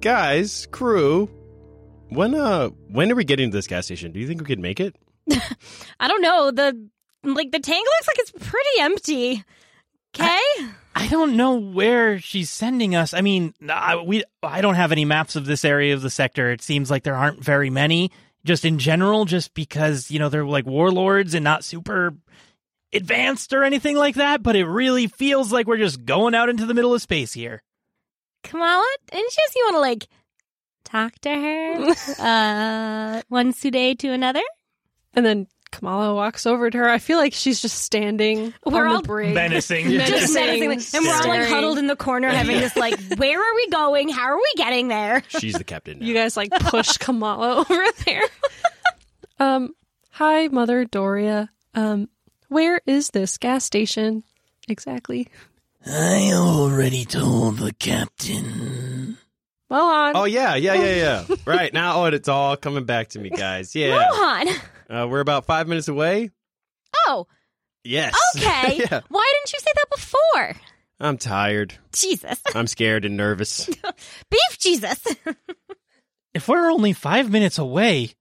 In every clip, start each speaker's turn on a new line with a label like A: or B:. A: guys, crew, when uh, when are we getting to this gas station? Do you think we could make it?
B: I don't know. The like the tank looks like it's pretty empty. Okay.
C: I don't know where she's sending us. I mean, I, we I don't have any maps of this area of the sector. It seems like there aren't very many, just in general, just because you know they're like warlords and not super advanced or anything like that. But it really feels like we're just going out into the middle of space here.
B: Kamala, didn't you just you want to like talk to her? uh, one Sude to another.
D: And then Kamala walks over to her. I feel like she's just standing
B: We're
D: on
B: all
D: the bridge.
C: Menacing.
B: Just
D: Just
B: menacingly. and we're all like
D: staring.
B: huddled in the corner, having this like, where are we going? How are we getting there?
A: She's the captain. Now.
D: You guys like push Kamala over there. um, hi, Mother Doria. Um, where is this gas station exactly?
C: I already told the captain.
D: Well, on.
A: Oh yeah, yeah, yeah, yeah. right now, oh, it's all coming back to me, guys. Yeah,
B: Rohan.
A: uh, we're about five minutes away.
B: Oh,
A: Yes.
B: okay.
A: yeah.
B: Why didn't you say that before?
A: I'm tired.
B: Jesus.
A: I'm scared and nervous.
B: Beef Jesus.
C: If we're only five minutes away,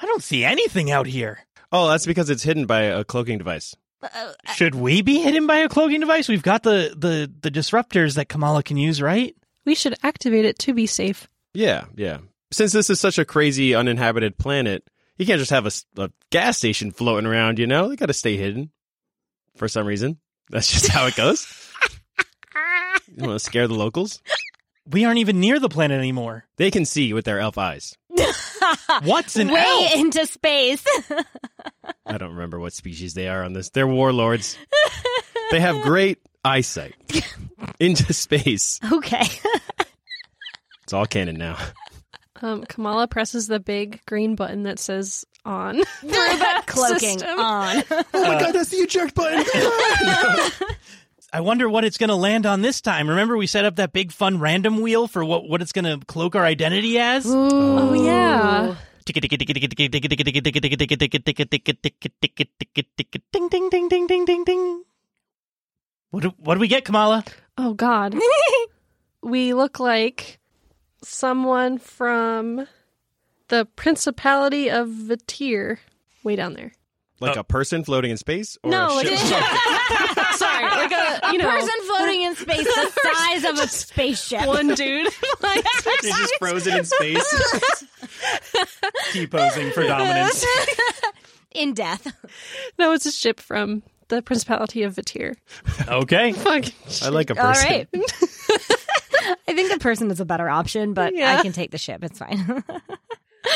C: I don't see anything out here.
A: Oh, that's because it's hidden by a cloaking device.
B: Uh,
C: Should we be hidden by a cloaking device? We've got the the the disruptors that Kamala can use, right?
D: We should activate it to be safe.
A: Yeah, yeah. Since this is such a crazy uninhabited planet, you can't just have a, s- a gas station floating around. You know, they got to stay hidden for some reason. That's just how it goes. you want to scare the locals?
C: We aren't even near the planet anymore.
A: They can see with their elf eyes.
C: What's an
B: way
C: elf?
B: into space.
A: I don't remember what species they are on this. They're warlords. they have great eyesight into space.
B: okay.
A: It's all canon now.
D: Um, Kamala presses the big green button that says on.
B: Through that cloaking
D: System.
B: on.
A: Oh my god, that's the eject button.
C: I wonder what it's going to land on this time. Remember, we set up that big fun random wheel for what what it's going to cloak our identity as.
D: Oh, yeah.
C: Ding ding ding ding ding ding ding. What do, what do we get, Kamala?
D: Oh, God. we look like someone from the Principality of Vatir. Way down there.
A: like a person floating in space or
D: No,
A: a
D: like-
A: ship? Sorry.
D: Sorry, like a you know
B: Person floating in space the size of a spaceship.
D: one dude. like,
A: They're just frozen in space.
C: Key posing for dominance.
B: In death.
D: no, it's a ship from the Principality of Vatir.
C: Okay.
D: Fuck.
A: I like a
B: All
A: person.
B: right. I think the person is a better option, but I
D: Yeah.
B: can take the ship. It's fine.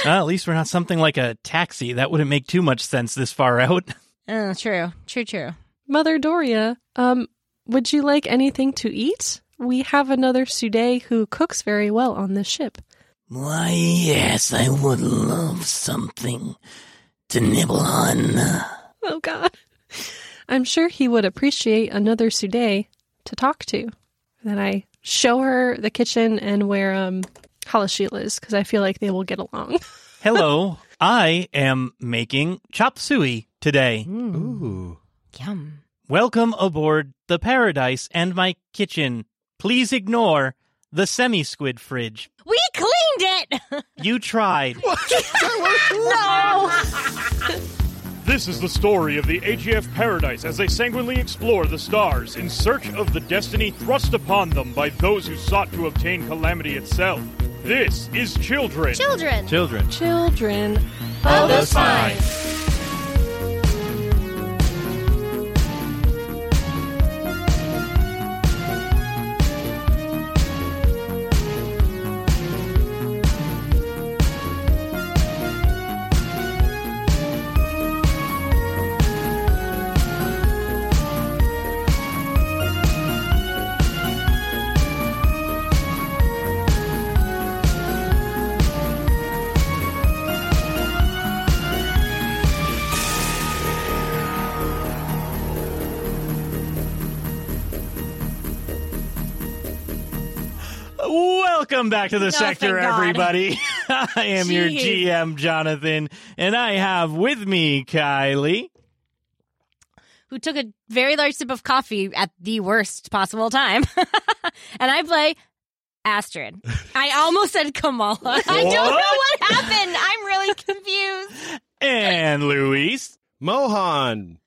C: Well, at least we're not something like a taxi. That wouldn't make too much sense this far out.
B: oh, true. True, true.
D: Mother Doria, um, would you like anything to eat? We have another Sude who cooks very well on this ship.
E: Why, yes, I would love something to nibble on.
D: Oh God. I'm sure he would appreciate another Sude to talk to. Then I show her the kitchen and where um Halashila is because I feel like they will get along.
C: Hello, I am making chop suey today.
E: Hmm.
A: Ooh.
B: Yum.
C: Welcome aboard the paradise and my kitchen. Please ignore the semi squid fridge.
B: We cleaned it!
C: You tried.
F: This is the story of the AGF Paradise as they sanguinely explore the stars in search of the destiny thrust upon them by those who sought to obtain calamity itself. This is Children.
B: Children.
C: Children.
D: Children.
C: Welcome back to the sector,
B: thank God.
C: everybody. I am your
D: Jeez.
C: GM, Jonathan, and I have with me Kylie.
B: Who took a very large sip of coffee at the worst possible time. and I play Astrid. I almost said Kamala. I don't know what happened. I'm really confused.
C: And Luis.
A: Mohan.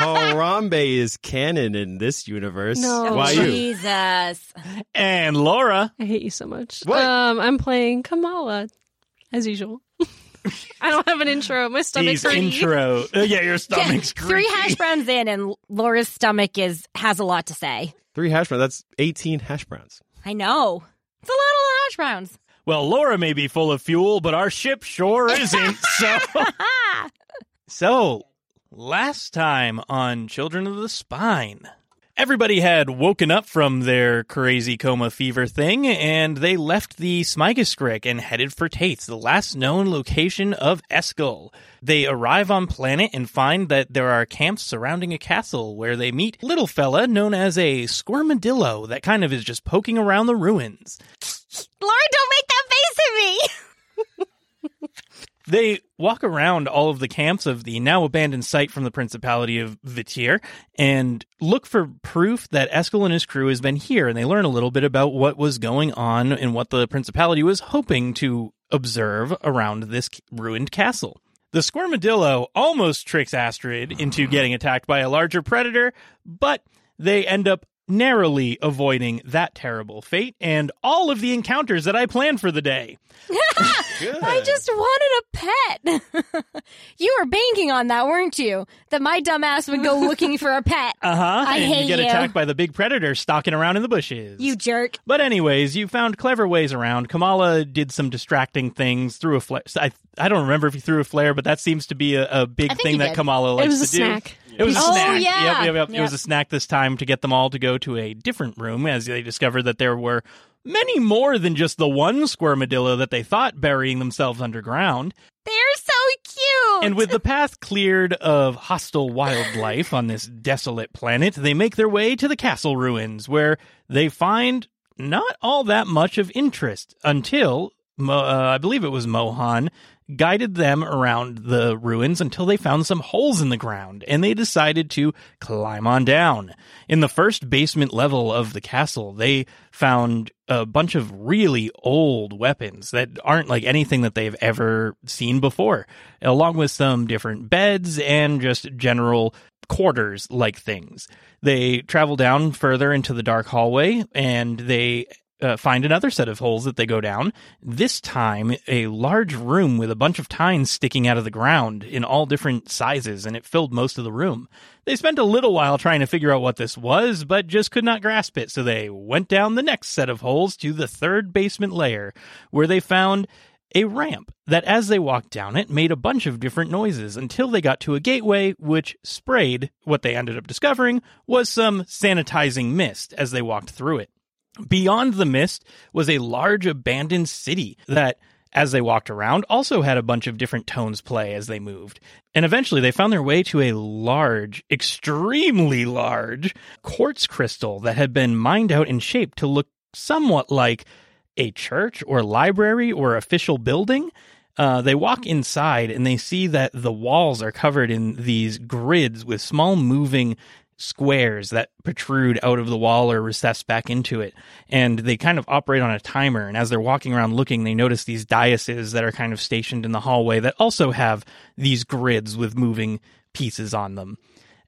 A: Harambe is canon in this universe.
D: No.
A: Why
B: Oh,
A: you?
B: Jesus.
C: And Laura.
D: I hate you so much.
A: What?
D: Um, I'm playing Kamala, as usual. I don't have an intro. My
C: These
D: stomach's hurting.
C: intro. Uh, yeah, your stomach's
B: Three
C: creaky.
B: hash browns in, and Laura's stomach is has a lot to say.
A: Three hash browns. That's 18 hash browns.
B: I know. It's a lot of hash browns.
C: Well, Laura may be full of fuel, but our ship sure isn't. so, so last time on Children of the Spine, everybody had woken up from their crazy coma fever thing, and they left the Smigiskrik and headed for Tate's, the last known location of Eskel. They arrive on planet and find that there are camps surrounding a castle where they meet little fella known as a Squirmadillo that kind of is just poking around the ruins.
B: Laura, don't make that face at me.
C: They walk around all of the camps of the now abandoned site from the Principality of Vitir and look for proof that Eskel and his crew has been here. And they learn a little bit about what was going on and what the Principality was hoping to observe around this c- ruined castle. The Squirmadillo almost tricks Astrid into getting attacked by a larger predator, but they end up narrowly avoiding that terrible fate and all of the encounters that I planned for the day.
B: I just wanted a pet. you were banking on that, weren't you? That my dumbass would go looking for a pet.
C: Uh huh.
B: I
C: and
B: hate
C: you get
B: you.
C: attacked by the big predator stalking around in the bushes.
B: You jerk.
C: But anyways, you found clever ways around. Kamala did some distracting things, threw a flare. I I don't remember if he threw a flare, but that seems to be a, a big
B: I think
C: thing
B: he
C: that
B: did.
C: Kamala likes
D: It was a
C: to do.
D: snack.
C: It was a
B: Oh,
C: snack.
B: yeah.
C: Yep, yep, yep. It
B: Yep.
C: was a snack this time to get them all to go to a different room as they discovered that there were many more than just the one squirmadillo that they thought burying themselves underground.
B: They're so cute.
C: And with the path cleared of hostile wildlife on this desolate planet, they make their way to the castle ruins, where they find not all that much of interest until Mo- uh, I believe it was Mohan guided them around the ruins until they found some holes in the ground and they decided to climb on down. In the first basement level of the castle, they found a bunch of really old weapons that aren't like anything that they've ever seen before, along with some different beds and just general quarters like things. They travel down further into the dark hallway and they uh, find another set of holes that they go down. This time, a large room with a bunch of tines sticking out of the ground in all different sizes, and it filled most of the room. They spent a little while trying to figure out what this was, but just could not grasp it, so they went down the next set of holes to the third basement layer, where they found a ramp that, as they walked down it, made a bunch of different noises until they got to a gateway which sprayed what they ended up discovering was some sanitizing mist as they walked through it. Beyond the mist was a large abandoned city that, as they walked around, also had a bunch of different tones play as they moved. And eventually they found their way to a large, extremely large quartz crystal that had been mined out and shaped to look somewhat like a church or library or official building. Uh, they walk inside and they see that the walls are covered in these grids with small moving squares that protrude out of the wall or recess back into it. And they kind of operate on a timer. And as they're walking around looking, they notice these dioceses that are kind of stationed in the hallway that also have these grids with moving pieces on them.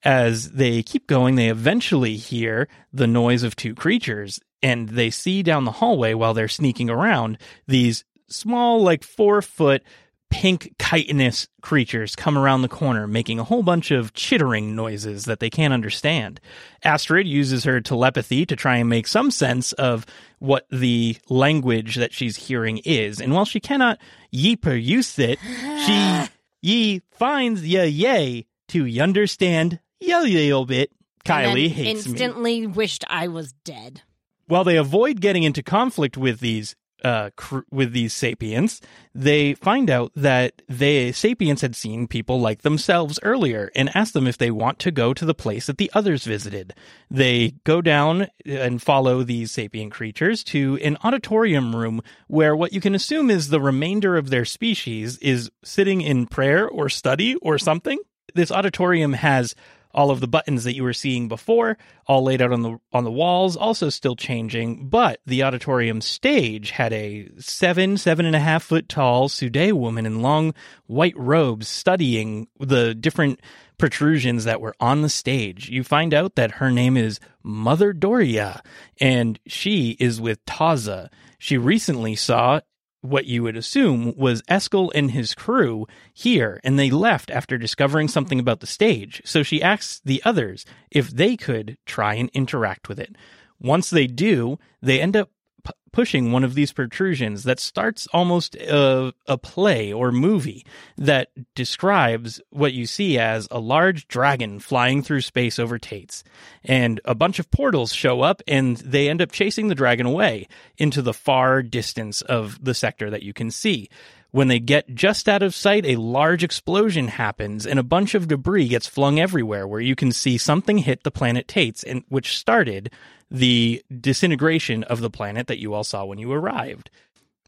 C: As they keep going, they eventually hear the noise of two creatures and they see down the hallway while they're sneaking around these small, like four foot pink chitinous creatures come around the corner making a whole bunch of chittering noises that they can't understand. Astrid uses her telepathy to try and make some sense of what the language that she's hearing is. And while she cannot ye peruse it, she ye finds ye yay to ye understand ye little bit.
B: And
C: Kylie
B: then
C: hates me
B: instantly wished I was dead.
C: while they avoid getting into conflict with these uh, cr- with these sapiens, they find out that the sapiens had seen people like themselves earlier and asked them if they want to go to the place that the others visited. They go down and follow these sapient creatures to an auditorium room where what you can assume is the remainder of their species is sitting in prayer or study or something. This auditorium has all of the buttons that you were seeing before, all laid out on the on the walls, also still changing. But the auditorium stage had a seven, seven and a half foot tall Sude woman in long white robes studying the different protrusions that were on the stage. You find out that her name is Mother Doria, and she is with Taza. She recently saw what you would assume was Eskel and his crew here, and they left after discovering something about the stage. So she asks the others if they could try and interact with it. Once they do, they end up p- pushing one of these protrusions that starts almost a, a play or movie that describes what you see as a large dragon flying through space over Tate's. And a bunch of portals show up and they end up chasing the dragon away into the far distance of the sector that you can see. When they get just out of sight, a large explosion happens and a bunch of debris gets flung everywhere where you can see something hit the planet Tates and which started the disintegration of the planet that you all saw when you arrived.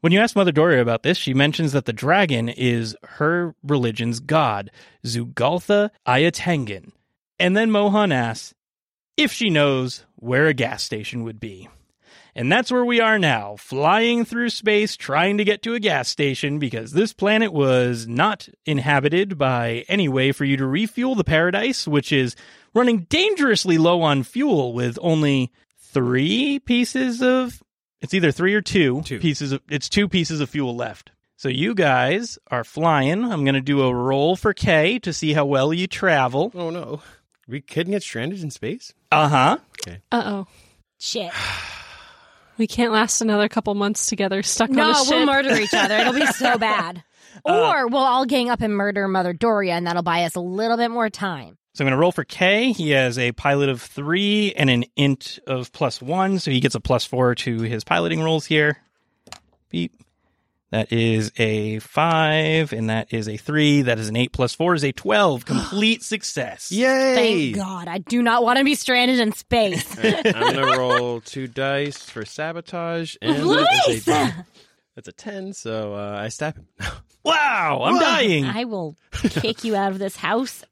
C: When you ask Mother Doria about this, she mentions that the dragon is her religion's god, Zugaltha Ayatangan. And then Mohan asks if she knows where a gas station would be. And that's where we are now, flying through space trying to get to a gas station because this planet was not inhabited by any way for you to refuel the paradise, which is running dangerously low on fuel with only three pieces of it's either three or two,
A: Two.
C: pieces of it's two pieces of fuel left. So you guys are flying. I'm going to do a roll for K to see how well you travel.
A: Oh no, we couldn't get stranded in space.
C: Uh-huh.
D: Uh oh.
B: Shit.
D: We can't last another couple months together stuck on a
B: No,
D: ship.
B: we'll murder each other. It'll be so bad.
C: Uh,
B: Or we'll all gang up and murder Mother Doria, and that'll buy us a little bit more time.
C: So I'm going to roll for K. He has a pilot of three and an int of plus one, so he gets a plus four to his piloting rolls here. Beep. That is a five, and that is a three. That is an eight plus four is a twelve. Complete success.
A: Yay!
B: Thank God. I do not want to be stranded in space.
A: I'm gonna roll two dice for sabotage, and that is a, that's a ten. So uh, I stab him.
C: Wow, I'm dying.
B: I will kick you out of this house.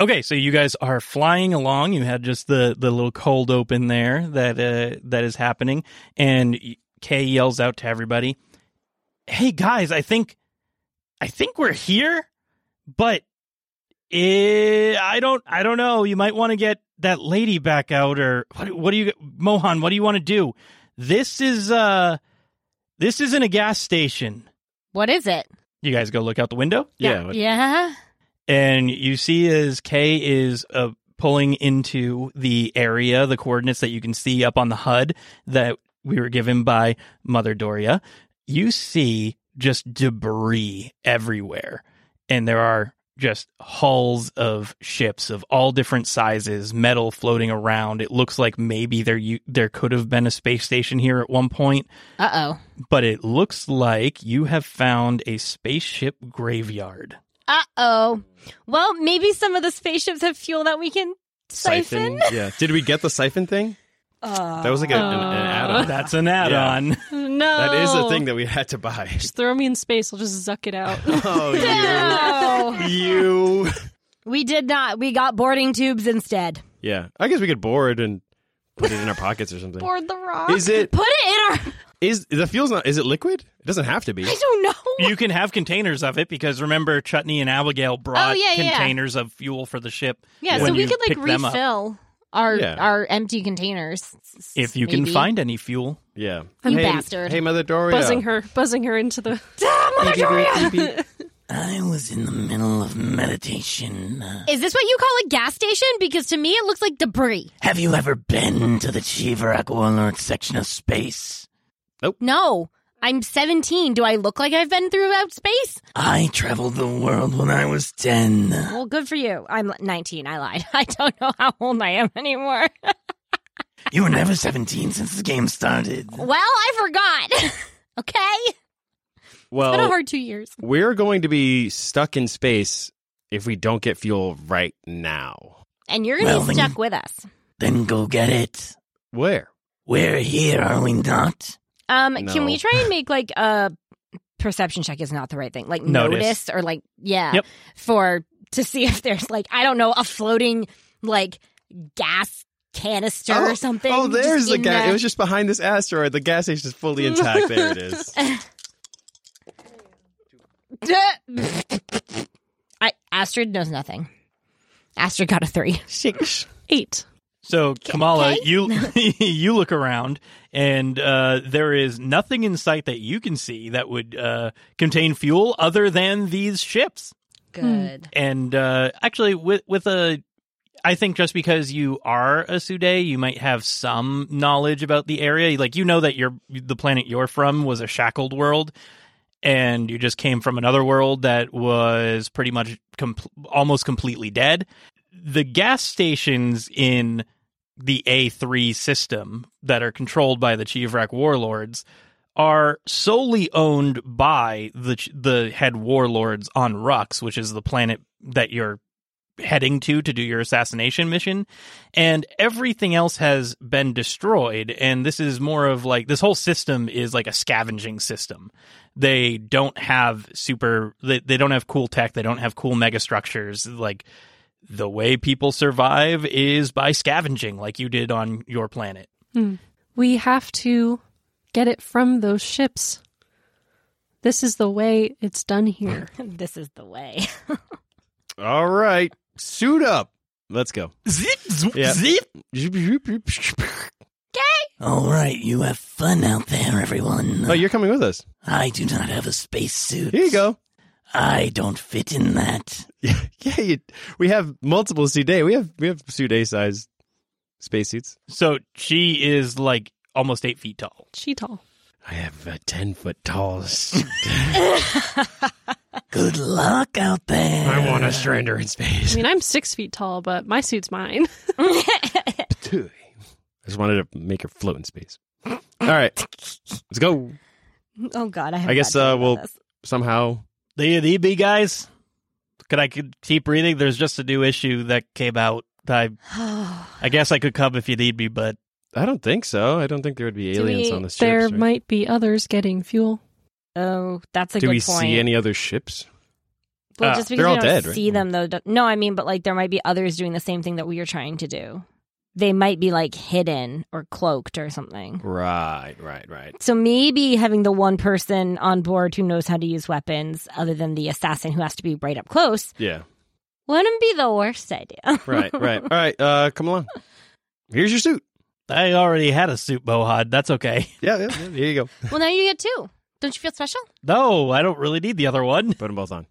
C: Okay, so you guys are flying along. You had just the the little cold open there that uh, that is happening, and y- Kay yells out to everybody, "Hey guys, I think, I think we're here, but eh, I don't, I don't know. You might want to get that lady back out, or what, what do you, Mohan? What do you want to do? This is uh, this isn't a gas station.
B: What is it?
C: You guys go look out the window
A: Yeah.
B: Yeah.
C: and you see as Kay is uh, pulling into the area, the coordinates that you can see up on the HUD that we were given by Mother Doria, you see just debris everywhere. And there are just hulls of ships of all different sizes, metal floating around. It looks like maybe there you, there could have been a space station here at one point
B: Uh oh.
C: but it looks like you have found a spaceship graveyard.
B: Uh oh. Well, maybe some of the spaceships have fuel that we can siphon. Oh.
A: Yeah. Did we get the siphon thing? that was like a, an, an add-on.
C: That's an add-on.
D: No.
A: That is a thing that we had to buy.
D: Just throw me in space. I'll just zuck it out.
A: Oh,
B: No.
A: you. you.
B: we did not. We got boarding tubes instead.
A: Yeah. I guess we could board and put it in our pockets or something.
D: Board the rock.
A: Is it
B: Put it in our.
A: is the fuel's not is it liquid? It doesn't have to be.
B: I don't know.
C: You can have containers of it because remember Chutney and Abigail brought
B: Oh, yeah, yeah.
C: containers of fuel for the ship.
B: Yeah,
C: when
B: so we
C: you
B: could like
C: picked them up.
B: refill our
A: Yeah.
B: our empty containers s-
C: if you
B: maybe.
C: can find any fuel.
A: Yeah.
B: You
A: hey,
B: bastard.
A: Hey Mother Doria.
D: Buzzing her, buzzing her into the.
E: I was in the middle of meditation. Uh,
B: Is this what you call a gas station? Because to me, it looks like debris.
E: Have you ever been to the Cheever Aqualord section of space?
B: No, I'm 17. Do I look like I've been throughout space?
E: I traveled the world when I was 10.
B: Well, good for you. I'm 19. I lied. I don't know how old I am anymore.
E: You were never 17 since the game started.
B: Well, I forgot. okay,
D: Been a
A: Well,
D: hard two years.
A: we're going to be stuck in space if we don't get fuel right now.
B: and you're gonna
E: Well,
B: be
E: then-
B: stuck with us.
E: Then go get it.
A: Where?
E: We're here, are we not?
B: Um,
A: No.
B: can we try and make like a perception check? Is not the right thing. Like
C: Notice.
B: notice, or like yeah,
C: Yep.
B: for to see if there's like I don't know a floating like gas canister or something.
A: Oh, there's
B: just
A: the
B: in
A: gas. It was just behind this asteroid. The gas station is fully intact. There it is.
B: I Astrid knows nothing. Astrid got a three.
A: Six.
D: Eight.
C: So Kamala,
B: okay.
C: you you look around, and uh, there is nothing in sight that you can see that would uh, contain fuel other than these ships.
B: Good.
C: And uh, actually, with with a, I think just because you are a Sude, you might have some knowledge about the area. Like you know that your the planet you're from was a shackled world, and you just came from another world that was pretty much com- almost completely dead. The gas stations in the A3 system that are controlled by the Chivrak warlords are solely owned by the ch- the head warlords on Rux, which is the planet that you're heading to to do your assassination mission, and everything else has been destroyed. And this is more of like this whole system is like a scavenging system. They don't have super. They, they don't have cool tech. They don't have cool mega structures like. The way people survive is by scavenging, like you did on your planet.
D: We have to get it from those ships. This is the way it's done here.
B: Hmm. This is the way.
A: All right, suit up. Let's go.
C: Zip, zoop,
A: Yeah.
C: zip.
A: Oh,
E: All right, you have fun out there, everyone.
A: Oh, you're coming with us.
E: I do not have a spacesuit.
A: Here you go.
E: I don't fit in that.
A: Yeah, yeah. You, we have multiple Sude. We have we have Sude size spacesuits.
C: So she is like almost eight feet tall.
D: Cheetah.
A: I have a ten foot tall.
E: Good luck out there.
A: to surrender in
D: I
A: space.
D: mean, I'm six feet tall, but my suit's mine.
B: Oh,
A: I just wanted to make her float in space. All right, let's go.
B: oh God, I. Have
A: I guess,
B: not thought
A: uh,
B: about
A: we'll-
B: this.
A: Somehow,
C: The the EB guys. Could I could keep reading? There's just a new issue that came out. I I guess I could come if you need me, but
A: I don't think so. I don't think there would be
B: Do
A: aliens
B: we-
A: on the ships.
D: there
A: right?
D: might be others getting fuel.
B: oh, that's a
A: Do
B: good
A: we
B: point.
A: see any other ships?
B: well,
C: uh,
B: just because
A: they're
B: we
A: all
B: don't
A: dead, right?
B: see them though. don't- No, I mean, but like there might be others doing the same thing that we are trying to do. They might be like hidden or cloaked or something.
A: Right, right, right.
B: So maybe having the one person on board who knows how to use weapons, other than the assassin who has to be right up close,
A: Yeah,
B: wouldn't be the worst idea.
A: right, right. All right, uh, come along. Here's your suit.
C: I already had a suit bohod. That's okay.
A: Yeah, yeah, yeah, here you go.
B: well, now you get two. Don't you feel special?
C: No, I don't really need the other one.
A: Put them both on.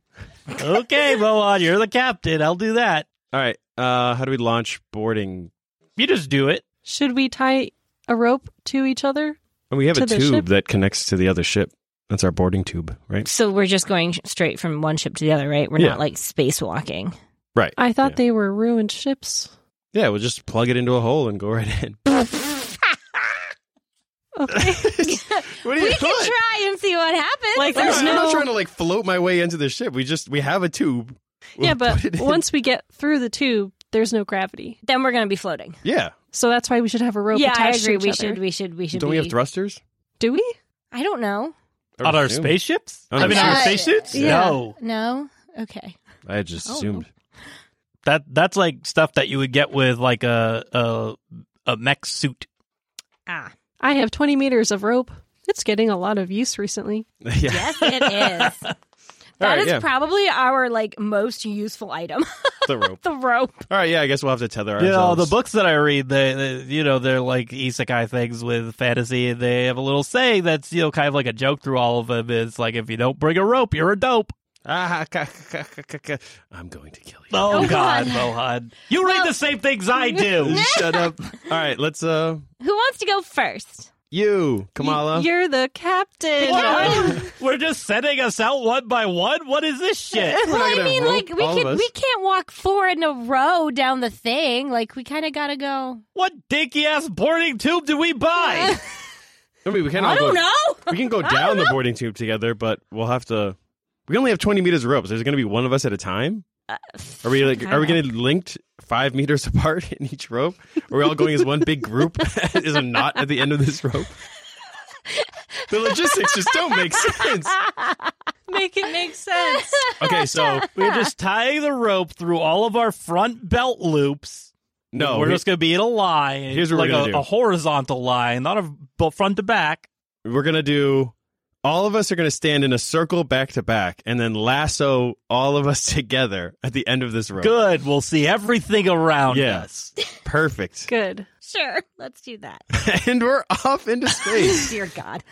C: Okay, bohod, you're the captain. I'll do that.
A: All right. Uh, how do we launch boarding?
C: You just do it.
D: Should we tie a rope to each other?
A: And we have
D: To
A: a
D: the
A: tube
D: ship?
A: that connects to the other ship. That's our boarding tube, right?
B: So we're just going sh- straight from one ship to the other, right? We're
A: Yeah.
B: not like spacewalking.
A: Right.
D: I thought
A: Yeah.
D: they were ruined ships.
A: Yeah, we'll just plug it into a hole and go right in.
D: Okay.
A: What do
B: We can try and see what happens.
D: Like, there's
A: I'm not
D: no-
A: trying to like float my way into the ship. We just we have a tube. We'll
D: yeah,
A: put it
D: but
A: in.
D: once we get through the tube, there's no gravity.
B: then we're going to be floating.
A: yeah.
D: So that's why we should have a rope
B: yeah, I
D: attached
B: agree.
D: to each
B: we
D: other.
B: should. We should. We should.
A: Don't
B: be,
A: we have thrusters
D: Do we?
B: I don't know.
A: I
C: on our
A: assume.
C: spaceships?
A: On
C: I
A: our
C: mean, on our
B: spaceships.
C: spacesuits?
D: Yeah.
C: No.
B: No. Okay.
A: I just
B: Oh, no.
A: assumed.
C: That that's like stuff that you would get with like a a a mech suit.
B: Ah.
D: I have 20 meters of rope. It's getting a lot of use recently.
A: yeah.
B: Yes, it is. That is
A: right, yeah.
B: probably our like most useful item,
A: The rope.
B: the rope.
A: All right. Yeah. I guess we'll have to tether
C: Yeah, all
A: ourselves.
C: the books that I read, they, they you know they're like isekai things with fantasy. and They have a little saying that's you know kind of like a joke through all of them. It's like if you don't bring a rope, you're a dope.
A: Ah, ca- ca- ca- ca- ca- I'm going to kill you.
C: Oh,
B: Oh,
C: God,
B: God.
C: Mohan, you read the same things I do.
A: Shut up. All right. Let's. Uh,
B: Who wants to go first?
A: you, Kamala.
D: You're the captain.
C: We're just sending us out one by one. What is this shit?
A: We're
B: Well,
A: not
B: I
A: gonna
B: mean,
A: rope
B: like we
A: all of
B: can
A: us.
B: we can't walk four in a row down the thing. Like we kind of gotta go.
C: What dinky ass boarding tube did we buy?
A: I mean, we can all
B: I
A: go-
B: don't know.
A: We can go down the boarding tube together, but we'll have to. We only have twenty meters of ropes. There's going to be one of us at a time.
B: Uh,
A: Are we like? Are we going to linked five meters apart in each rope? Are we all going as one big group? is a knot at the end of this rope? The logistics just don't make sense.
G: Make it make sense.
A: Okay, so
C: We're just tying the rope through all of our front belt loops.
A: no,
C: we're
A: we-
C: just gonna be in a line.
A: Here's what we're
C: like
A: gonna
C: a,
A: do.
C: a horizontal line, not a but front to back.
A: we're gonna do all of us are gonna stand in a circle back to back and then lasso all of us together at the end of this rope.
C: Good. We'll see everything around
A: Yeah.
C: us.
A: Perfect.
D: Good.
G: sure, let's do that.
A: and we're off into space.
G: Dear God.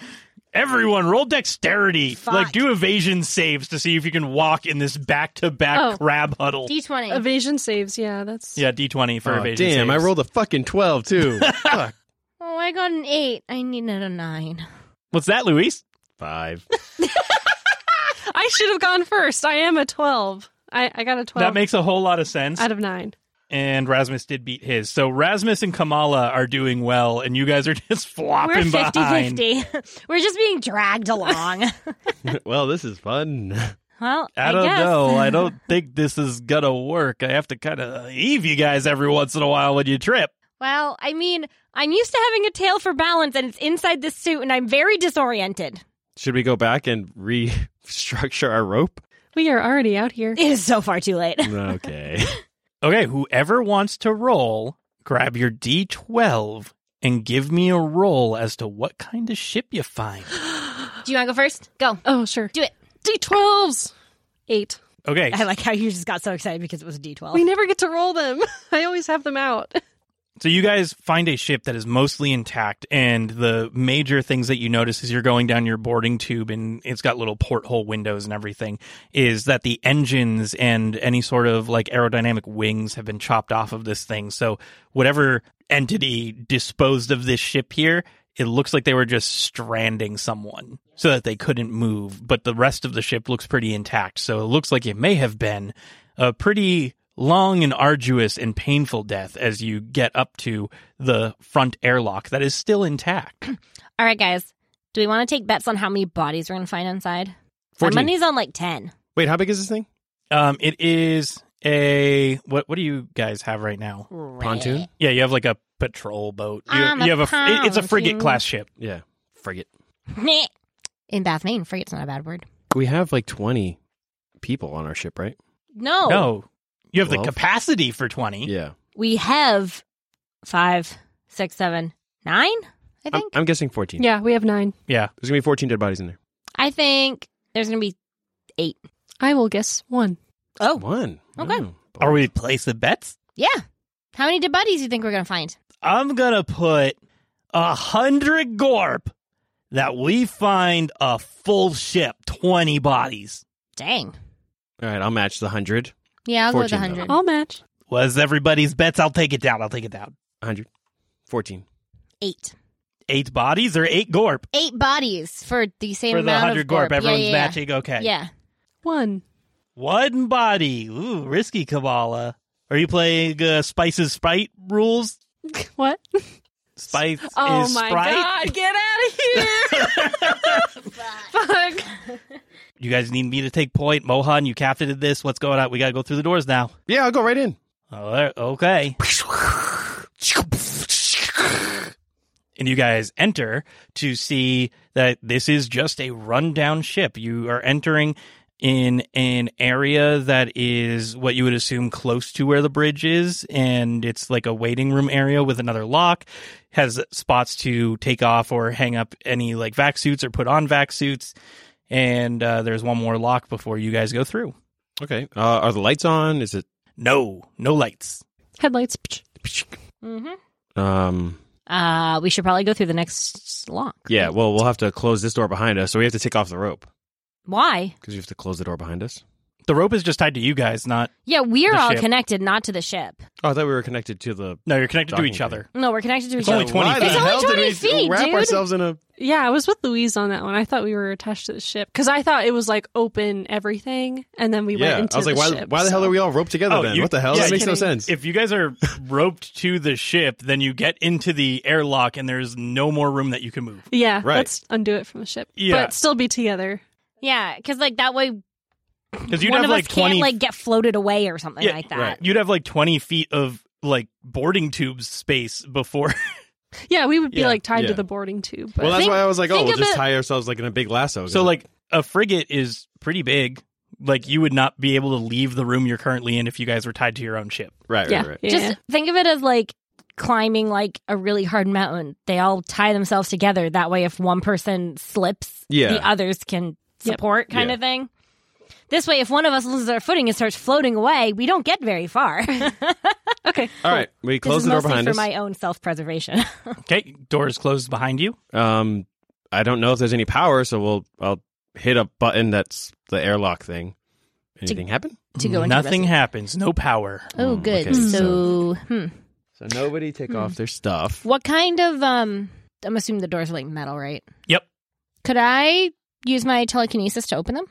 C: Everyone, roll dexterity.
G: Fuck.
C: Like do evasion saves to see if you can walk in this back to
D: Oh.
C: back crab huddle.
B: D twenty.
D: Evasion saves. Yeah, that's
C: yeah, D twenty for
A: Oh, damn,
C: evasion.
A: I
C: saves.
A: rolled a fucking twelve too. Fuck.
B: Oh, I got an eight. I needed a nine.
C: What's that, Luis?
A: Five.
D: I should have gone first. I am a 12. I, I got a 12
C: That makes a whole lot of sense.
D: out of 9.
C: and Rasmus did beat his. So Rasmus and Kamala are doing well, and you guys are just
B: We're
C: flopping
B: 50
C: behind.
B: 50. We're just being dragged along.
A: well, this is fun.
B: well,
C: I don't know. I don't think this is gonna work. I have to kind of heave you guys every once in a while when you trip.
B: Well, I mean, I'm used to having a tail for balance and it's inside this suit and I'm very disoriented.
A: Should we go back and restructure our rope?
D: We are already out here.
B: It is so far too late.
A: Okay.
C: Okay, whoever wants to roll, grab your D12 and give me a roll as to what kind of ship you find.
B: Do you want to go first? Go.
D: Oh, sure.
B: Do it.
D: D12s. 8.
C: Okay,
B: I like how you just got so excited because it was a D12.
D: We never get to roll them. I always have them out.
C: So you guys find a ship that is mostly intact, and the major things that you notice as you're going down your boarding tube, and it's got little porthole windows and everything, is that the engines and any sort of like aerodynamic wings have been chopped off of this thing. So whatever entity disposed of this ship here, it looks like they were just stranding someone so that they couldn't move. But the rest of the ship looks pretty intact. So it looks like it may have been a pretty long and arduous and painful death as you get up to the front airlock that is still intact.
B: All right, guys. Do we want to take bets on how many bodies we're going to find inside? My
A: 14.
B: money's on like 10.
A: Wait, how big is this thing?
C: Um, it is a what? What do you guys have right now?
A: Pontoon?
C: Yeah, you have like a patrol boat. You,
B: I'm a
C: you have a fr- it- it's a frigate
B: pontoon.
C: class ship.
A: Yeah. Frigate.
B: Meh. In Bath, Maine, frigate's not a bad word.
A: We have like twenty people on our ship, right?
B: No.
C: No, you have
A: Twelve.
C: the capacity for twenty.
A: Yeah.
B: We have five, six, seven, nine, I
A: I'm,
B: think.
A: I'm guessing fourteen.
D: Yeah, we have 9.
C: yeah.
A: There's gonna be fourteen dead bodies in there.
B: I think there's going to be eight.
D: I will guess 1.
B: Oh,
A: One.
B: Okay.
A: Oh.
C: Are we place the bets?
B: yeah. How many dead bodies do you think we're going to find?
C: I'm gonna put a hundred gorp that we find a full ship, twenty bodies.
B: Dang.
A: All right, I'll match the hundred.
B: Yeah, I'll go with
A: 14, though.
B: 100.
D: I'll match.
C: Was everybody's bets? I'll take it down. I'll take it down.
A: 100. 14.
B: Eight.
C: Eight bodies or eight gorp
B: Eight bodies for the same
C: for the
B: amount
C: hundred
B: of
C: gorp.
B: gorp. Yeah,
C: Everyone's
B: yeah, yeah.
C: matching. Okay.
B: Yeah.
D: 1.
C: One body. Ooh, risky Kabbalah. Are you playing uh, Spice's Sprite rules?
D: What?
C: Spice
D: Oh
C: is
D: my
C: Sprite.
D: god, get out of here! Fuck.
C: You guys need me to take point. Mohan, you captained this. What's going on? We gotta go through the doors now.
A: Yeah, I'll go right in.
C: Oh, there- okay. And you guys enter to see that this is just a rundown ship. You are entering in an area that is what you would assume close to where the bridge is. And it's like a waiting room area with another lock, has spots to take off or hang up any like vac suits or put on vac suits. And uh, there's one more lock before you guys go through.
A: Okay. Uh, are the lights on? Is it
C: No, no lights.
D: Headlights. Psh.
B: Mm-hmm.
A: um
B: Uh, we should probably go through the next lock.
A: yeah, well, we'll have to close this door behind us, so we have to take off the rope
B: Why?
A: because we have to close the door behind us.
C: The rope is just tied to you guys, not.
B: Yeah, we're
C: The
B: all
C: ship.
B: connected, not to the ship.
A: Oh, I thought we were connected to the
C: No, you're connected to
A: Docking
C: each
A: thing.
C: other.
B: No, we're connected to each
C: It's only
B: other.
C: 20
A: Why the
B: It's only
A: hell did
B: 20
A: we
B: feet,
A: wrap
B: dude.
A: ourselves in a
D: Yeah, I was with Louise on that one. I thought we were attached to the ship because I thought it was like open everything, and then we
A: Yeah,
D: went into
A: I was like,
D: the
A: why,
D: ship.
A: why the hell
D: so-
A: are we all roped together
C: Oh,
A: then?
C: you-
A: what the hell?
C: yeah,
A: that makes no
D: kidding.
A: sense.
C: If you guys are roped to the ship, then you get into the airlock and there's no more room that you can move.
D: Yeah,
A: Right.
D: let's undo it from the ship,
C: Yeah.
D: but still be together.
B: Yeah, because like that way
C: Because you'd
B: one of
C: have like
B: us
C: 20
B: can't like get floated away or something
C: Yeah,
B: like that.
A: right.
C: you'd have like 20 feet of like boarding tubes space before
D: Yeah, we would be
C: Yeah,
D: like tied
A: yeah.
D: to the boarding tube. But
A: well, that's
B: Think-
A: why I was like, oh,
B: think
A: we'll
B: of
A: just
B: it-
A: tie ourselves like in a big lasso.
C: so like a frigate is pretty big. Like you would not be able to leave the room you're currently in if you guys were tied to your own ship.
A: Right,
D: yeah,
A: right, right.
D: yeah.
B: Just think of it as like climbing like a really hard mountain. They all tie themselves together. That way, if one person slips,
A: Yeah.
B: the others can support, kind
A: Yeah.
B: of thing. This way, if one of us loses our footing and starts floating away, we don't get very far.
D: okay.
A: All right, we
B: this
A: close
B: is
A: the door
B: mostly
A: behind
B: for
A: us.
B: my own self preservation.
C: Okay, door is closed behind you.
A: Um, I don't know if there's any power, so we'll I'll hit a button that's the airlock thing. Anything happen?
B: to go into
C: Nothing
B: rescue.
C: happens. No power.
B: Oh,
A: Mm,
B: good.
A: okay,
B: so, hmm.
A: So nobody take
B: Hmm.
A: off their stuff.
B: what kind of um? I'm assuming the doors are like metal, right?
C: Yep.
B: Could I use my telekinesis to open them?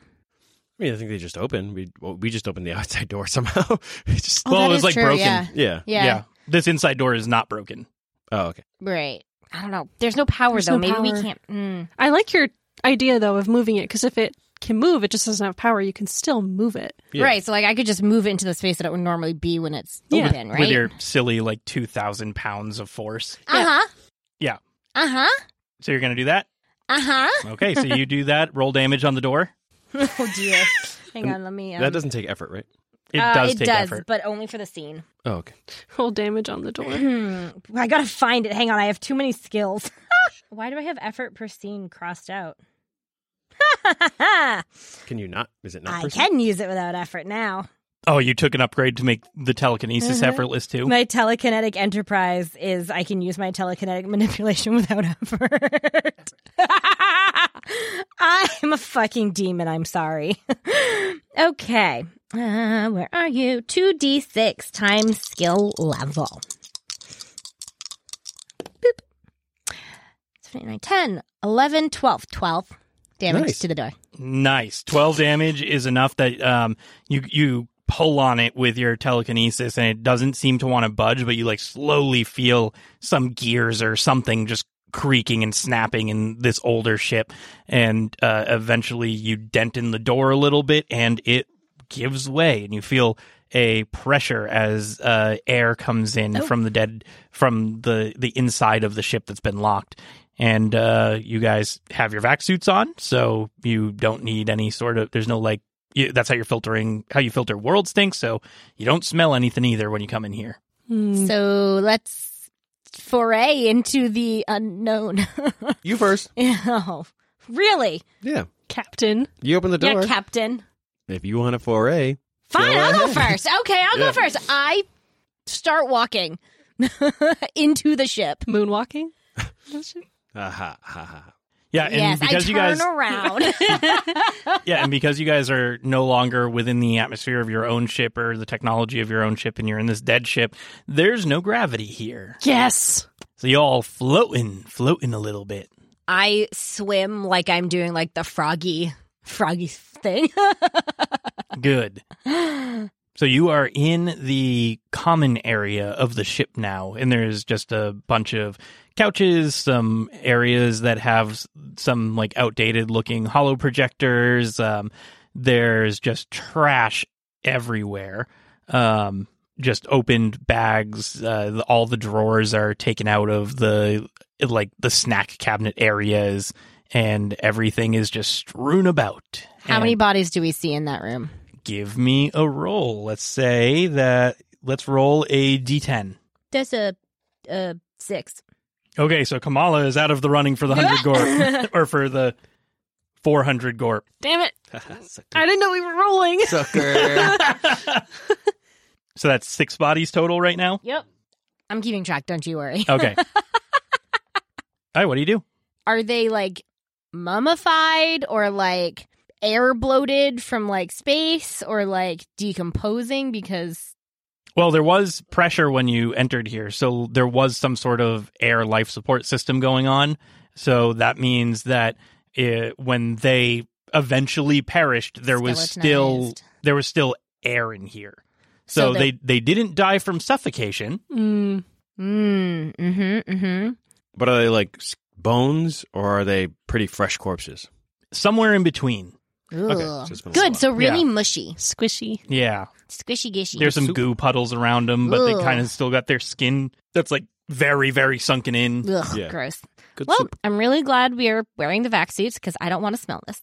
A: I mean, I think they just open. We well, we just opened the outside door somehow. It's just
B: Oh,
C: well,
B: that
C: it was
B: is
C: like
B: true,
C: broken.
B: yeah.
A: yeah.
B: Yeah.
C: This inside door is not broken.
A: Oh, okay.
B: Right. I don't know. There's no power
D: There's
B: though.
D: no
B: Maybe we
D: power.
B: can't. Mm.
D: I like your idea though of moving it because if it can move, it just doesn't have power. You can still move it.
A: Yeah.
B: Right. So like I could just move it into the space that it would normally be when it's
D: Yeah.
B: open. Right.
C: With your silly like two thousand pounds of force.
B: uh huh.
C: Yeah.
B: Uh huh.
C: So you're gonna do that?
B: Uh huh.
C: Okay, so you do that, roll damage on the door.
B: oh dear. Hang on. Let me. Um,
A: That doesn't take effort, right?
C: It
B: uh,
C: does
B: it
C: take
B: does,
C: effort.
B: but only for the scene.
A: Oh, okay.
D: Roll damage on the door.
B: Hmm. I gotta find it. Hang on. I have too many skills. Why do I have effort per scene crossed out? I
A: Can you not? Is it not? person?
B: can use it without effort now.
C: Oh, you took an upgrade to make the telekinesis
B: Uh-huh.
C: effortless too.
B: My telekinetic enterprise is I can use my telekinetic manipulation without effort. I'm a fucking demon. I'm sorry. okay. Uh, where are you? 2d6 times skill level. Boop. 29, 10, 11, 12, 12 damage
A: Nice.
B: to the door.
C: Nice. Twelve damage is enough that um you you pull on it with your telekinesis and it doesn't seem to want to budge, but you like slowly feel some gears or something just creaking and snapping in this older ship and uh, eventually you dent in the door a little bit and it gives way and you feel a pressure as uh, air comes in
B: Oh.
C: from the dead from the the inside of the ship that's been locked and uh, you guys have your vac suits on so you don't need any sort of there's no like you, that's how you're filtering how you filter world stink so you don't smell anything either when you come in here
A: Mm.
D: Hmm.
B: So let's foray into the unknown.
A: You first.
B: oh, really?
A: Yeah.
D: Captain,
A: You open the door.
B: Yeah, Captain.
A: if you want a foray,
B: Fine,
A: Go
B: I'll go
A: ahead.
B: first. Okay, I'll
A: Yeah.
B: go first. I start walking into the ship.
D: moonwalking. That's it.
A: aha, ha, ha.
C: yeah Uh, and
B: yes, I
C: because
B: turn
C: you guys
B: around.
C: yeah, and because you guys are no longer within the atmosphere of your own ship or the technology of your own ship, and you're in this dead ship, there's no gravity here.
D: yes.
C: So y'all floating, floating a little bit.
B: I swim like I'm doing like the froggy, froggy thing.
C: Good. So you are in the common area of the ship now, and there's just a bunch of couches, some areas that have s- some like outdated looking hollow projectors. Um, there's just trash everywhere. Um, just opened bags. Uh, the- all the drawers are taken out of the like the snack cabinet areas, and everything is just strewn about.
B: How
C: And-
B: many bodies do we see in that room?
C: give me a roll. Let's say that let's roll a d10.
B: That's a, a six.
C: Okay, so Kamala is out of the running for the 100 gorp or for the 400 gorp.
D: Damn it. I didn't know we were rolling.
A: Sucker.
C: So that's six bodies total right now.
B: Yep. I'm keeping track. Don't you worry.
C: Okay. All right, what do you do?
B: Are they like mummified or like air bloated from like space or like decomposing because
C: Well, there was pressure when you entered here, so there was some sort of air life support system going on. So that means that uh when they eventually perished, there was still
B: Skeletonized.
C: there was still air in here.
B: So
C: So,
B: they-
C: they they didn't die from suffocation.
D: Mm.
B: Mm, mm-hmm, mm-hmm.
A: but are they like s- bones or are they pretty fresh corpses?
C: Somewhere in between.
A: Okay,
B: Ugh.
A: so it's been a
B: Good, so
A: little
B: really
C: Yeah.
B: mushy.
D: Squishy.
C: Yeah,
B: Squishy gishy.
C: there's some
A: Soup.
C: goo puddles around them, but
B: Ugh.
C: they kind of still got their skin that's like very very sunken in.
B: Ugh,
A: Yeah.
B: gross.
A: Good
B: Well,
A: soup.
B: I'm really glad we are wearing the vac suits because I don't want to smell this.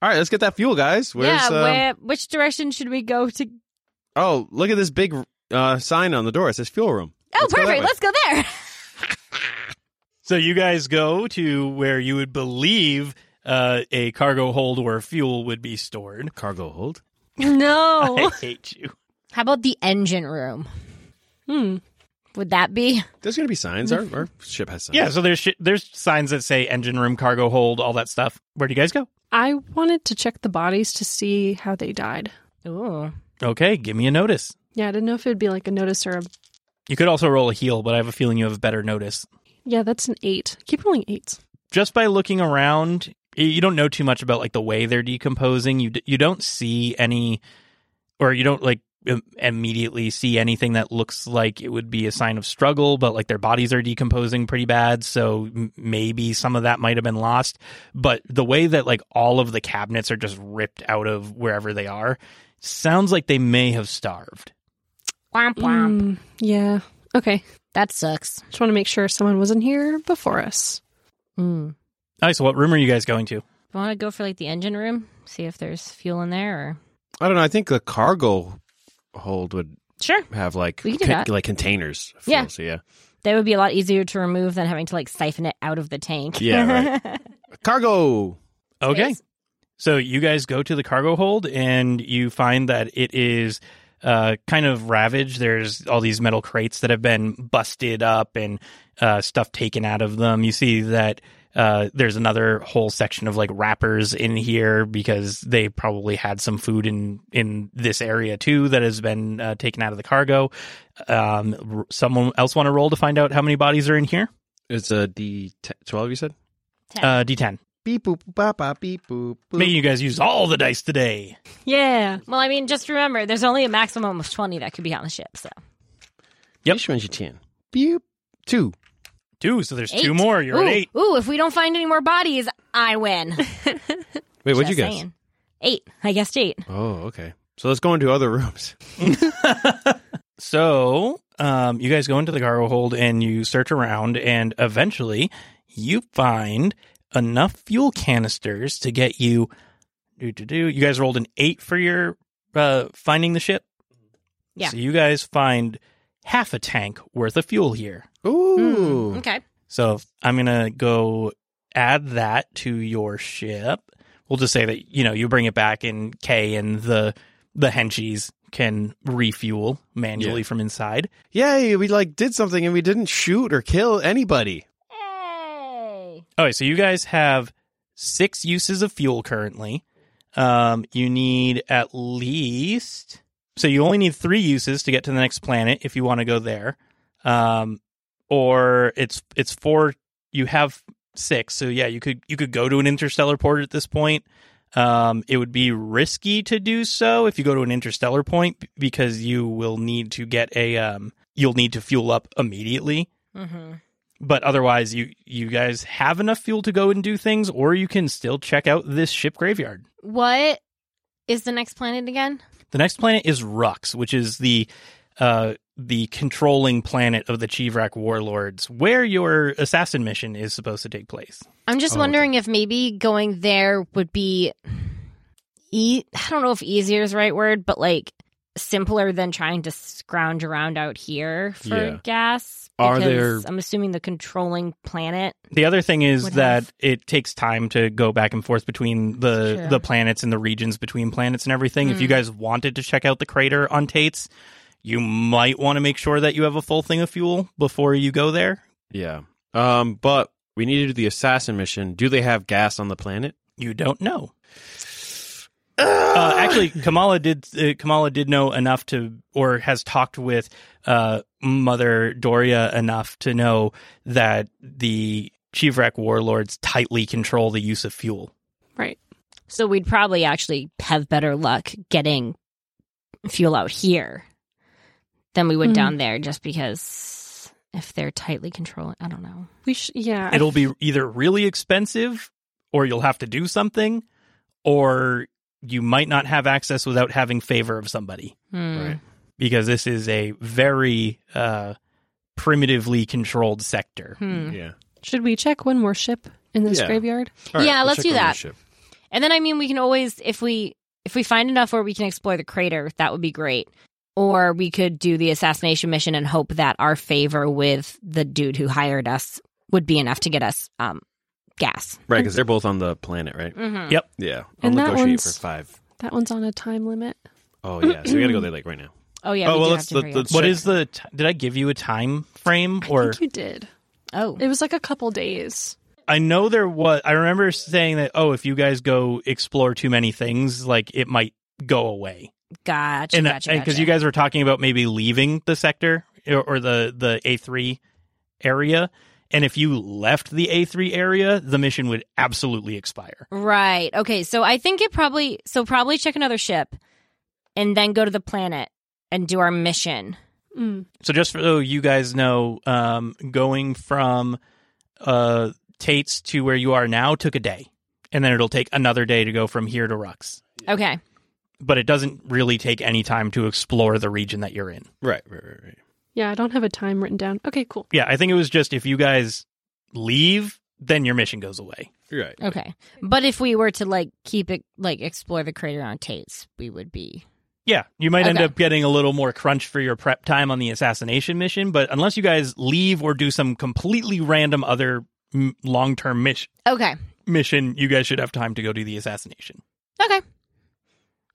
A: All right, let's get that fuel, guys. Where's
B: yeah,
A: um,
B: where, which direction should we go to?
A: Oh, look at this big uh, sign on the door. It says fuel room.
B: Oh,
A: Let's go that
B: perfect.
A: way.
B: Let's go there.
C: So you guys go to where you would believe uh, a cargo hold where fuel would be stored.
A: cargo hold.
D: No.
C: I hate you.
B: How about the engine room?
D: hmm.
B: Would that be?
A: There's gonna be signs. Our, our ship has signs.
C: Yeah, so there's shi there's signs that say engine room, cargo hold, all that stuff. Where do you guys go?
D: I wanted to check the bodies to see how they died.
B: Ooh.
C: Okay, give me a notice.
D: Yeah, I didn't know if it would be like a notice or a.
C: You could also roll a heel, but I have a feeling you have a better notice.
D: Yeah, that's an eight. Keep rolling eights.
C: Just by looking around, y- you don't know too much about like the way they're decomposing. You d- you don't see any, or you don't like im- immediately see anything that looks like it would be a sign of struggle. But like their bodies are decomposing pretty bad, so m- maybe some of that might have been lost. But the way that like all of the cabinets are just ripped out of wherever they are sounds like they may have starved.
B: Womp womp.
D: Mm, yeah. Okay.
B: That sucks.
D: Just want to make sure someone wasn't here before us.
B: Mm.
C: All right, so what room are you guys going to?
B: Want to go for like the engine room? See if there's fuel in there or.
A: I don't know. I think the cargo hold would
B: Sure.
A: have like
B: We can do that.
A: like containers. of
B: Yeah.
A: fuel, So yeah,
B: That would be a lot easier to remove than having to like siphon it out of the tank.
A: Yeah, cargo.
C: Okay.
B: Space.
C: So you guys go to the cargo hold and you find that it is uh, kind of ravaged. There's all these metal crates that have been busted up and uh, stuff taken out of them. You see that uh, there's another whole section of like wrappers in here because they probably had some food in in this area too that has been uh, taken out of the cargo. Um, r- someone else want to roll to find out how many bodies are in here?
A: It's a D twelve. You said
C: Uh, D10.
A: beep boop boop, bop bop beep boop. boop.
C: Making you guys use all the dice today.
D: Yeah.
B: Well, I mean, just remember, there's only a maximum of 20 that could be on the ship, so.
A: Yep. Which one's your ten? Beep two.
C: Two, so there's two
B: Eight.
C: more. You're
B: ooh,
C: at eight.
B: Ooh, if we don't find any more bodies, I win.
A: Wait, what'd
B: Just
A: you guess?
B: saying. Eight. I guessed eight.
A: Oh, okay. So let's go into other rooms.
C: So um, you guys go into the cargo hold and you search around, and eventually you find enough fuel canisters to get you. Do, do, do. You guys rolled an eight for your uh, finding the ship.
B: Yeah.
C: So you guys find half a tank worth of fuel here.
A: Ooh.
B: Okay.
C: So I'm gonna go add that to your ship. We'll just say that you know you bring it back, and Kay and the the henchies can refuel manually from inside.
A: Yay! We like did something and we didn't shoot or kill anybody.
B: Hey.
C: All right, so you guys have six uses of fuel currently. Um, you need at least so you only need three uses to get to the next planet if you want to go there. Um, or it's it's four. You have six, so yeah, you could you could go to an interstellar port at this point. Um, it would be risky to do so if you go to an interstellar point b- because you will need to get a um, you'll need to fuel up immediately
B: Mm-hmm.
C: but otherwise you you guys have enough fuel to go and do things or you can still check out this ship graveyard
B: What is the next planet again?
C: the next planet is rux which is the uh the controlling planet of the chivrak warlords where your assassin mission is supposed to take place
B: I'm just
A: Oh,
B: wondering if maybe going there would be e- I don't know if easier is the right word, but like simpler than trying to scrounge around out here for
A: Yeah.
B: gas.
A: Are there-
B: because I'm assuming the controlling planet.
C: the other thing is
B: Would
C: that
B: have-
C: it takes time to go back and forth between the
B: Sure.
C: the planets and the regions between planets and everything if you
B: Mm.
C: guys wanted to check out the crater on tates you might want to make sure that you have a full thing of fuel before you go there
A: Yeah. Um, but we need to do the assassin mission. Do they have gas on the planet?
C: You don't know. Uh, actually, Kamala did. Uh, Kamala did know enough to, or has talked with uh, Mother Doria enough to know that the Chivrak warlords tightly control the use of fuel.
D: Right.
B: So we'd probably actually have better luck getting fuel out here than we would
D: Mhm.
B: down there just because if they're tightly controlling, I don't know.
D: We sh- yeah. I-
C: It'll be either really expensive, or you'll have to do something, or you might not have access without having favor of somebody.
B: Hmm.
A: Right.
C: Because this is a very uh, primitively controlled sector.
B: Hmm.
A: Yeah.
D: Should we check one more ship in this
A: Yeah.
D: graveyard?
A: All right,
B: Yeah,
A: we'll
B: let's
A: check
B: do
A: on the
B: that.
A: ship.
B: And then I mean we can always if we if we find enough where we can explore the crater, that would be great. Or we could do the assassination mission and hope that our favor with the dude who hired us would be enough to get us um gas.
A: Right, because they're both on the planet, right?
B: Mm-hmm.
C: Yep.
A: Yeah. I'll
D: And that
A: negotiate for
D: one's-
A: five.
D: That one's on a time limit.
A: Oh, yeah. So we got to go there like right now.
B: Oh yeah.
A: Oh,
B: we
A: well,
B: do
A: let's-
B: have to
A: let-
B: hurry up.
A: let's-
C: What
A: Check.
C: is the? T- did I give you a time frame?
D: I
C: Or
D: think you did.
B: Oh,
D: It was like a couple days.
C: I know there was. I remember saying that. Oh, if you guys go explore too many things, like it might go away.
B: gotcha.
C: And
B: gotcha,
C: because
B: gotcha.
C: you guys were talking about maybe leaving the sector or, or the the A three area, and if you left the A three area, the mission would absolutely expire.
B: Right. Okay. So I think it probably so probably check another ship and then go to the planet and do our mission.
D: Mm.
C: So just for so you guys know, um, going from uh, Tate's to where you are now took a day, and then it'll take another day to go from here to Rux.
B: Okay.
C: But it doesn't really take any time to explore the region that you're in.
A: Right, right, right, right.
D: Yeah, I don't have a time written down. Okay, cool.
C: Yeah, I think it was just if you guys leave, then your mission goes away.
A: You're right.
B: Okay. But if we were to like keep it like explore the crater on Tate's, we would be
C: Yeah, you might end
B: Okay.
C: up getting a little more crunch for your prep time on the assassination mission, but unless you guys leave or do some completely random other m- long-term mis-
B: Okay.
C: mission, you guys should have time to go do the assassination.
B: Okay.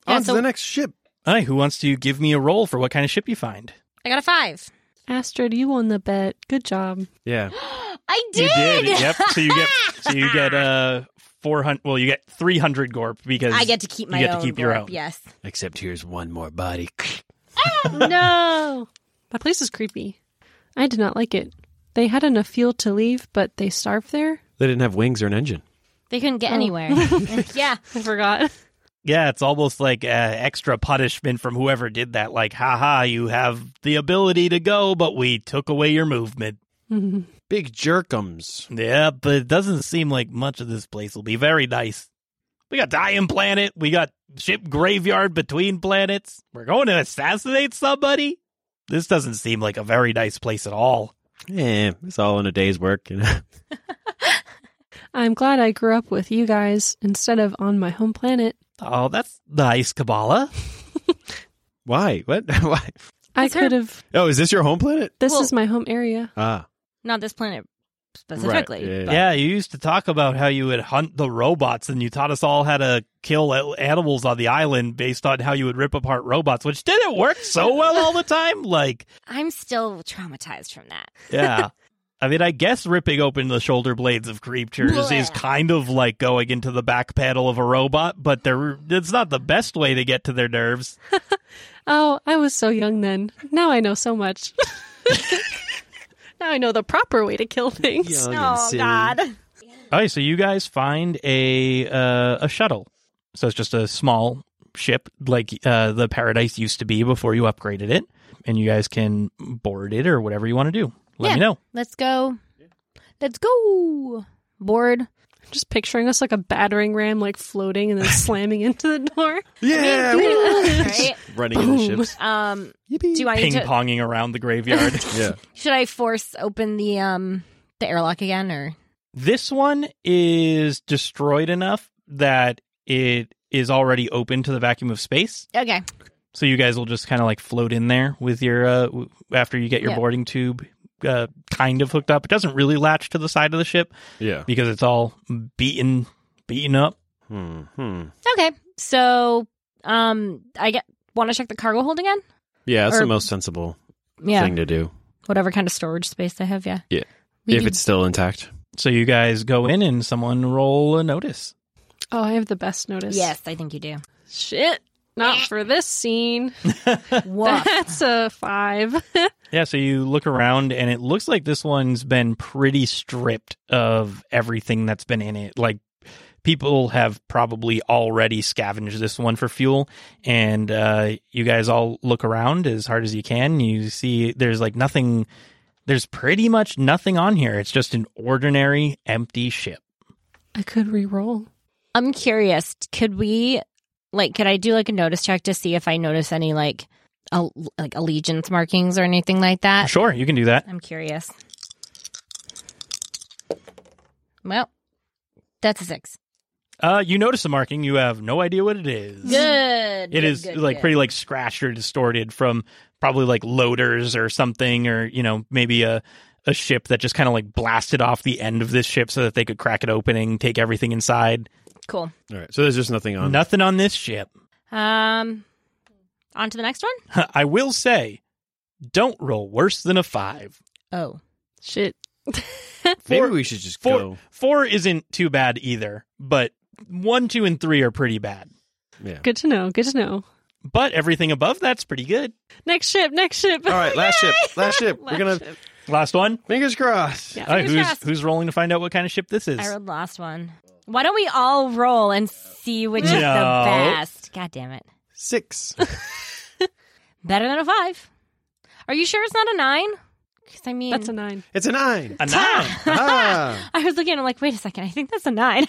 B: Yeah,
A: on
B: so-
A: to the next ship.
C: All right, who wants to give me a roll for what kind of ship you find?
B: I got a five.
D: Astrid, you won the bet. Good job.
A: Yeah.
B: I did.
C: You did. Yep. So you get so you get uh 400 well you get 300 gorp because
B: I get to keep my
C: get to
B: own
C: keep your
B: orb,
C: own.
B: Yes.
A: Except here's one more body.
D: no. That place is creepy. I did not like it. They had enough fuel to leave, but they starved there.
A: They didn't have wings or an engine.
B: They couldn't
C: Oh.
B: get anywhere. yeah.
D: I forgot.
C: Yeah, it's almost like uh, extra punishment from whoever did that like haha you have the ability to go but we took away your movement.
D: Mhm.
A: Big jerkums.
C: Yeah, but it doesn't seem like much of this place will be very nice. We got dying planet, we got ship graveyard between planets. We're going to assassinate somebody. This doesn't seem like a very nice place at all.
A: Yeah, Eh, it's all in a day's work. You know?
D: I'm glad I grew up with you guys instead of on my home planet.
C: Oh, that's nice, Kabbalah.
A: Why? What? Why?
D: I
B: Is there-
D: could have.
A: Oh, is this your home planet?
D: This
B: Well-
D: is my home area.
A: Ah,
B: Not this planet
A: right.
B: specifically.
A: Yeah, yeah, yeah.
C: Yeah, you used to talk about how you would hunt the robots and you taught us all how to kill a- animals on the island based on how you would rip apart robots, which didn't work so well all the time. Like,
B: I'm still traumatized from that.
C: yeah. I mean, I guess ripping open the shoulder blades of creatures is
B: Blech.
C: kind of like going into the back panel of a robot, but they're, it's not the best way to get to their nerves.
D: Oh, I was so young then. Now I know so much. now I know the proper way to kill things.
A: Young and
B: Oh
A: silly.
B: God.
C: All right, so you guys find a uh, a shuttle. So it's just a small ship, like uh, the Paradise used to be before you upgraded it, and you guys can board it or whatever you want to do. Let
B: Yeah.
C: me know.
B: Let's go. Let's go. Bored.
D: Just picturing us like a battering ram, like floating and then slamming into the door.
A: Yeah, woo!
B: right?
A: running into
D: Boom.
A: ships.
B: Um,
A: Yippee!
B: do I need
C: Ping
B: to,
C: ponging around the graveyard.
A: yeah,
B: should I force open the um the airlock again or
C: this one is destroyed enough that it is already open to the vacuum of space.
B: okay?
C: So you guys will just kind of like float in there with your uh, w- after you get your
B: Yeah.
C: boarding tube uh, kind of hooked up. It doesn't really latch to the side of the ship.
A: yeah.
C: because it's all beaten beaten up.
A: Hmm. hmm.
B: Okay, so um, I get want to check the cargo hold again.
A: Yeah, that's
B: Or-
A: the most sensible
B: Yeah,
A: thing to do
B: whatever kind of storage space they have. Yeah,
A: Yeah.
B: We
A: if
B: do-
A: it's still intact.
C: So you guys go in and someone roll a notice.
D: Oh, I have the best notice.
B: yes, I think you do.
D: Shit. Not for this scene.
B: Woof.
D: That's a five.
C: Yeah, so you look around and it looks like this one's been pretty stripped of everything that's been in it. Like people have probably already scavenged this one for fuel and uh you guys all look around as hard as you can. You see there's like nothing there's pretty much nothing on here. It's just an ordinary empty ship.
D: I could re-roll.
B: I'm curious. Could we like could I do like a notice check to see if I notice any like al- like allegiance markings or anything like that?
C: Sure, you can do that.
B: I'm curious. Well, that's a six.
C: Uh, you notice a marking. You have no idea what it is.
G: Good.
C: It is like pretty like scratched or distorted from probably like loaders or something, or you know maybe a a ship that just kind of like blasted off the end of this ship so that they could crack it opening, take everything inside.
B: Cool.
A: All right. So there's just nothing on.
C: Nothing on this ship.
B: Um, on to the next one.
C: I will say, don't roll worse than a five.
B: Oh,
D: Shit.
A: Maybe
C: Four-
A: we should just
C: Four
A: go.
C: four isn't too bad either, but one, two, and three are pretty bad.
A: Yeah.
D: Good to know. Good to know.
C: But everything above that's pretty good.
D: Next ship. Next ship.
A: All right. Last ship. Last ship.
D: Last
A: We're gonna
D: ship.
C: Last one.
A: fingers crossed.
D: Yeah.
C: All right,
B: Fingers
C: who's
B: crossed.
C: who's rolling to find out what kind of ship this is?
B: I rolled the last one. Why don't we all roll and see which is
C: No.
B: the best? God damn it!
A: Six.
B: Better than a five. Are you sure it's not a nine? Because I mean,
D: That's a nine.
A: It's a nine.
C: A nine.
A: ah.
B: I was looking. I'm like, wait a second. I think that's a nine.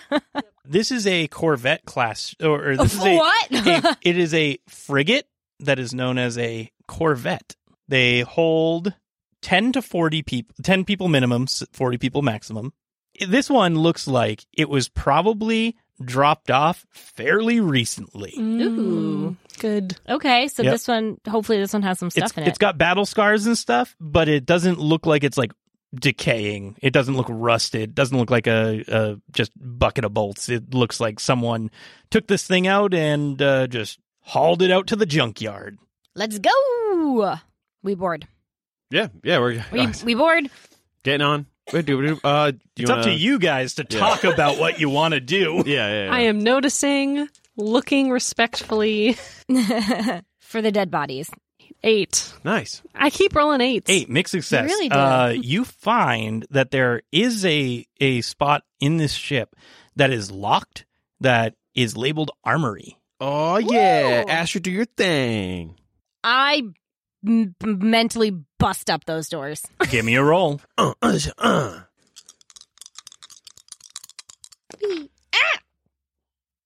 C: This is a Corvette class, or, or this is a,
B: what?
C: a- it is a frigate that is known as a Corvette. They hold ten to forty people, ten people minimum, s- forty people maximum. This one looks like it was probably dropped off fairly recently.
B: Ooh.
D: Mm, Good.
B: okay, so
C: Yep.
B: this one. Hopefully, this one has some stuff
C: It's,
B: in
C: it's got battle scars and stuff, but it doesn't look like it's like decaying. It doesn't look rusted. Doesn't look like a, a just bucket of bolts. It looks like someone took this thing out and uh, just hauled it out to the junkyard.
B: Let's go. We bored.
A: Yeah. Yeah. We're
B: We we bored.
A: getting on. Wait, do, do, uh, do you
C: It's up to
A: wanna-
C: you guys to
A: Yeah.
C: talk about what you want to do.
A: Yeah. Yeah. yeah.
D: I am noticing, looking respectfully.
B: for the dead bodies.
D: Eight.
A: nice.
D: I keep rolling eights.
C: Eight, mixed success.
B: really do.
C: uh, you find that there is a a spot in this ship that is locked that is labeled armory.
A: Oh yeah,
B: Woo.
A: Asher, do your thing.
B: I m- mentally bust up those doors.
C: Give me a roll.
A: Uh, uh, uh.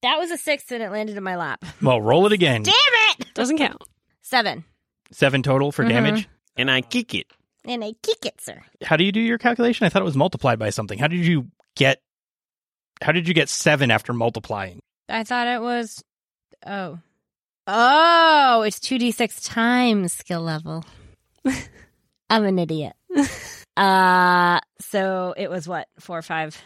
B: That was a six and it landed in my lap.
C: Well, roll it again.
B: Damn it!
D: Doesn't count.
B: Seven.
C: Seven total for
B: Mhm.
C: damage.
A: And I kick it.
B: And I kick it, sir.
C: How do you do your calculation? I thought it was multiplied by something. How did you get? How did you get seven after multiplying?
B: I thought it was. Oh. Oh, it's 2d6 times skill level. I'm an idiot. Uh, so it was what? Four, five.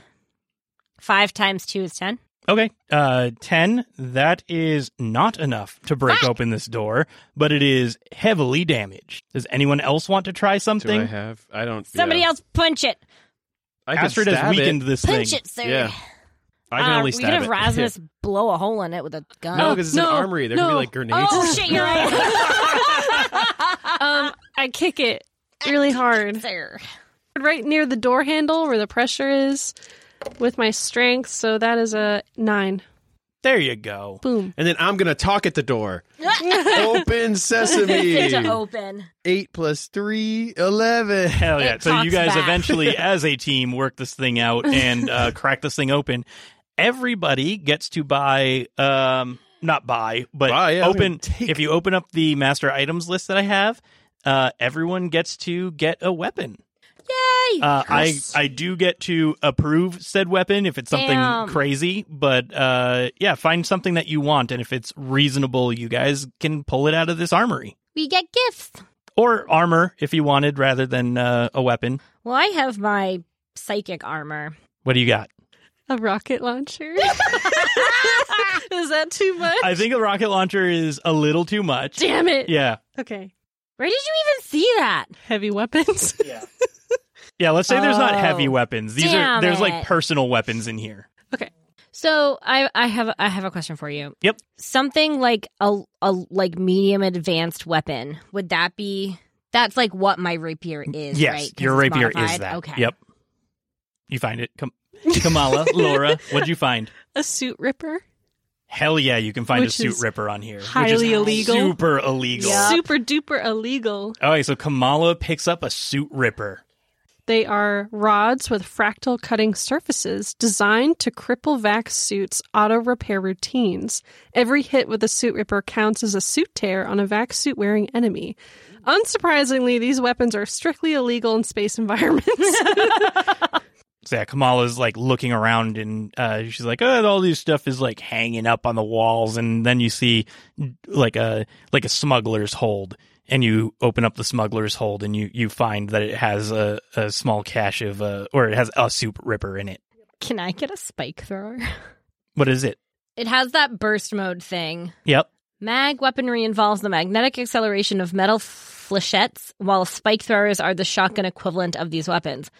B: Five times two is ten.
C: Okay, uh, ten. That is not enough to break
B: Ah!
C: open this door, but it is heavily damaged. Does anyone else want to try
A: Do I
C: something?
A: have? I don't.
B: Somebody
A: yeah.
B: else punch it.
A: I can
C: Astrid has
A: stab it.
C: weakened this
B: Punch
C: thing.
B: it, sir.
A: Yeah. I can
B: Uh,
A: only
B: we
A: stab
B: could have
A: it.
B: Rasmus blow a hole in it with a gun.
A: No, because it's
D: No,
A: an armory. There can
D: no.
A: be like grenades.
B: Oh shit, you're right.
D: Um, I kick it really hard,
B: there.
D: right near the door handle where the pressure is, with my strength. So that is a nine.
C: There you go.
D: Boom.
A: And then I'm gonna talk at the door. Open sesame.
B: to open.
A: Eight plus three, eleven.
C: Hell yeah!
B: It
C: so you
B: talks
C: guys
B: back.
C: eventually, as a team, work this thing out and uh, crack this thing open. Everybody gets to buy, um, not buy, but
A: Buy, yeah, I was gonna
C: open.
A: take-
C: If you open up the master items list that I have, uh, everyone gets to get a weapon.
B: Yay!
C: Uh, I I do get to approve said weapon if it's something
B: Damn.
C: crazy, but uh, yeah, find something that you want, and if it's reasonable, you guys can pull it out of this armory
B: we get gifts.
C: or armor if you wanted, rather than uh, a weapon.
B: Well, I have my psychic armor.
C: What do you got?
D: A rocket launcher. is that too much?
C: I think a rocket launcher is a little too much.
D: Damn it.
C: Yeah.
D: Okay.
B: Where did you even see that?
D: Heavy weapons.
C: Yeah, let's say there's not heavy
B: Oh.
C: weapons. These
B: Damn
C: are there's
B: it.
C: like personal weapons in here.
B: So I, I have I have a question for you.
C: Yep.
B: Something like a, a like medium advanced weapon. Would that be? That's like what my rapier is.
C: yes,
B: right? 'Cause
C: your
B: it's
C: rapier is
B: modified?
C: that.
B: Okay.
C: Yep. You find it. Kam- Kamala, Laura, what'd you find?
D: a suit ripper.
C: Hell yeah, you can find
D: Which
C: a suit
D: is
C: ripper on here. which
D: highly
C: is
D: illegal.
C: Super illegal.
B: Yup.
D: Super duper illegal.
C: Okay, so Kamala picks up a suit ripper.
D: They are rods with fractal cutting surfaces designed to cripple vac suits' auto repair routines. Every hit with a suit ripper counts as a suit tear on a vac suit wearing enemy. Unsurprisingly, these weapons are strictly illegal in space environments.
C: So yeah, Kamala's like looking around and uh, she's like, oh, all this stuff is like hanging up on the walls, and then you see like a like a smuggler's hold, and you open up the smuggler's hold, and you you find that it has a, a small cache of uh, or it has a soup ripper in it.
B: Can I get a spike thrower?
C: What is it?
B: It has that burst mode thing.
C: Yep.
B: Mag weaponry involves the magnetic acceleration of metal flechettes, while spike throwers are the shotgun equivalent of these weapons.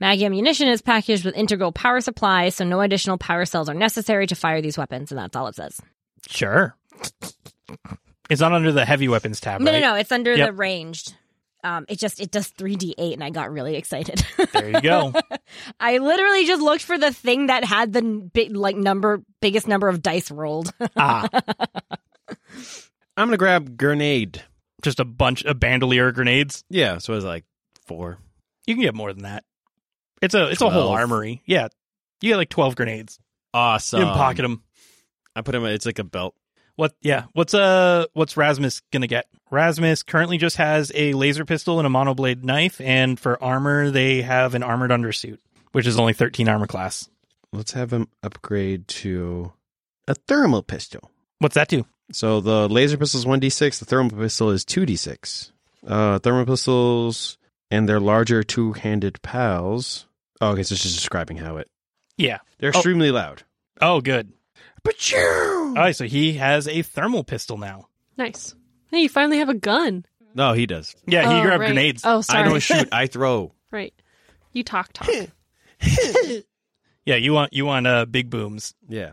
B: Mag ammunition is packaged with integral power supply, so no additional power cells are necessary to fire these weapons, and that's all it says.
C: Sure. It's not under the heavy weapons tab,
B: No,
C: right?
B: no, no. It's under
C: Yep.
B: the ranged. Um, it just it does three d eight, and I got really excited.
C: There you go.
B: I literally just looked for the thing that had the n- big, like number biggest number of dice rolled.
C: ah,
A: I'm gonna grab grenade.
C: just a bunch of bandolier grenades.
A: Yeah, so it was like four.
C: You can get more than that. It's a it's a whole
A: Twelve.
C: armory. Yeah, you get like twelve grenades.
A: Awesome.
C: you can pocket them.
A: I put him. It's like a belt.
C: What? Yeah. What's uh? What's Rasmus gonna get? Rasmus currently just has a laser pistol and a monoblade knife, and for armor they have an armored undersuit, which is only thirteen armor class.
A: Let's have him upgrade to a thermal pistol.
C: What's that do?
A: So the laser pistol is 1d6, the thermal pistol is 2d6. Uh, thermal pistols and their larger two handed pals. Oh, okay, so it's just describing how it.
C: Yeah.
A: They're
C: Oh.
A: extremely loud.
C: Oh, good.
A: But you!
C: All right. So he has a thermal pistol now.
D: Nice. Hey, you finally have a gun.
A: No, he does.
C: Yeah, he
D: Oh,
C: grabbed
D: right.
C: grenades.
D: Oh, sorry.
A: I don't shoot, I throw.
D: Right. You talk talk.
A: Hmm.
C: Yeah, you want you want uh big booms.
A: Yeah.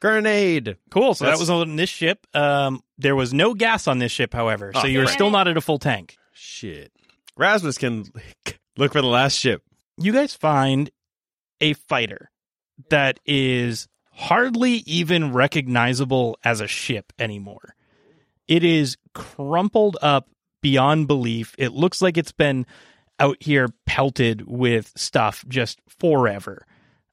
A: Grenade!
C: Cool. So
A: That's-
C: that was on this ship. Um, there was no gas on this ship, however, so
A: Oh,
C: you're
A: great.
C: still not at a full tank.
A: Shit. Rasmus can look for the last ship.
C: You guys find a fighter that is hardly even recognizable as a ship anymore. It is crumpled up beyond belief. It looks like it's been out here pelted with stuff just forever.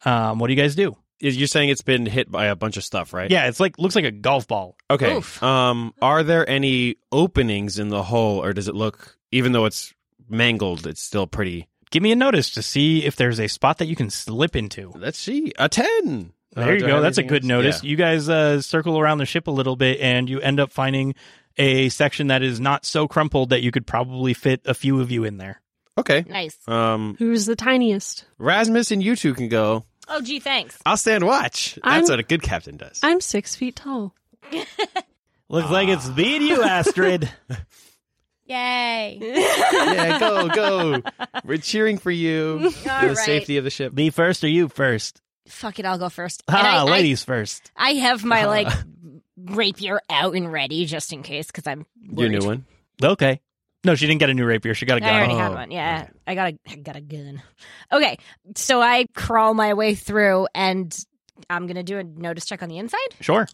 C: Um, what do you guys do?
A: You're saying it's been hit by a bunch of stuff, right?
C: Yeah, it's like looks like a golf ball.
A: Okay.
B: Oof.
A: Um, are there any openings in the hole, or does it look, even though it's mangled, it's still pretty.
C: Give me a notice to see if there's a spot that you can slip into.
A: Let's see. A 10. Uh,
C: There you
A: do I
C: go.
A: have
C: That's a
A: anything
C: good
A: else?
C: notice.
A: Yeah.
C: You guys uh, circle around the ship a little bit, and you end up finding a section that is not so crumpled that you could probably fit a few of you in there.
A: Okay.
B: nice.
A: Um,
D: Who's the tiniest?
A: Rasmus and you two can go.
B: Oh, gee, thanks.
A: I'll stand watch.
D: I'm-
A: That's what a good captain does.
D: I'm six feet tall.
C: Looks like it's
A: Ah.
C: the you, Astrid.
G: Yay.
A: yeah, go, go. We're cheering for you. for
G: All
A: the
G: right.
A: safety of the ship.
C: the first or you first?
B: Fuck it, I'll go first. And I,
C: Ah,
B: I-
C: ladies first.
B: I have
A: Uh-huh.
B: my like rapier out and ready just in case because I'm
A: Your
B: worried.
A: new one.
C: Okay. No, she didn't get a new rapier. She got a
B: I
C: gun.
B: already had
A: Oh,
B: one. Yeah, I got a I got a gun. Okay, so I crawl my way through and I'm gonna do a notice check on the inside.
C: Sure.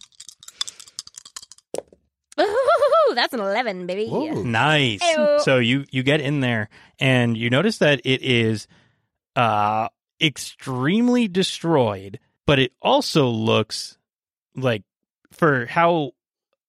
B: Ooh, that's an eleven, baby.
C: Nice.
B: Ew.
C: So you you get in there and you notice that it is uh extremely destroyed, but it also looks like for how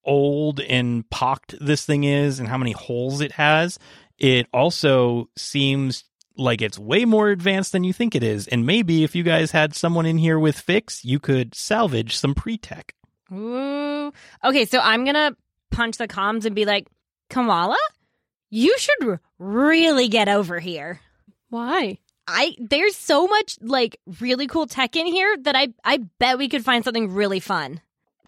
C: old and pocked this thing is and how many holes it has, it also seems like it's way more advanced than you think it is. And maybe if you guys had someone in here with fix, you could salvage some pre-tech.
B: Ooh. Okay, so I'm gonna punch the comms and be like, Kamala, you should r- really get over here.
D: Why?
B: I there's so much like really cool tech in here that I I bet we could find something really fun.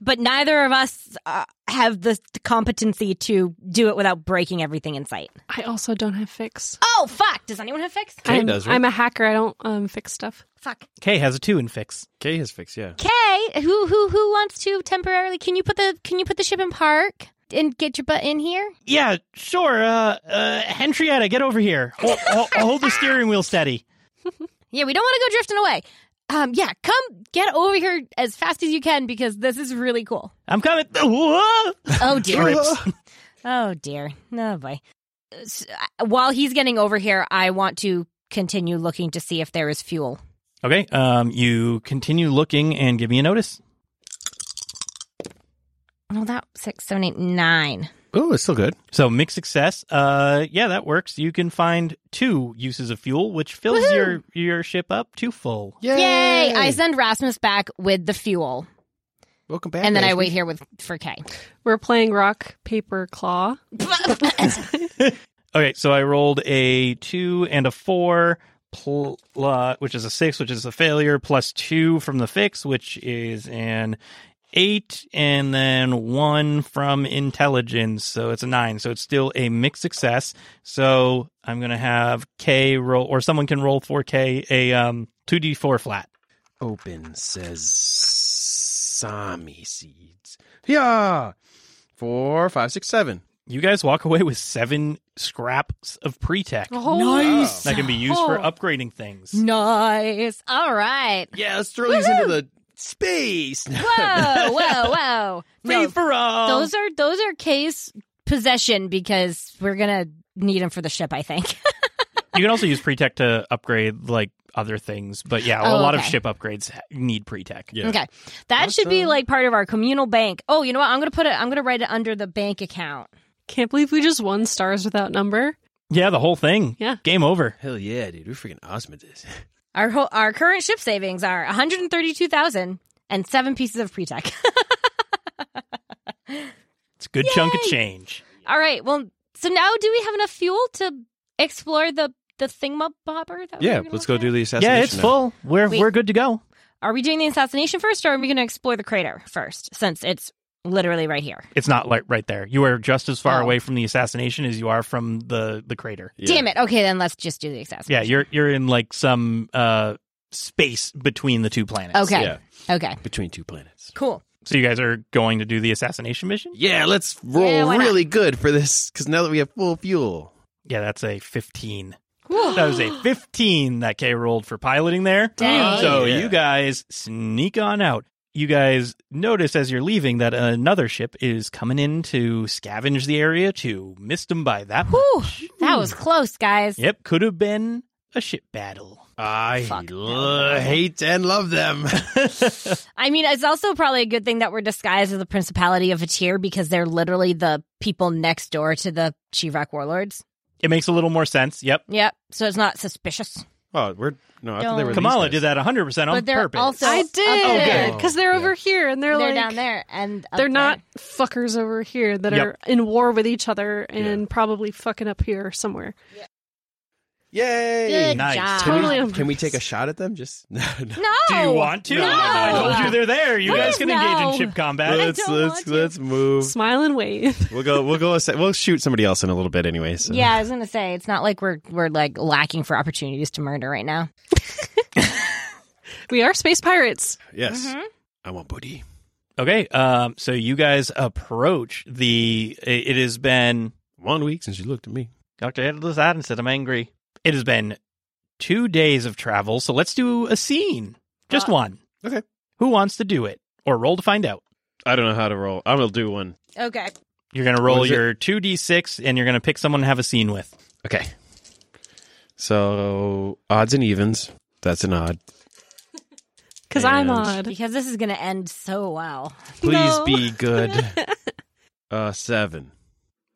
B: But neither of us uh, have the competency to do it without breaking everything in sight.
D: I also don't have fix.
B: Oh fuck! Does anyone have fix?
A: Kay
D: I'm,
A: does, right?
D: I'm a hacker. I don't um, fix stuff.
B: Fuck.
C: Kay has a two in fix.
A: Kay has fixed, yeah.
B: Kay, who who who wants to temporarily? Can you put the can you put the ship in park and get your butt in here?
C: Yeah, sure. Uh, uh, Henrietta, get over here. Hold, hold, hold the steering wheel steady.
B: Yeah, we don't want to go drifting away. Um, yeah, come get over here as fast as you can because this is really cool.
C: I'm coming. Whoa!
B: Oh dear.
C: Trips.
B: oh dear. No boy. S- uh, While he's getting over here, I want to continue looking to see if there is fuel.
C: Okay. Um, you continue looking and give me a notice.
B: Oh, that six, seven, eight, nine.
A: Oh, it's still good.
C: So mixed success. Uh, yeah, that works. You can find two uses of fuel, which fills your your ship up to full.
A: Yay!
B: Yay! I send Rasmus back with the fuel,
A: Welcome back.
B: and then I
A: Ashley.
B: wait here with for Kay.
D: We're playing rock, paper, claw.
C: Okay, so I rolled a two and a four, pl- uh, which is a six, which is a failure, plus two from the fix, which is an eight, and then one from intelligence, so it's a nine. So it's still a mixed success. So I'm gonna have K roll, or someone can roll for K a um two d four flat.
A: Open sesame seeds. Yeah. Four, five, six, seven.
C: You guys walk away with seven scraps of pre-tech
D: Oh,
A: Nice.
C: that can be used for
D: Oh.
C: upgrading things.
B: nice. All right.
A: Yeah, let's throw these into the space.
B: Whoa! Whoa! Whoa!
C: Free
B: No,
C: for all.
B: those are those are Kay's possession because we're gonna need them for the ship. I think.
C: you can also use pre-tech to upgrade like other things but yeah a
B: Oh,
C: lot of
B: okay.
C: ship upgrades ha- need pre-tech
A: Yeah.
B: Okay. That should be
A: Awesome.
B: like part of our communal bank. Oh, you know what? I'm gonna put it I'm gonna write it under the bank account.
D: Can't believe we just won stars without number.
C: yeah the whole thing
D: Yeah.
C: game over
A: Hell yeah, dude. We're freaking awesome at this.
B: Our whole, our current ship savings are 132,000 and seven pieces of pre-tech.
C: it's a good chunk of change
B: All right. Well, so now do we have enough fuel to explore the the thingamabobber? That we were
A: Yeah,
B: gonna
A: let's go
B: look
A: do
B: at?
A: the assassination.
C: yeah it's full we're
B: Wait.
C: we're good to go
B: Are we doing the assassination first, or are we going to explore the crater first? Since it's literally right here.
C: it's not like right there you are just as far
B: Oh.
C: away from the assassination as you are from the the crater
B: Damn it. Okay, then let's just do the assassination.
C: yeah you're you're in like some uh space between the two planets
B: Okay.
A: Yeah,
B: Okay.
A: between two planets.
B: Cool.
C: so you guys are going to do the assassination mission
A: Yeah, let's roll
B: Yeah, why not?
A: really good for this because now that we have full fuel.
C: yeah that's a 15 that was a 15 that K rolled for piloting there.
B: Dang.
C: So
A: Oh, Yeah.
C: you guys sneak on out. You guys notice as you're leaving that another ship is coming in to scavenge the area to miss them by that much.
B: Whew, that was close, guys.
C: Yep, could have been a ship battle.
A: I
B: Fuck.
A: lo- hate and love them.
B: I mean, it's also probably a good thing that we're disguised as the Principality of Vatir because they're literally the people next door to the Chivrak warlords.
C: It makes a little more sense. Yep.
B: Yep. So it's not suspicious.
A: oh, we're no. I thought they were
B: Don't.
A: these
C: Kamala
A: guys.
C: did that 100% on
B: But they're
C: purpose.
B: also-
D: I did
B: Oh,
D: because they're
A: yeah.
D: over here and they're,
B: They're,
D: like
B: down there and up
D: They're not
B: there.
D: fuckers over here that
C: Yep.
D: are in war with each other and probably fucking up here somewhere.
A: Yay!
B: Good
C: Nice.
B: job.
A: Can,
D: Totally
A: we,
D: on
A: can we take a
D: purpose.
A: shot at them? Just no, no.
B: No.
C: Do you want to?
B: Oh, No.
C: I told you they're there. You
B: What
C: guys
B: is
C: can engage
B: no?
C: in ship combat.
B: I
A: Let's
B: don't
A: let's
B: want to.
A: let's move.
D: Smile and wave.
A: We'll go. We'll go. A sec- we'll shoot somebody else in a little bit anyway. So.
B: Yeah, I was gonna say it's not like we're we're like lacking for opportunities to murder right now.
D: we are space pirates.
A: Yes.
D: Mm-hmm.
B: Mm-hmm.
A: I want booty.
C: Okay. Um, so you guys approach the. It, it has been
A: One week since you looked at me.
C: Dr. Atlas Adam said, I'm angry. It has been two days of travel, so let's do a scene. Just one.
A: okay.
C: Who wants to do it? Or roll to find out.
A: I don't know how to roll. I'm gonna do one.
B: Okay.
C: You're going to roll
A: What is it?
C: your 2d6 and you're going to pick someone to have a scene with.
A: Okay. So odds and evens. That's an odd.
D: Because I'm
A: And-
D: odd.
B: Because this is gonna end so well.
A: Please
D: No.
A: be good. uh, seven.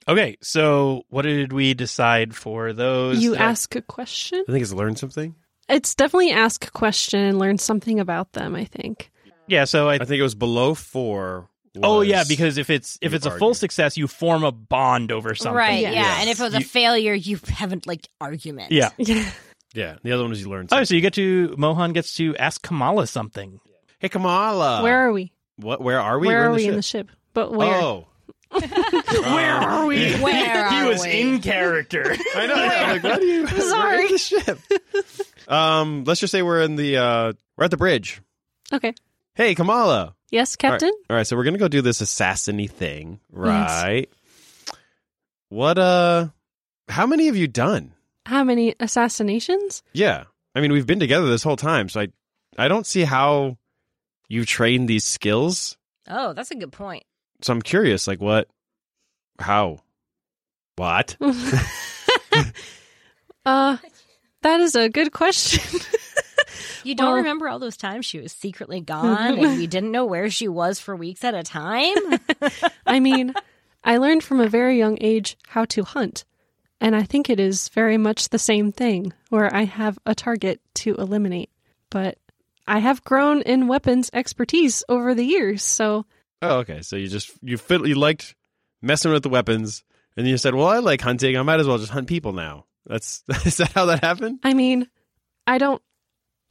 C: Okay, so what did we decide for those?
D: You
C: that-
D: ask a question.
A: I think it's learn something.
D: It's definitely ask a question and learn something about them, I think.
C: Yeah, so I.
A: I think it was below four.
C: oh,
A: was-
C: yeah, because if it's if
A: you
C: it's a full
A: argue.
C: success, you form a bond over something.
B: Right,
D: Yeah.
B: yeah. And if it was a
C: You-
B: failure, you haven't like argument.
C: Yeah.
A: Uh,
D: Yeah.
A: yeah, the other one is you learn.
C: Oh,
A: Something.
C: so you get to Mohan gets to ask Kamala something.
A: Hey, Kamala.
D: where are we?
A: What? Where are we?
D: where
A: We're
D: are we
A: ship.
D: in the ship? But where?
A: Oh,
C: Where are we?
B: Where
C: he
B: are
C: was
B: we?
C: in character.
A: I know. I'm like, what are you? Sorry. the ship. um, let's just say we're in the. Uh, we're at the bridge.
D: Okay.
A: Hey, Kamala.
D: Yes, Captain?
A: All right, so we're gonna go do this assassiny thing, right? What? Uh, how many have you done?
D: How many assassinations?
A: Yeah, I mean we've been together this whole time, so I, I don't see how you've trained these skills.
B: Oh, that's a good point.
A: So I'm curious, like what, how, what?
D: uh, that is a good question.
B: You don't
D: Well-
B: remember all those times she was secretly gone and we didn't know where she was for weeks at a time?
D: I mean, I learned from a very young age how to hunt, and I think it is very much the same thing where I have a target to eliminate. But I have grown in weapons expertise over the years, so
A: Oh, okay. So you just you fit you liked messing with the weapons, and you said, "Well, I like hunting. I might as well just hunt people now." That's is that how that happened?
D: I mean, I don't.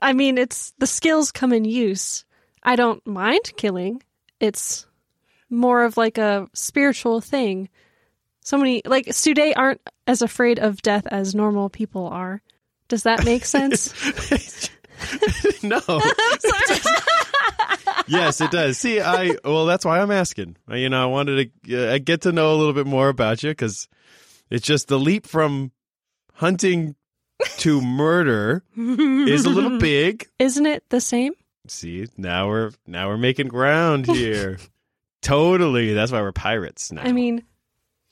D: I mean, it's the skills come in use. I don't mind killing. It's more of like a spiritual thing. So many like Sude aren't as afraid of death as normal people are. Does that make sense?
A: no. yes, it does. See, I well, that's why I'm asking. Uh, You know, I wanted to uh, get to know a little bit more about you because it's just the leap from hunting to murder is a little big.
D: Isn't it the same?
A: See, now we're now we're making ground here. totally. That's why we're pirates now.
D: I mean,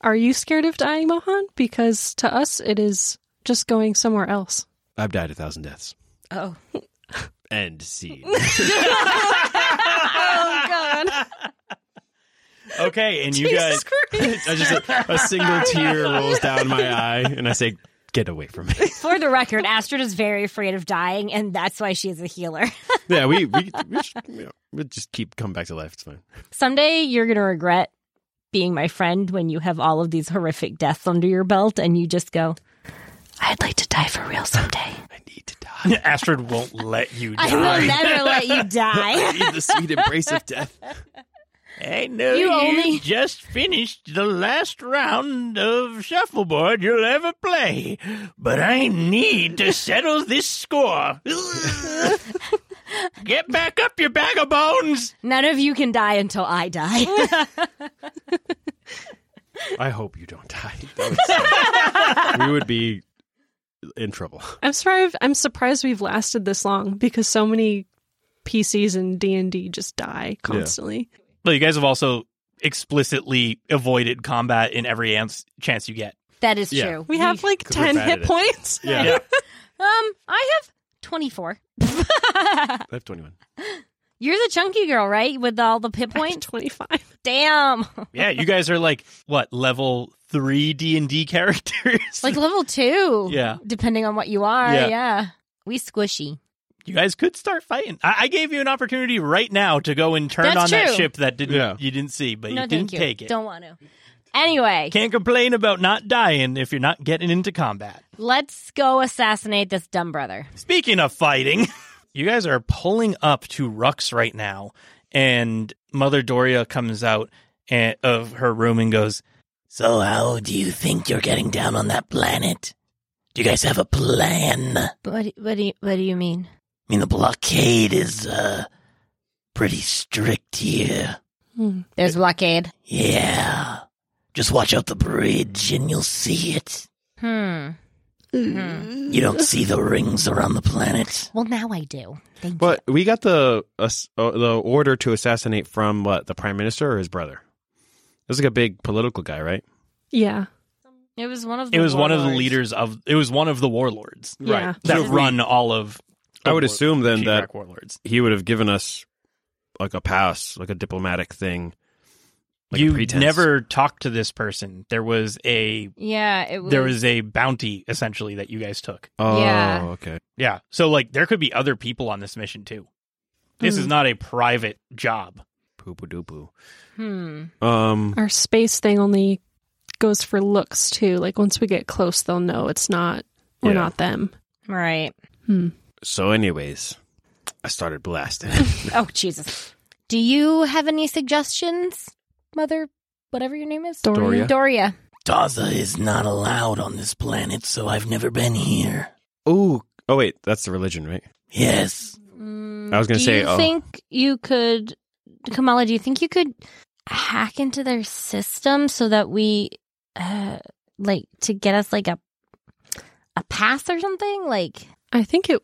D: are you scared of dying, Mohan? Because to us, it is just going somewhere else.
A: I've died a thousand deaths.
B: Oh.
A: End scene.
D: Oh God!
C: Okay, and you guys,
A: I just a, single tear rolls down my eye, and I say, "Get away from me."
B: For the record, Astrid is very afraid of dying, and that's why she is a healer.
A: yeah, we we, we, should, you know, we just keep coming back to life. It's fine.
B: Someday you're going to regret being my friend when you have all of these horrific deaths under your belt and you just go, I'd like to die for real someday.
A: I need to die.
C: Astrid won't let you
B: I will never let you die.
A: need the sweet embrace of death.
E: I know
B: You only-
E: just finished the last round of shuffleboard you'll ever play, but I need to settle this score. Get back up, you bag of bones!
B: None of you can die until I die.
A: I hope you don't die. That would suck. we would be in trouble.
D: I'm surprised. I'm surprised we've lasted this long because so many PCs and D and D just die constantly.
C: Well, you guys have also explicitly avoided combat in every ans- chance you get.
B: that is
A: Yeah.
B: true.
D: We have like
A: 'Cause we're
D: ten
A: bad
D: hit
A: at it.
D: points.
A: Yeah,
B: Um, I have 24.
A: I have twenty-one.
B: You're the chunky girl, right? With all the pit points?
D: twenty five.
B: Damn.
C: Yeah, you guys are like what level three D and D characters?
B: Like level two.
C: Yeah.
B: Depending on what you are.
C: Yeah.
B: Yeah. We squishy.
C: you guys could start fighting. I, I gave you an opportunity right now to go and turn
B: That's
C: on that
B: true.
C: ship that didn't
A: Yeah.
C: you didn't see, but
B: no,
C: you
B: thank
C: didn't
B: you.
C: take it.
B: Don't want to. Anyway,
C: Can't complain about not dying if you're not getting into combat.
B: let's go assassinate this dumb brother.
C: Speaking of fighting, you guys are pulling up to Rux right now, and Mother Doria comes out and, of her room and goes,
E: So, how do you think you're getting down on that planet? Do you guys have a plan? I
B: What, what, do, you, what do you mean?
E: mean, the blockade is, uh, pretty strict here.
B: There's blockade.
E: Yeah. Just watch out the bridge and you'll see it.
B: Hmm.
E: You don't see the rings around the planet.
B: Well, now I do. Thank you.
A: But we got the ass- uh, the order to assassinate from what the prime minister or his brother. It was like a big political guy, right?
D: Yeah.
B: It was one of the
C: It was one of the
B: warlords.
C: leaders of it was one of the warlords
D: Yeah.
C: that run all of
A: I would
C: the
A: assume then
C: Sheetrock
A: that-
C: warlords.
A: He would have given us like a pass, like a diplomatic thing. Like a
C: you
A: pretense.
C: never talked to this person. There was a
B: Yeah, it was.
C: there was a bounty essentially that you guys took.
A: Oh,
B: Yeah.
A: okay.
C: Yeah. So like there could be other people on this mission too. This is not a private job.
A: Poo poo doo poo.
B: Hmm.
A: Um,
D: Our space thing only goes for looks too. Like once we get close, they'll know it's not. We're
A: Yeah.
D: not them.
B: Right.
A: so, anyways, I started blasting.
B: Oh Jesus. Do you have any suggestions, Mother? Whatever your name is,
A: Doria.
B: Doria.
E: Daza is not allowed on this planet, so I've never been here.
A: oh, oh, wait, that's the religion, right?
E: Yes.
B: Mm,
A: I was gonna
B: do
A: say,
B: You
A: oh.
B: think you could, Kamala? Do you think you could hack into their system so that we, uh, like, to get us like a a pass or something? Like,
D: I think it.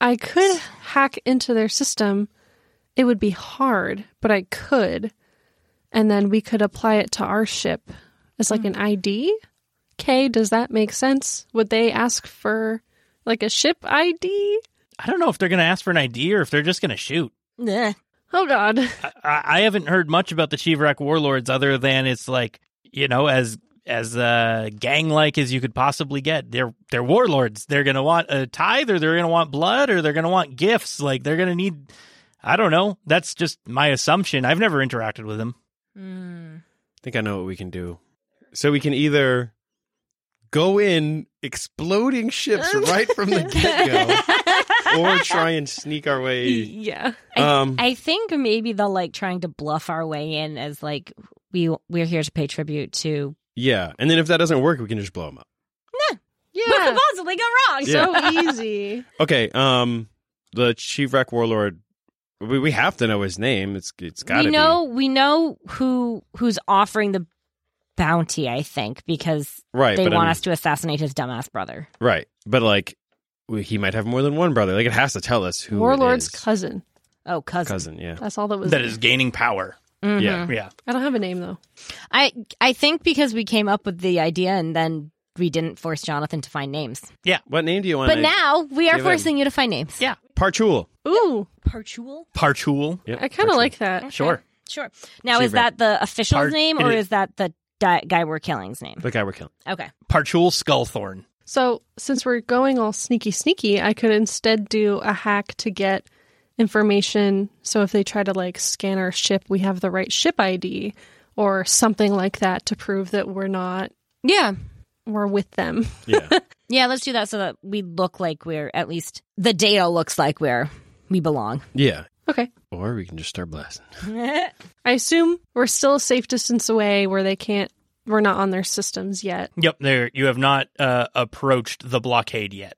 D: I could hack into their system. It would be hard, but I could, and then we could apply it to our ship as like an ID. Okay, does that make sense? Would they ask for like a ship ID?
C: I don't know if they're going to ask for an ID or if they're just going to shoot.
B: bleh.
D: Oh God,
C: I, I I haven't heard much about the Chivrak warlords other than it's like you know, as as uh, gang like as you could possibly get. They're they're warlords. They're gonna want a tithe, or they're gonna want blood, or they're gonna want gifts. Like they're gonna need. I don't know. That's just my assumption. I've never interacted with them.
D: Hmm.
B: Mm.
A: I think I know what we can do. So we can either go in exploding ships right from the get go, or try and sneak our way.
D: Yeah.
A: Um,
B: I think maybe they'll like trying to bluff our way in as like we we're here to pay tribute to
A: yeah, and then if that doesn't work, we can just blow them up.
B: what
D: Yeah.
B: could possibly go wrong.
A: Yeah.
D: So easy.
A: Okay. Um, the chief wreck warlord. We, we have to know his name. It's it's got to
B: we
A: be.
B: know we know who who's offering the bounty. I think because
A: right?
B: they
A: but I
B: want
A: mean-
B: us to assassinate his dumbass brother.
A: right? But like, we, he might have more than one brother. Like, it has to tell us who it
D: Warlord's
A: is.
D: cousin.
B: Oh, cousin.
A: cousin. Yeah.
D: That's all that was.
C: That is gaining power.
B: Mhm.
A: Yeah.
C: Yeah.
D: I don't have a name though.
B: I I think because we came up with the idea and then we didn't force Jonathan to find names.
A: What name do you want?
B: But now we are
A: give him-
B: forcing you to find names.
C: Yeah.
A: Parchul.
D: Ooh,
B: Parchul.
C: Parchul.
A: Yep,
D: I kind of
A: Parchul.
D: like that.
C: Sure.
B: Sure. Now
A: She
B: is that the official's
C: Par-
B: name or
C: it-
B: is that the di- guy we're killing's name?
A: the guy we're killing.
B: Okay.
C: Parchul Skullthorn.
D: So since we're going all sneaky, sneaky, I could instead do a hack to get information. So if they try to like scan our ship, we have the right ship ID or something like that to prove that we're not
B: Yeah.
D: we're with them.
A: Yeah.
B: Yeah, let's do that so that we look like we're at least the data looks like we're we belong.
A: yeah.
D: Okay.
A: Or we can just start blasting.
D: I assume we're still a safe distance away where they can't. We're not on their systems yet.
C: Yep. There. You have not uh, approached the blockade yet.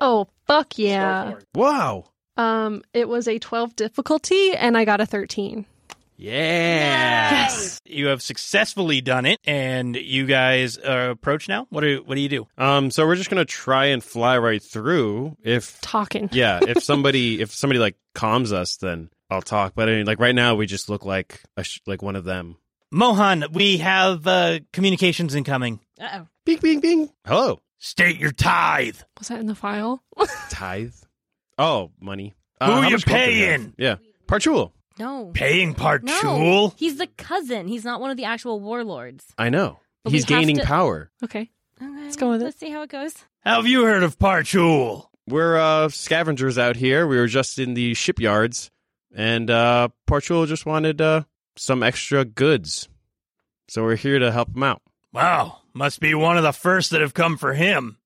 D: Oh fuck yeah!
A: Wow.
D: Um, it was a twelve difficulty, and I got a thirteen.
A: Yeah.
C: You have successfully done it, and you guys uh, approach now. What do What do you do?
A: Um. So we're just gonna try and fly right through. If
D: Talking.
A: yeah, if somebody if somebody like calms us, then I'll talk. But I mean, like right now, we just look like a sh- like one of them.
C: Mohan, we have uh, communications incoming.
B: Uh-oh.
A: Bing, bing, bing. Hello.
E: State your tithe.
D: Was that in the file?
A: Tithe. Oh, money.
E: Who
A: how
E: you
A: much gold do we have?
E: paying?
A: Yeah. Parchul.
B: No.
E: Paying
B: No.
E: Parchul?
B: He's the cousin. He's not one of the actual warlords.
A: I know.
B: But
A: He's
B: we have
A: gaining
B: to-
A: power.
D: Okay.
B: Okay. Let's
D: go with it.
B: Let's see how it goes.
E: Have you heard of Parchul?
A: We're uh, scavengers out here. We were just in the shipyards, and uh, Parchul just wanted uh, some extra goods. So we're here to help him out.
E: Wow, must be one of the first that have come for him.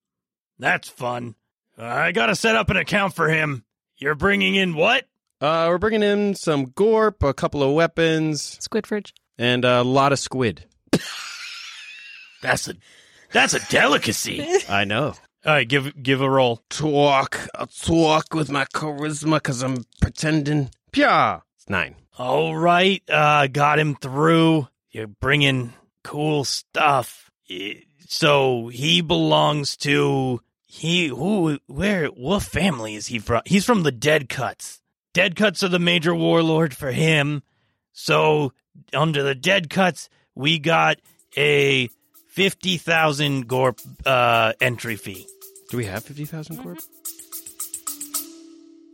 E: That's fun. I gotta set up an account for him. You're bringing in what?
A: Uh, we're bringing in some gorp, a couple of weapons,
D: Squidfridge.
A: and a lot of squid.
E: That's a that's a delicacy.
A: I know.
C: All right, give give a roll.
A: Talk. I'll talk with my charisma because I'm pretending. Pia. It's nine.
E: All right, uh, got him through. You're bringing cool stuff. I- So he belongs to he who where what family is he from? He's from the Dead Cuts. Dead Cuts are the major warlord for him. So under the Dead Cuts, we got a fifty thousand gorp uh, entry fee.
A: Do we have 50,000 gorp?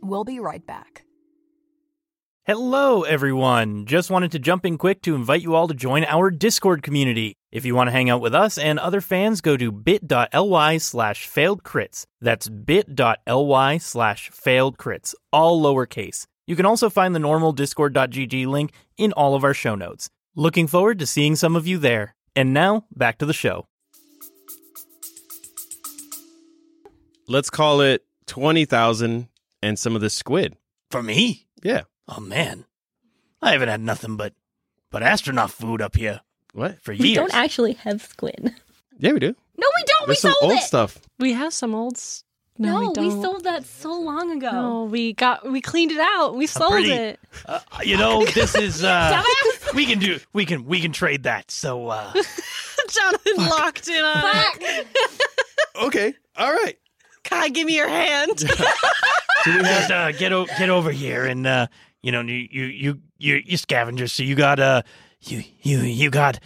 H: We'll be right back.
C: Hello, everyone. Just wanted to jump in quick to invite you all to join our Discord community. If you want to hang out with us and other fans, go to bit.ly slash failedcrits. That's bit.ly slash failedcrits, all lowercase. You can also find the normal discord.gg link in all of our show notes. Looking forward to seeing some of you there. And now, back to the show.
A: Let's call it 20,000 and some of this squid.
E: For me?
A: Yeah.
E: Oh man, I haven't had nothing but but astronaut food up here
A: What?
E: for years.
G: We don't actually have squid.
A: Yeah, we do.
B: No, we
A: There's
B: don't. we
A: some
B: sold
A: old
B: it.
A: stuff.
D: We have some old. s-
B: No,
D: No, we,
B: we,
D: don't.
B: sold that so long ago.
D: No, we got we cleaned it out. We sold
E: pretty-
D: it.
E: Uh, you know, this is uh
B: Dumbass.
E: we can do we can we can trade that. So uh
D: Jonathan locked in on.
B: Fuck.
A: Okay. All right.
D: God, give me your hand.
E: just uh, get o- get over here and uh you know you you you you you scavengers so you got uh you you you got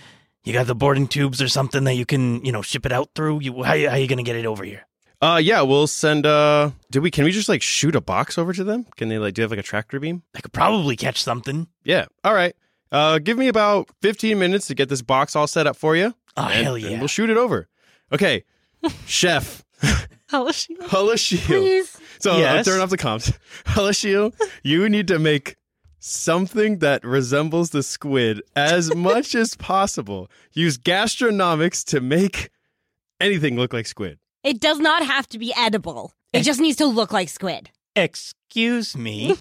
E: you got the boarding tubes or something that you can you know ship it out through. You how you- how you going to get it over here?
A: Uh yeah, we'll send uh do we can we just like shoot a box over to them? Can they like do you have like a tractor beam?
E: I could probably catch something.
A: Yeah. All right. Uh, give me about 15 minutes to get this box all set up for you.
C: Oh,
A: and,
C: hell
A: and
C: yeah.
A: we'll shoot it over. Okay, Chef
D: Halashila.
A: Halashio. So I'm
C: Yes?
A: turning off the comps. Halashio, you need to make something that resembles the squid as much as possible. Use gastronomics to make anything look like squid.
B: It does not have to be edible.
A: Eh.
B: It just needs to look like squid.
C: Excuse me.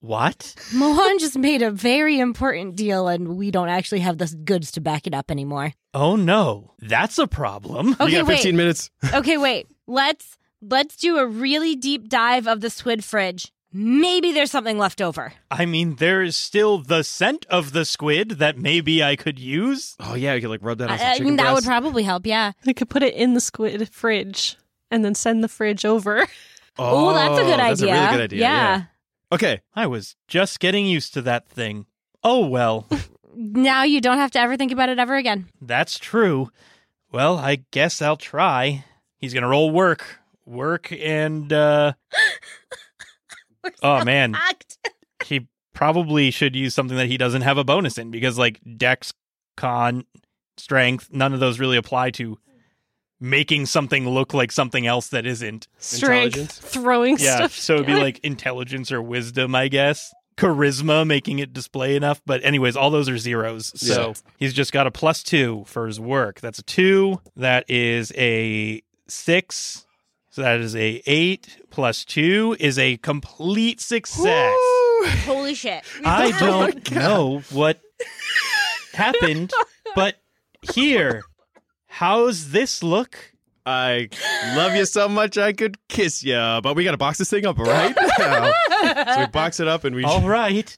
C: what?
B: Mohan just made a very important deal, and we don't actually have the goods to back it up anymore.
C: Oh no, that's a problem.
B: Okay,
A: you got 15
B: wait.
A: minutes.
B: okay, wait. Let's let's do a really deep dive of the squid fridge. Maybe there's something left over.
C: I mean, there is still the scent of the squid that maybe I could use.
A: Oh yeah, you could like rub that on some
B: I, I
A: chicken
B: mean, Uh, that would
A: breast.
B: probably help. Yeah.
D: They could put it in the squid fridge and then send the fridge over.
B: Oh, that's a good idea.
A: That's a really good idea.
B: Yeah.
A: Okay.
C: I was just getting used to that thing. Oh well,
B: Now you don't have to ever think about it ever again.
C: that's true. Well, I guess I'll try. He's gonna roll work, work, and uh. oh man,
G: Act.
C: he probably should use something that he doesn't have a bonus in because like dex con strength none of those really apply to making something look like something else that isn't
D: Strength,
A: Intelligence.
D: throwing
C: yeah
D: stuff.
C: so it'd be like intelligence or wisdom i guess charisma making it display enough but anyways all those are zeros so he's just got a plus two for his work that's a two that is a six so that is a eight plus two is a complete success
B: Holy shit.
C: I don't know what happened, but here, how's this look?
A: I love you so much I could kiss you, but we gotta box this thing up right now. so we box it up and we.
C: All right.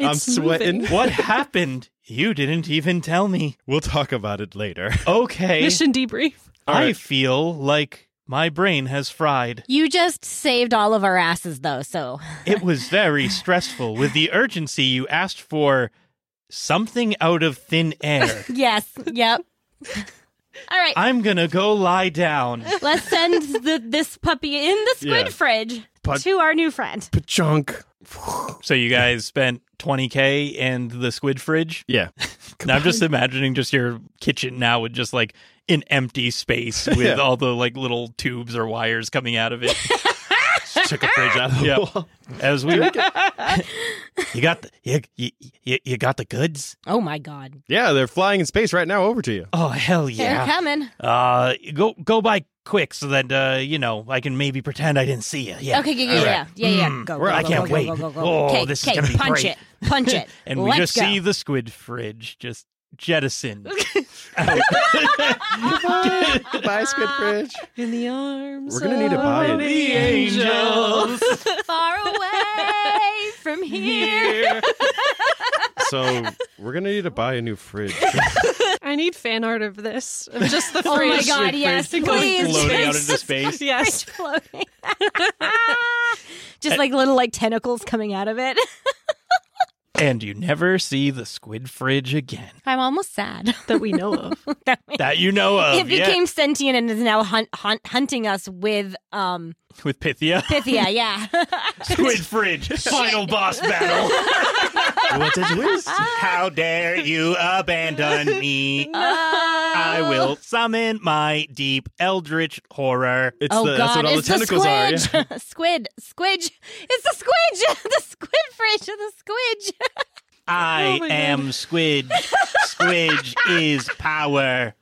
A: I'm
D: It's
A: sweating.
D: moving.
C: What happened? You didn't even tell me.
A: We'll talk about it later.
C: Okay.
D: Mission debrief.
C: I feel like my brain has fried.
B: You just saved all of our asses, though, so.
C: It was very stressful. With the urgency, you asked for something out of thin air.
B: Yes. Yep. All right.
C: I'm going to go lie down.
B: Let's send the, this puppy in the squid
A: Yeah.
B: fridge
A: But-
B: to our new friend.
A: Pachunk.
C: So, you guys spent 20K and the squid fridge?
A: Yeah.
C: And I'm just imagining just your kitchen now with just like an empty space with
A: Yeah.
C: all the like little tubes or wires coming out of it.
A: Took a fridge out of the
C: Yep.
A: wall.
C: As we, you got the you, you, you- you got the goods.
B: Oh my god.
A: Yeah, they're flying in space right now over to you.
C: Oh hell
B: They're
C: yeah!
B: coming.
C: Uh, go go by quick so that uh you know I can maybe pretend I didn't see you. Yeah.
B: Okay, yeah, yeah, yeah. Yeah, yeah.
C: Mm.
B: Go, go,
C: Right. I
B: go,
C: can't
B: go, go,
C: wait.
B: Go, go, go.
C: Oh,
B: okay,
C: this is
B: okay.
C: gonna be
B: punch
C: great.
B: it. Punch it.
C: And we
B: Let's
C: just
B: go.
C: see the squid fridge just jettisoned.
A: Goodbye, Squid Fridge.
D: In the arms.
A: We're gonna need to buy it.
D: of
C: the angels.
B: far away from here.
A: So we're gonna need to buy a new fridge.
D: I need fan art of this. Of just the fridge.
B: Oh my god, yes. Please.
C: Floating out
B: just-
C: into space.
D: Yes.
B: floating. just like little like tentacles coming out of it.
C: And you never see the squid fridge again.
B: I'm almost sad.
D: That we know of.
C: That you know of.
B: it
C: yeah.
B: became sentient and is now hunt, hunt, hunting us with um
C: With Pythia.
B: Pythia, yeah.
C: Squid Fridge, final boss battle.
A: what did you
C: How dare you abandon me? I will summon my deep eldritch horror.
A: It's
B: oh
A: the,
B: god,
A: that's what all the
B: it's the,
A: tentacles are. yeah.
B: squidge. squid, squidge. It's the squidge. the squid fridge of the squidge.
C: I
D: Oh my
C: am Squidge. Squidge is power.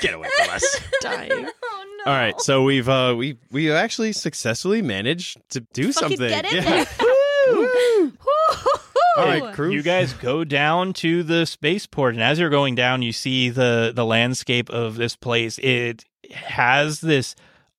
A: Get away from us.
D: Dying.
B: Oh no.
A: All right, so we've uh we we actually successfully managed to do
B: Fucking
A: something.
B: get in
A: yeah.
B: there.
A: All right, crew.
C: You guys go down to the spaceport, and as you're going down, you see the the landscape of this place. It has this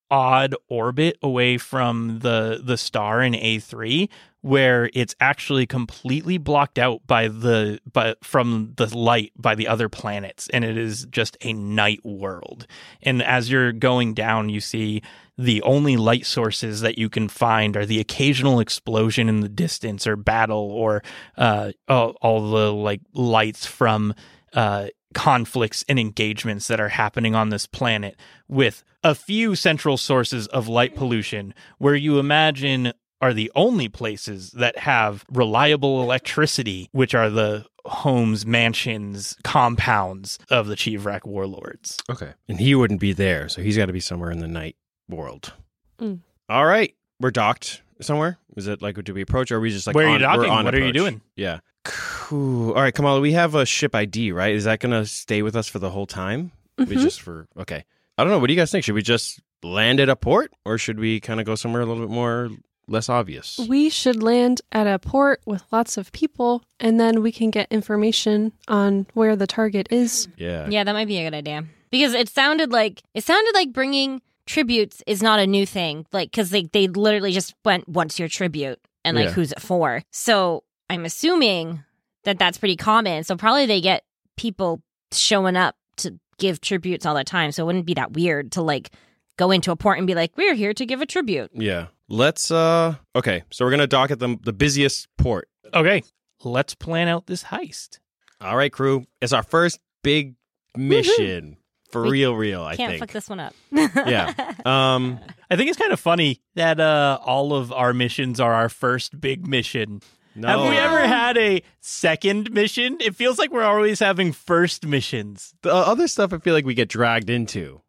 C: odd orbit away from the the star in A3 where it's actually completely blocked out by the by from the light by the other planets and it is just a night world. And as you're going down you see the only light sources that you can find are the occasional explosion in the distance or battle or uh, all, all the like lights from uh, conflicts and engagements that are happening on this planet with a few central sources of light pollution where you imagine are the only places that have reliable electricity which are the
E: homes, mansions, compounds of the Chivrak warlords.
A: Okay. And he wouldn't be there, so he's got to be somewhere in the night world.
D: Mm.
A: All right. We're docked somewhere. Is it like, do we approach or are we just like,
E: Where are you
A: on- we're
E: docking?
A: on
E: What are you
A: approach?
E: doing?
A: Yeah. Cool. All right, Kamala, we have a ship ID, right? Is that going to stay with us for the whole time? We
D: Mhm.
A: just for, okay. I don't know. What do you guys think? Should we just land at a port or should we kind of go somewhere a little bit more less obvious?
D: We should land at a port with lots of people, and then we can get information on where the target is.
A: yeah.
B: Yeah, that might be a good idea because it sounded like it sounded like bringing tributes is not a new thing. Like because they they literally just went what's your tribute and like
A: Yeah.
B: who's it for. So I'm assuming that that's pretty common. So probably they get people showing up to give tributes all the time. So it wouldn't be that weird to like go into a port and be like we're here to give a tribute.
A: Yeah. Let's, uh, okay. So we're going to dock at the, the busiest port.
E: Okay, let's plan out this heist.
A: All right, crew. It's our first big mission for
B: We
A: real, real. I
B: Can't
A: think.
B: fuck this one up.
A: Yeah. Um,
E: I think it's kind of funny that uh, all of our missions are our first big mission.
A: no.
E: Have we ever had a second mission? It feels like we're always having first missions.
A: the other stuff? I feel like we get dragged into.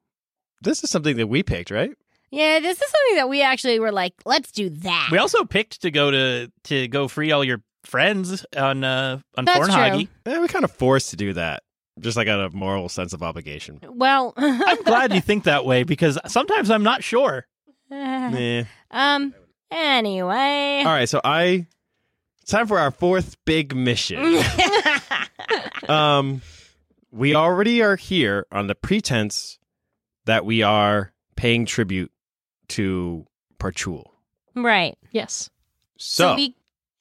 A: This is something that we picked, right?
B: yeah, this is something that we actually were like, let's do that.
E: We also picked to go to to go free all your friends on uh on
B: That's
E: Fornhagi.
B: true.
A: Yeah, we kind of forced to do that, just like out of moral sense of obligation.
B: well,
E: I'm glad you think that way because sometimes I'm not sure.
A: Yeah.
B: Um. Anyway.
A: All right, so I. It's time for our fourth big mission. um, we already are here on the pretense that we are paying tribute to Parchul.
B: right.
D: Yes.
A: So,
B: we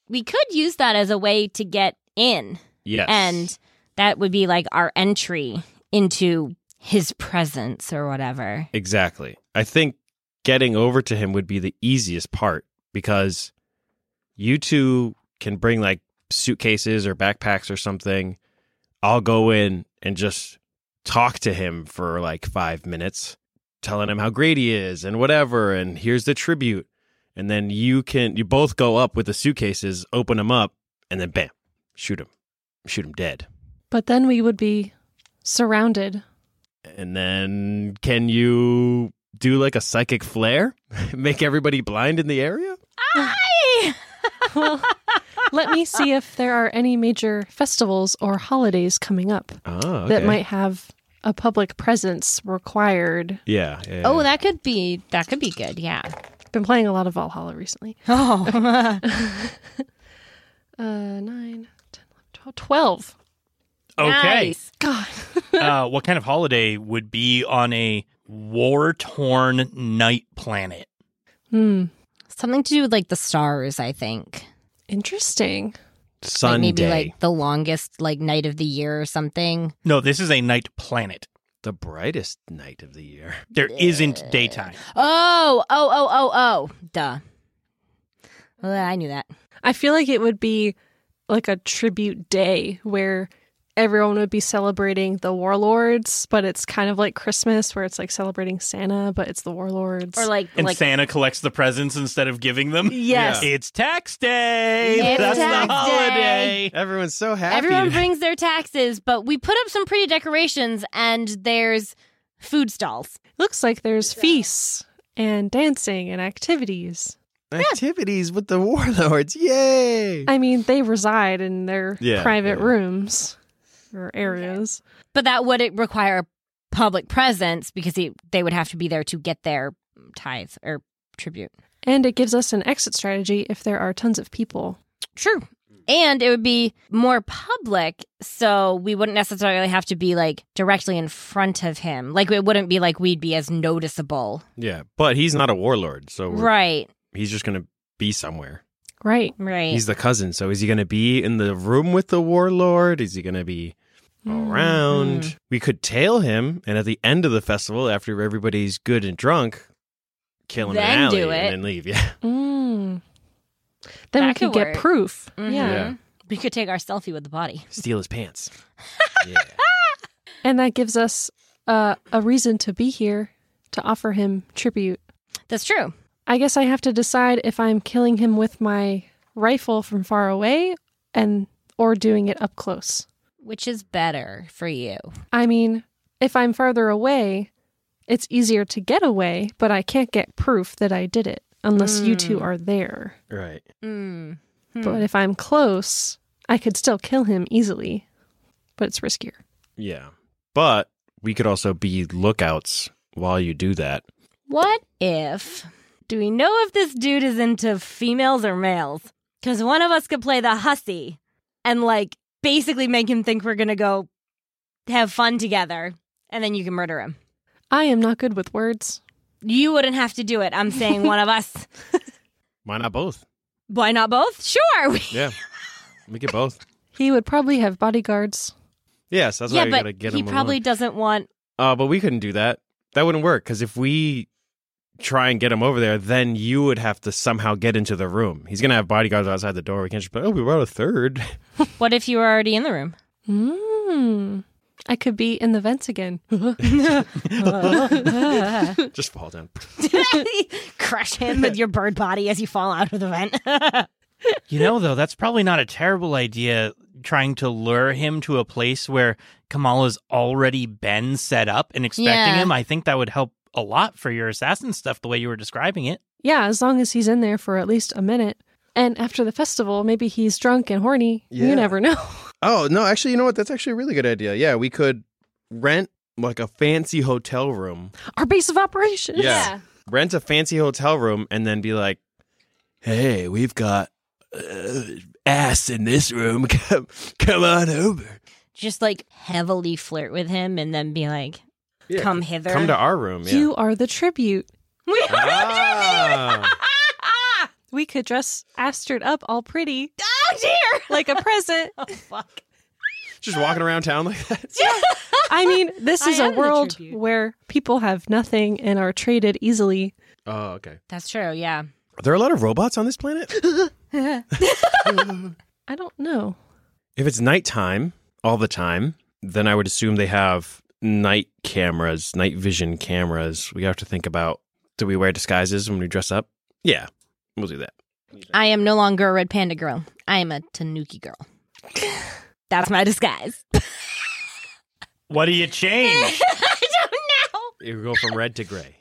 B: we could use that as a way to get in,
A: yes,
B: and that would be like our entry into his presence or whatever.
A: Exactly. I think getting over to him would be the easiest part because you two can bring like suitcases or backpacks or something. I'll go in and just talk to him for like five minutes, telling him how great he is and whatever. And here's the tribute. And then you can, you both go up with the suitcases, open them up, and then bam, shoot him, shoot him dead.
D: But then we would be surrounded.
A: And then can you do like a psychic flare? Make everybody blind in the area?
D: Well, let me see if there are any major festivals or holidays coming up
A: Oh,
D: that might have a public presence required.
A: Yeah. yeah,
B: Oh,
A: yeah.
B: that could be that could be good. Yeah.
D: Been playing a lot of Valhalla recently.
B: Oh.
D: Uh, 9, 10, 12, 12.
E: Okay.
B: Nice.
D: God.
E: uh, what kind of holiday would be on a war torn night planet?
D: Hmm.
B: Something to do with like the stars, I think.
D: Interesting.
B: Like
A: Sunday.
B: maybe like the longest like night of the year or something.
E: No, this is a night planet.
A: the brightest night of the year.
E: There isn't daytime.
B: Oh, oh, oh, oh, oh. Duh. Well, I knew that.
D: I feel like it would be like a tribute day where everyone would be celebrating the warlords, but it's kind of like Christmas where it's like celebrating Santa, but it's the warlords.
B: Or like
E: And
B: like
E: Santa collects the presents instead of giving them.
A: Yes. Yeah.
E: It's tax day.
B: It's
E: That's
B: tax
E: the holiday.
A: Everyone's so happy.
B: everyone brings their taxes, but we put up some pretty decorations and there's food stalls.
D: Looks like there's feasts and dancing and activities.
A: Activities with the warlords. Yay.
D: I mean, they reside in their
A: Yeah,
D: private
A: yeah.
D: rooms or areas.
B: But that would require public presence because he, they would have to be there to get their tithe or tribute.
D: And it gives us an exit strategy if there are tons of people.
B: True. And it would be more public, so we wouldn't necessarily have to be like directly in front of him. Like it wouldn't be like we'd be as noticeable.
A: yeah, but he's not a warlord, so Oh, we're-
B: Right.
A: he's just going to be somewhere.
D: Right.
B: Right.
A: He's the cousin, so is he going to be in the room with the warlord? Is he going to be around? We could tail him, and at the end of the festival, after everybody's good and drunk, kill him in an
B: Then
A: alley
B: do it.
A: and then leave. Yeah,
D: Mm. Then
B: That
D: we could
B: could
D: get
B: work.
D: proof.
B: Mhm.
D: Yeah.
A: Yeah.
B: We could take our selfie with the body.
A: steal his pants. yeah.
D: And that gives us uh, a reason to be here to offer him tribute.
B: That's true.
D: I guess I have to decide if I'm killing him with my rifle from far away and or doing it up close.
B: Which is better for you?
D: I mean, if I'm farther away, it's easier to get away, but I can't get proof that I did it unless you two are there.
A: Right.
B: Mm.
D: But if I'm close, I could still kill him easily, but it's riskier.
A: Yeah. But we could also be lookouts while you do that.
B: What if? Do we know if this dude is into females or males? Because one of us could play the hussy and, like, basically make him think we're going to go have fun together and then you can murder him.
D: I am not good with words.
B: You wouldn't have to do it. I'm saying one of us.
A: Why not both?
B: Why not both? Sure. we-
A: Yeah. we could both.
D: He would probably have bodyguards.
A: Yes, that's why
B: yeah,
A: you gotta
B: but
A: get
B: he
A: them
B: probably
A: along.
B: doesn't want.
A: Uh, but we couldn't do that. That wouldn't work because if we try and get him over there, then you would have to somehow get into the room. He's gonna have bodyguards outside the door. We can't just be like, oh, we brought a third.
B: What if you were already in the room?
D: Mm. I could be in the vents again.
A: just fall down.
B: Crush him with your bird body as you fall out of the vent.
C: You know, though, that's probably not a terrible idea trying to lure him to a place where Kamala's already been set up and expecting
B: Yeah.
C: him. I think that would help a lot for your assassin stuff, the way you were describing it.
D: yeah, as long as he's in there for at least a minute. And after the festival, maybe he's drunk and horny.
A: Yeah.
D: You never know.
A: Oh no, actually, you know what? That's actually a really good idea. Yeah, we could rent like a fancy hotel room.
D: Our base of operations.
A: Yeah. Rent a fancy hotel room and then be like, "Hey, we've got uh, ass in this room. Come, come on over.
B: Just like heavily flirt with him and then be like,
A: Yeah,
B: come hither.
A: Come to our room. Yeah.
D: You are the tribute.
B: we are
A: Ah.
B: Ah!
D: We could dress Astrid up all pretty
B: Oh dear!
D: like a present.
B: Oh fuck!
A: just walking around town like that.
D: I mean, this
B: I
D: is a
B: am the
D: world
B: tribute.
D: where people have nothing and are traded easily.
A: Oh, okay.
B: That's true. Yeah.
A: Are there a lot of robots on this planet?
D: I don't know.
A: if it's nighttime all the time, then I would assume they have night cameras, night vision cameras. We have to think about do we wear disguises when we dress up? Yeah, we'll do that.
B: I am no longer a red panda girl. I am a tanuki girl. That's my disguise.
E: What do you change?
B: I don't know.
A: It would go from red to gray.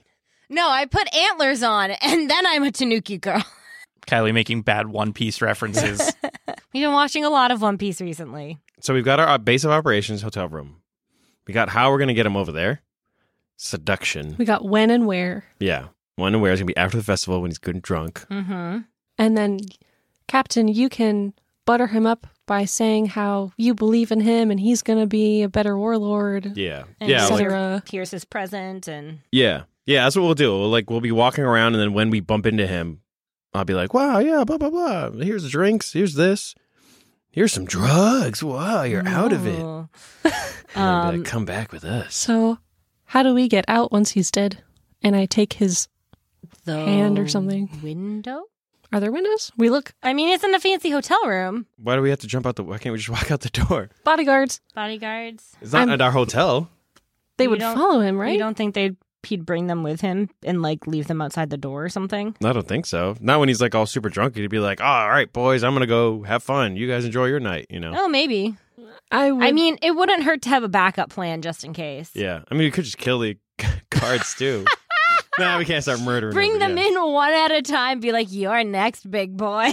B: No, I put antlers on, and then I'm a tanuki girl.
C: Kylie making bad One Piece references.
B: We've been watching a lot of One Piece recently.
A: So we've got our uh, base of operations hotel room. We got how we're going to get them over there. Seduction.
D: We got when and where.
A: Yeah. One aware is going to be after the festival when he's good and drunk.
B: Mm-hmm.
D: And then, Captain, you can butter him up by saying how you believe in him and he's going to be a better warlord,
A: Yeah.
B: And
A: yeah.
B: so-
A: like-
D: etc.
B: Pierce is present, and
A: yeah. Yeah. That's what we'll do. We'll, like, we'll be walking around, and then when we bump into him, I'll be like, wow, yeah, blah, blah, blah. Here's the drinks. Here's this. Here's some drugs. Wow, you're out of it.
B: Ooh.
A: And I'll be
B: Oh, Um,
A: like, come back with us.
D: So, how do we get out once he's dead? And I take his.
B: the
D: Hand or something.
B: Window.
D: Are there windows? We look.
B: I mean, it's in a fancy hotel room.
A: Why do we have to jump out the? Why can't we just walk out the door?
D: Bodyguards.
B: Bodyguards.
A: It's not
D: I'm-
A: at our hotel.
D: They
B: You
D: would
B: don't-
D: follow him,
B: You
D: right?
B: don't think they'd he'd bring them with him and like leave them outside the door or something?
A: I don't think so. Not when he's like all super drunk. He'd be like, oh, all right, boys, I'm going to go have fun. You guys enjoy your night, you know?
B: Oh, maybe.
D: I would.
B: I mean, it wouldn't hurt to have a backup plan just in case.
A: Yeah. I mean, we could just kill the guards too. nah, we can't start murdering
B: Bring them in one at a time. Be like, "You're next, big boy."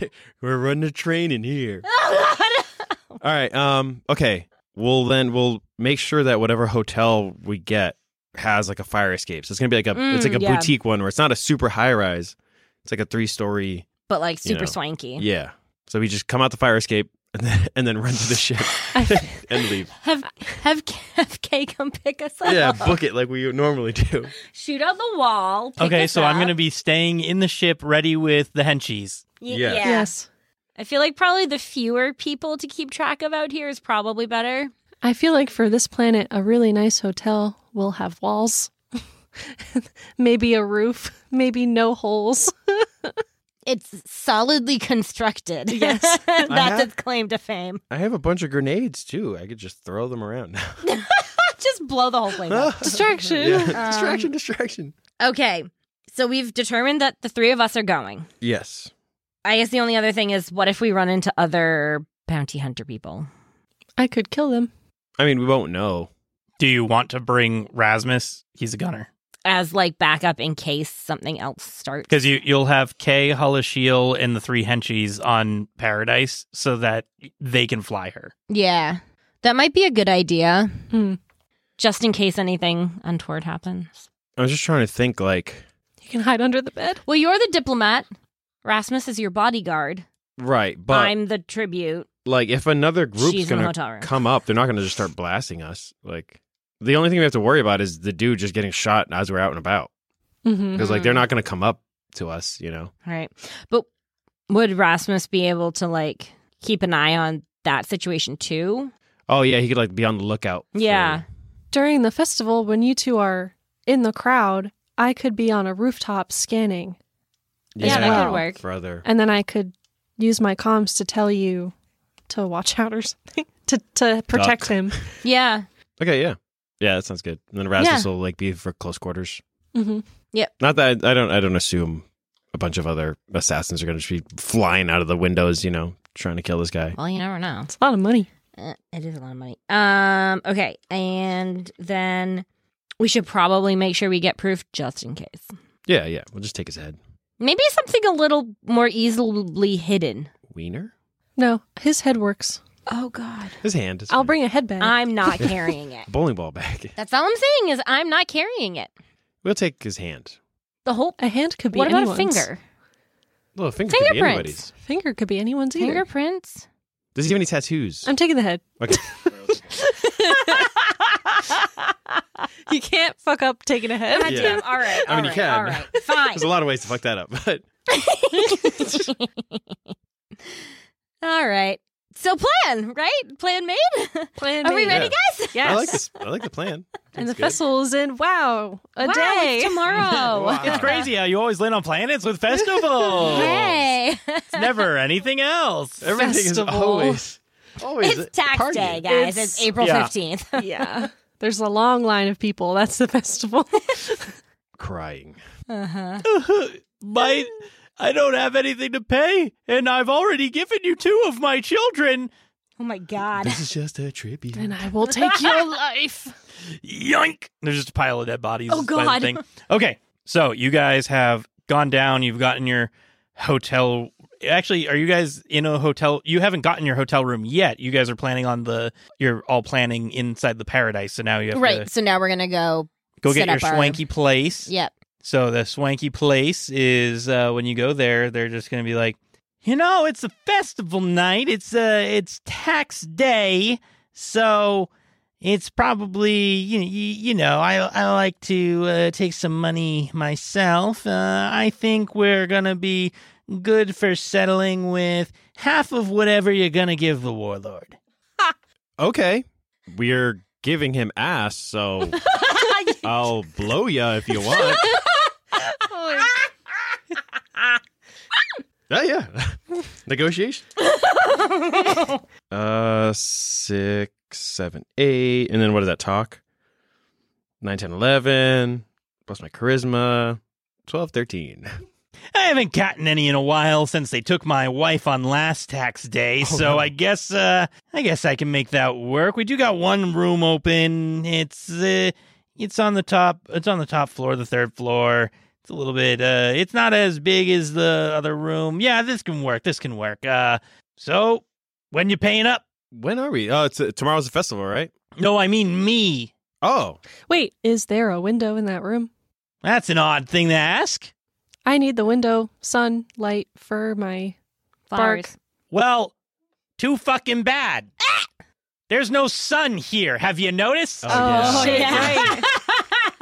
A: in. We're running a train in here.
B: oh God.
A: All right. Um. Okay. We'll then we'll make sure that whatever hotel we get has like a fire escape. So it's gonna be like a it's
B: Mm,
A: like a
B: yeah.
A: boutique one where it's not a super high rise. It's like a three story.
B: But like
A: You
B: super
A: know.
B: swanky.
A: Yeah. So we just come out the fire escape and then and then run to the ship
D: I-
A: and leave.
B: Have have K- have Kay come pick us up.
A: Yeah. Book it like we normally do.
B: Shoot out the wall. pick
C: okay,
B: us
C: so I'm
B: up.
C: going to be staying in the ship ready with the henchies.
B: Y-
A: Yes.
B: yeah.
D: Yes.
B: I feel like probably the fewer people to keep track of out here is probably better.
D: I feel like for this planet, a really nice hotel will have walls, maybe a roof, maybe no holes.
B: It's solidly constructed.
D: Yes.
A: have-
B: That's its claim to fame.
A: I have a bunch of grenades too. I could just throw them around.
B: Just blow the whole thing up.
D: Distraction.
B: Um,
A: Yeah. distraction. Distraction.
B: Okay. So we've determined that the three of us are going.
A: Yes.
B: I guess the only other thing is what if we run into other bounty hunter people?
D: I could kill them.
A: I mean, we won't know.
C: Do you want to bring Rasmus? He's a gunner.
B: As like backup in case something else starts.
C: Because you you'll have Kay, Halashiel, and the three henchies on Paradise so that they can fly her.
B: Yeah. That might be a good idea.
D: Hmm.
B: Just in case anything untoward happens.
A: I was just trying to think, like,
D: You can hide under the bed.
B: Well, you're the diplomat. Rasmus is your bodyguard.
A: right, but
B: I'm the tribute.
A: like if another group's
B: She's in the
A: gonna
B: hotel room.
A: come up, they're not gonna just start blasting us. Like, the only thing we have to worry about is the dude just getting shot as we're out and about
D: Mm-hmm.
A: because like they're not gonna come up to us, you know.
B: All right. But would Rasmus be able to like keep an eye on that situation too?
A: Oh yeah, he could like be on the lookout. for-
B: Yeah.
D: During the festival, when you two are in the crowd, I could be on a rooftop scanning,
B: Yeah,
D: that could
B: work.
A: For other
D: and then I could use my comms to tell you to watch out or something to to protect
A: Duck.
D: him.
B: Yeah.
A: Okay, yeah. Yeah, that sounds good. And then Rasmus will like be for close quarters.
D: Mm-hmm.
A: Not that I, I don't I don't assume a bunch of other assassins are going to be flying out of the windows, you know, trying to kill this guy.
B: Well, you never know.
D: It's a lot of money.
B: Uh, it is a lot of money. Um. Okay. And then we should probably make sure we get proof just in case.
A: Yeah, yeah. We'll just take his head.
B: Maybe something a little more easily hidden.
A: Wiener?
D: No, his head works.
B: Oh God.
A: His hand. is
D: I'll
A: fine.
D: bring a headband.
B: I'm not carrying it.
A: bowling ball back.
B: That's all I'm saying is I'm not carrying it.
A: We'll take his hand.
B: The whole.
D: a hand could be
B: What about a
D: anyone's.
B: finger?
A: Little finger could be
B: Fingerprints.
A: anybody's.
D: Finger could be anyone's either.
B: Fingerprints.
A: Does he have any tattoos?
D: I'm taking the head.
A: Okay.
D: You can't fuck up taking a head.
B: God
A: Yeah.
B: damn. All right.
A: I mean, you
B: all right,
A: can.
B: All right. Fine.
A: There's a lot of ways to fuck that up, but
B: all right. So plan, right? Plan made?
D: Plan
B: Are we
D: made.
B: ready, guys?
A: I like this. I like the plan.
D: And the
A: It's good.
D: festival is in wow a
B: Wow,
D: day
B: it's tomorrow.
A: Wow.
C: It's crazy how you always land on planets with festivals.
B: Hey.
C: It's never anything else.
A: Everything
D: festival.
A: is always always
B: It's tax
A: party.
B: day, guys. It's,
D: It's-
B: April
C: yeah.
B: 15th.
D: yeah, there's a long line of people. That's the festival.
A: Crying.
B: Uh-huh.
C: my I don't have anything to pay, and I've already given you two of my children.
B: Oh my God.
A: This is just a tribute.
D: and I will take your life.
C: Yoink! There's just a pile of dead bodies.
B: Oh,
C: by the
B: God.
C: thing. Okay, so you guys have gone down. You've gotten your hotel. Actually, are you guys in a hotel? You haven't gotten your hotel room yet. You guys are planning on the. You're all planning inside the paradise, so now you have
B: Right.
C: to
B: So now we're going to go.
C: go get
B: set
C: your
B: up our-
C: swanky place.
B: Yep.
C: So the swanky place is uh, when you go there, they're just going to be like, you know, it's a festival night. It's uh, it's tax day, so it's probably you know, you, you know I I like to uh, take some money myself. Uh, I think we're gonna be good for settling with half of whatever you're gonna give the warlord.
A: Okay. We're giving him ass, so I'll blow ya if you want. Oh, yeah. Negotiation. uh, six, seven, eight. And then what is that? Talk? Nine, ten, eleven. Plus my charisma. Twelve, thirteen.
C: I haven't gotten any in a while since they took my wife on last tax day, so
A: Oh, no.
C: I guess uh I guess I can make that work. We do got one room open. It's uh, it's on the top it's on the top floor, the third floor. It's a little bit uh it's not as big as the other room. Yeah, this can work. This can work. Uh so when you paying up?
A: When are we? Oh, it's uh, tomorrow's the festival, right?
C: No, I mean me.
A: Oh,
D: Wait, is there a window in that room?
C: That's an odd thing to ask.
D: I need the window, sun, light for my
B: Flowers.
D: bark.
C: Well, too fucking bad. There's no sun here. Have you noticed?
A: Oh, yeah.
D: Oh,
B: Shit.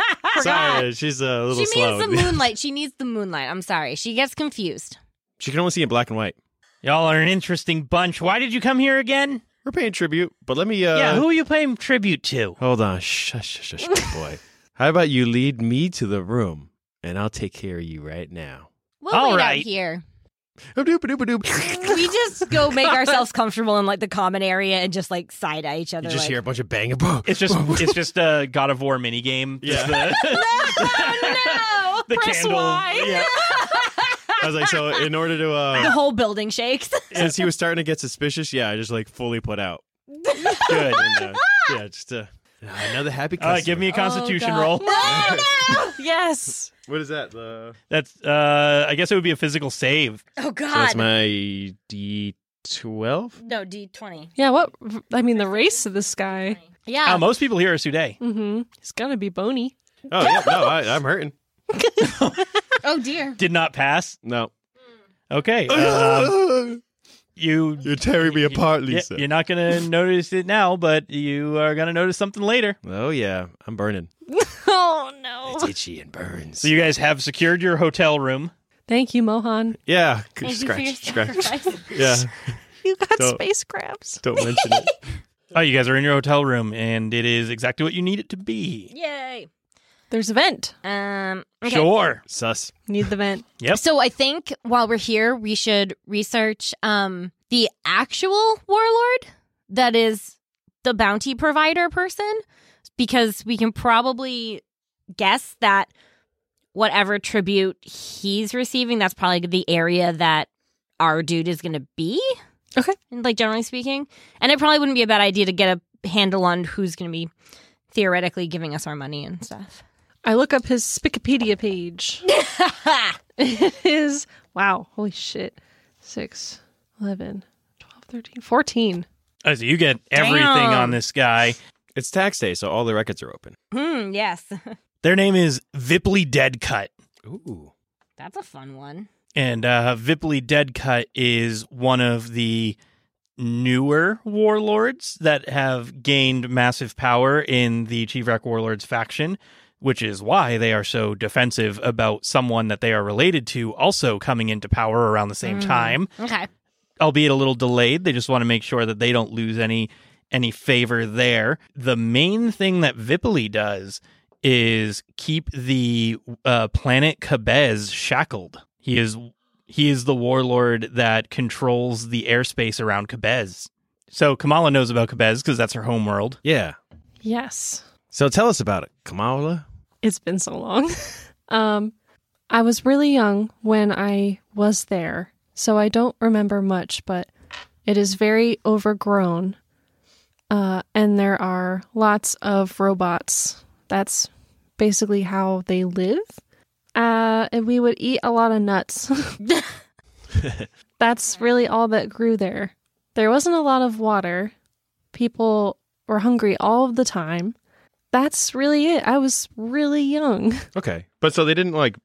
D: yeah.
A: sorry. She's a little
B: She
A: slow.
B: needs the moonlight. She needs the moonlight. I'm sorry. She gets confused.
A: she can only see in black and white.
C: Y'all are an interesting bunch. Why did you come here again?
A: We're paying tribute, but let me. Uh,
C: yeah, who are you paying tribute to?
A: Hold on. Shush, shush, shush, good boy. How about you lead me to the room and I'll take care of you right now?
B: We'll
C: All
B: wait
C: right.
B: out here.
A: You
B: We just go make ourselves comfortable in like the common area and just like side eye each other.
A: just
B: like,
A: hear a bunch of bang and boom.
C: It's just it's just a God of War minigame.
A: Yeah.
C: Just the-
B: Oh no!
C: The
B: Press
C: candle.
B: Y.
A: I was like, so in order to,
B: The
A: uh,
B: whole building shakes.
A: since he was starting to get suspicious, yeah, I just like fully put out. Good. And, uh, yeah, just uh, another happy
C: Ah!
A: customer.
C: All right, Uh, give me a constitution
B: Oh, God.
C: roll.
B: yes.
A: What is that? The
C: That's uh I guess it would be a physical save.
B: Oh God.
A: so that's my D twelve.
B: no D twenty.
D: Yeah, what? I mean, the race of this guy.
B: Yeah.
C: Uh, most people here are Sude.
D: Mm-hmm. He's gonna be bony.
A: Oh yeah, no, I, I'm hurting.
B: oh dear.
C: Did not pass.
A: No,
C: Okay. um, you
A: you're tearing me apart,
C: yeah,
A: Lisa.
C: you're not going to notice it now, but you are going to notice something later.
A: Oh yeah, I'm burning.
B: Oh no.
A: It's itchy and burns.
C: So you guys have secured your hotel room.
D: Thank you, Mohan.
A: yeah,
B: Thank you
A: scratch,
B: for your
A: scratch.
B: sacrifice.
A: Yeah,
D: You got
A: Don't-
D: space crabs.
A: don't mention it.
C: Oh, you guys are in your hotel room and it is exactly what you need it to be.
B: Yay.
D: There's a vent.
B: Um. Okay.
C: Sure.
A: Sus.
D: Need the vent.
C: Yep.
B: So I think while we're here, we should research um the actual warlord that is the bounty provider person because we can probably guess that whatever tribute he's receiving that's probably the area that our dude is going to be.
D: Okay.
B: Like generally speaking, and it probably wouldn't be a bad idea to get a handle on who's going to be theoretically giving us our money and stuff.
D: I look up his Wikipedia page. it is wow, holy shit. 6 11 12 13 14.
C: Oh, so you get everything
B: Damn.
C: on this guy.
A: It's tax day, so all the records are open.
B: hmm, yes.
C: Their name is Vipley Deadcut.
A: Ooh.
B: That's a fun one.
C: And uh, Vipley Deadcut is one of the newer warlords that have gained massive power in the Chivrak Warlords faction, which is why they are so defensive about someone that they are related to also coming into power around the same
B: Mm.
C: time,
B: Okay.
C: albeit a little delayed. They just want to make sure that they don't lose any any favor there. The main thing that Vipley does is keep the uh, planet Cabez shackled. He is he is the warlord that controls the airspace around Cabez. So Kamala knows about Cabez because that's her homeworld.
A: Yeah.
D: Yes.
A: So tell us about it, Kamala.
D: It's been so long. um I was really young when I was there, so I don't remember much, but it is very overgrown. Uh and there are lots of robots. That's basically how they live. Uh and we would eat a lot of nuts. That's really all that grew there. There wasn't a lot of water. People were hungry all of the time. That's really it. I was really young.
A: Okay. But so they didn't like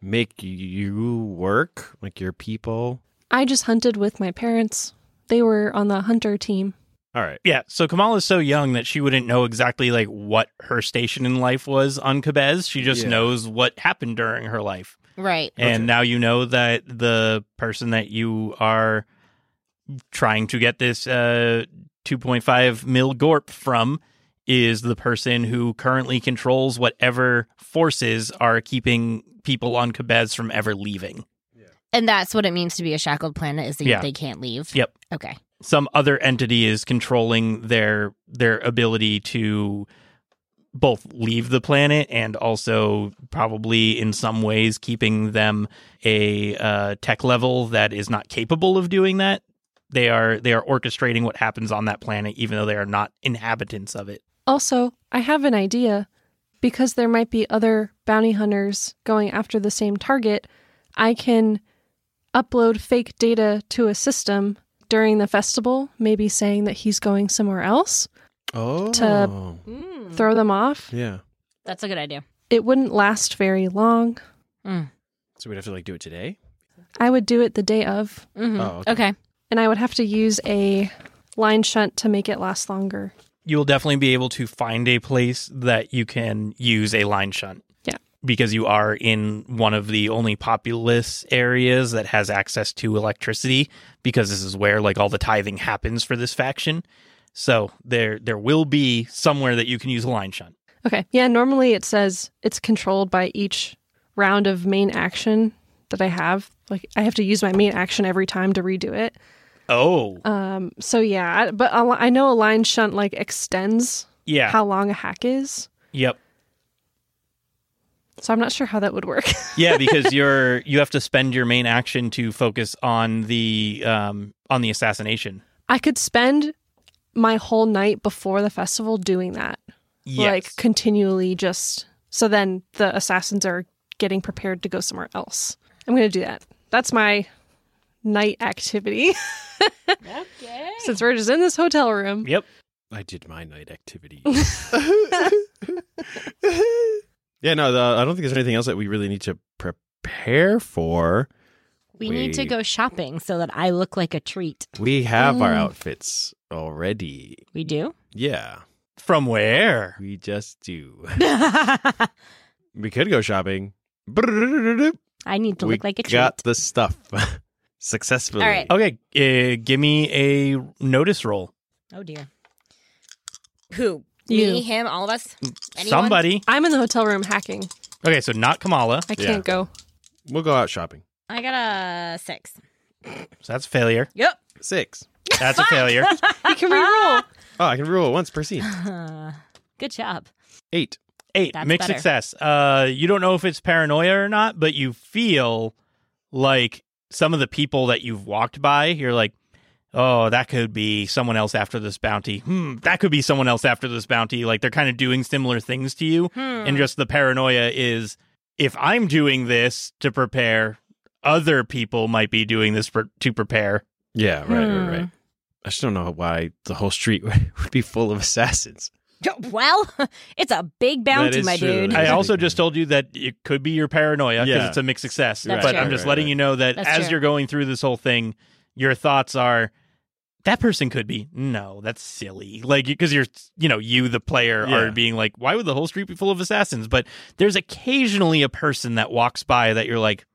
A: make you work, like your people.
D: I just hunted with my parents. They were on the hunter team.
A: All right.
C: Yeah, so Kamala is so young that she wouldn't know exactly like what her station in life was on Cabez. She just
A: Yeah.
C: knows what happened during her life.
B: Right.
C: And
A: Okay.
C: now you know that the person that you are trying to get this uh, 2.5 mil gorp from is the person who currently controls whatever forces are keeping people on Cabez from ever leaving.
B: And that's what it means to be a shackled planet is that
C: Yeah.
B: they can't leave.
C: Yep.
B: Okay.
C: Some other entity is controlling their their ability to both leave the planet and also probably in some ways keeping them a uh, tech level that is not capable of doing that. They are they are orchestrating what happens on that planet, even though they are not inhabitants of it.
D: Also, I have an idea. Because there might be other bounty hunters going after the same target, I can upload fake data to a system during the festival, maybe saying that he's going somewhere else,
A: Oh.
D: To-
B: Mm.
D: throw them off.
A: yeah.
B: That's a good idea.
D: It wouldn't last very long.
B: Mm.
A: So we'd have to like do it today?
D: I would do it the day of,
B: Mm-hmm.
A: Oh,
B: okay.
A: okay.
D: and I would have to use a line shunt to make it last longer.
C: You will definitely be able to find a place that you can use a line shunt.
D: Yeah.
C: Because you are in one of the only populous areas that has access to electricity, because this is where like all the tithing happens for this faction. So there there will be somewhere that you can use a line shunt.
D: Okay. Yeah, normally it says it's controlled by each round of main action that I have. Like I have to use my main action every time to redo it.
C: Oh.
D: Um so yeah, I- but a li- I know a line shunt like extends
C: yeah.
D: how long a hack is.
C: yep.
D: So I'm not sure how that would work.
C: yeah, because you're you have to spend your main action to focus on the um on the assassination.
D: I could spend my whole night before the festival doing that. Like continually just so then the assassins are getting prepared to go somewhere else. I'm going to do that. That's my night activity
B: Okay.
D: since we're just in this hotel room.
C: Yep.
A: I did my night activity. yeah, no, the, I don't think there's anything else that we really need to prepare for.
B: We need to
A: We-
B: go shopping so that I look like a treat.
A: We have our
D: Mm.
A: outfits already.
B: We do?
A: Yeah,
C: From where?
A: we just do.
B: I
A: We could go shopping.
B: need to
A: we
B: look like a treat.
A: got the stuff successfully.
B: All right.
C: Okay, uh, give me a notice roll.
B: oh dear. Who?
D: You.
B: Me, him, all of us? Anyone?
C: Somebody.
D: I'm in the hotel room hacking.
C: Okay, so not Kamala.
D: I
A: Yeah.
D: can't go.
A: We'll go out shopping.
B: I got a six.
C: So that's a failure.
B: Yep.
A: Six.
C: That's a failure.
D: You can reroll.
A: Oh, I can roll it once per scene.
B: Good job.
A: Eight.
C: Eight.
B: That's
C: mixed
B: better.
C: success. Uh, you don't know if it's paranoia or not, but you feel like some of the people that you've walked by, you're like, oh, that could be someone else after this bounty. Hmm, that could be someone else after this bounty. Like they're kind of doing similar things to you.
B: Hmm.
C: And just the paranoia is if I'm doing this to prepare, other people might be doing this for, to prepare.
A: Yeah, right,
B: Hmm.
A: right, right. I just don't know why the whole street would be full of assassins.
B: Well, it's a big
A: That
B: bounty,
A: is
B: my
A: true.
B: dude.
A: That
C: I
A: is
C: also
A: pretty
C: just
A: cool.
C: told you that it could be your paranoia because
A: Yeah.
C: it's a mixed success.
A: Right,
C: but
B: right,
C: I'm just
A: right,
C: letting
A: right.
C: you know that
B: That's
C: as
B: true.
C: you're going through this whole thing, your thoughts are that person could be no, that's silly. Like because you're you know you the player
A: Yeah.
C: are being like, why would the whole street be full of assassins? But there's occasionally a person that walks by that you're like,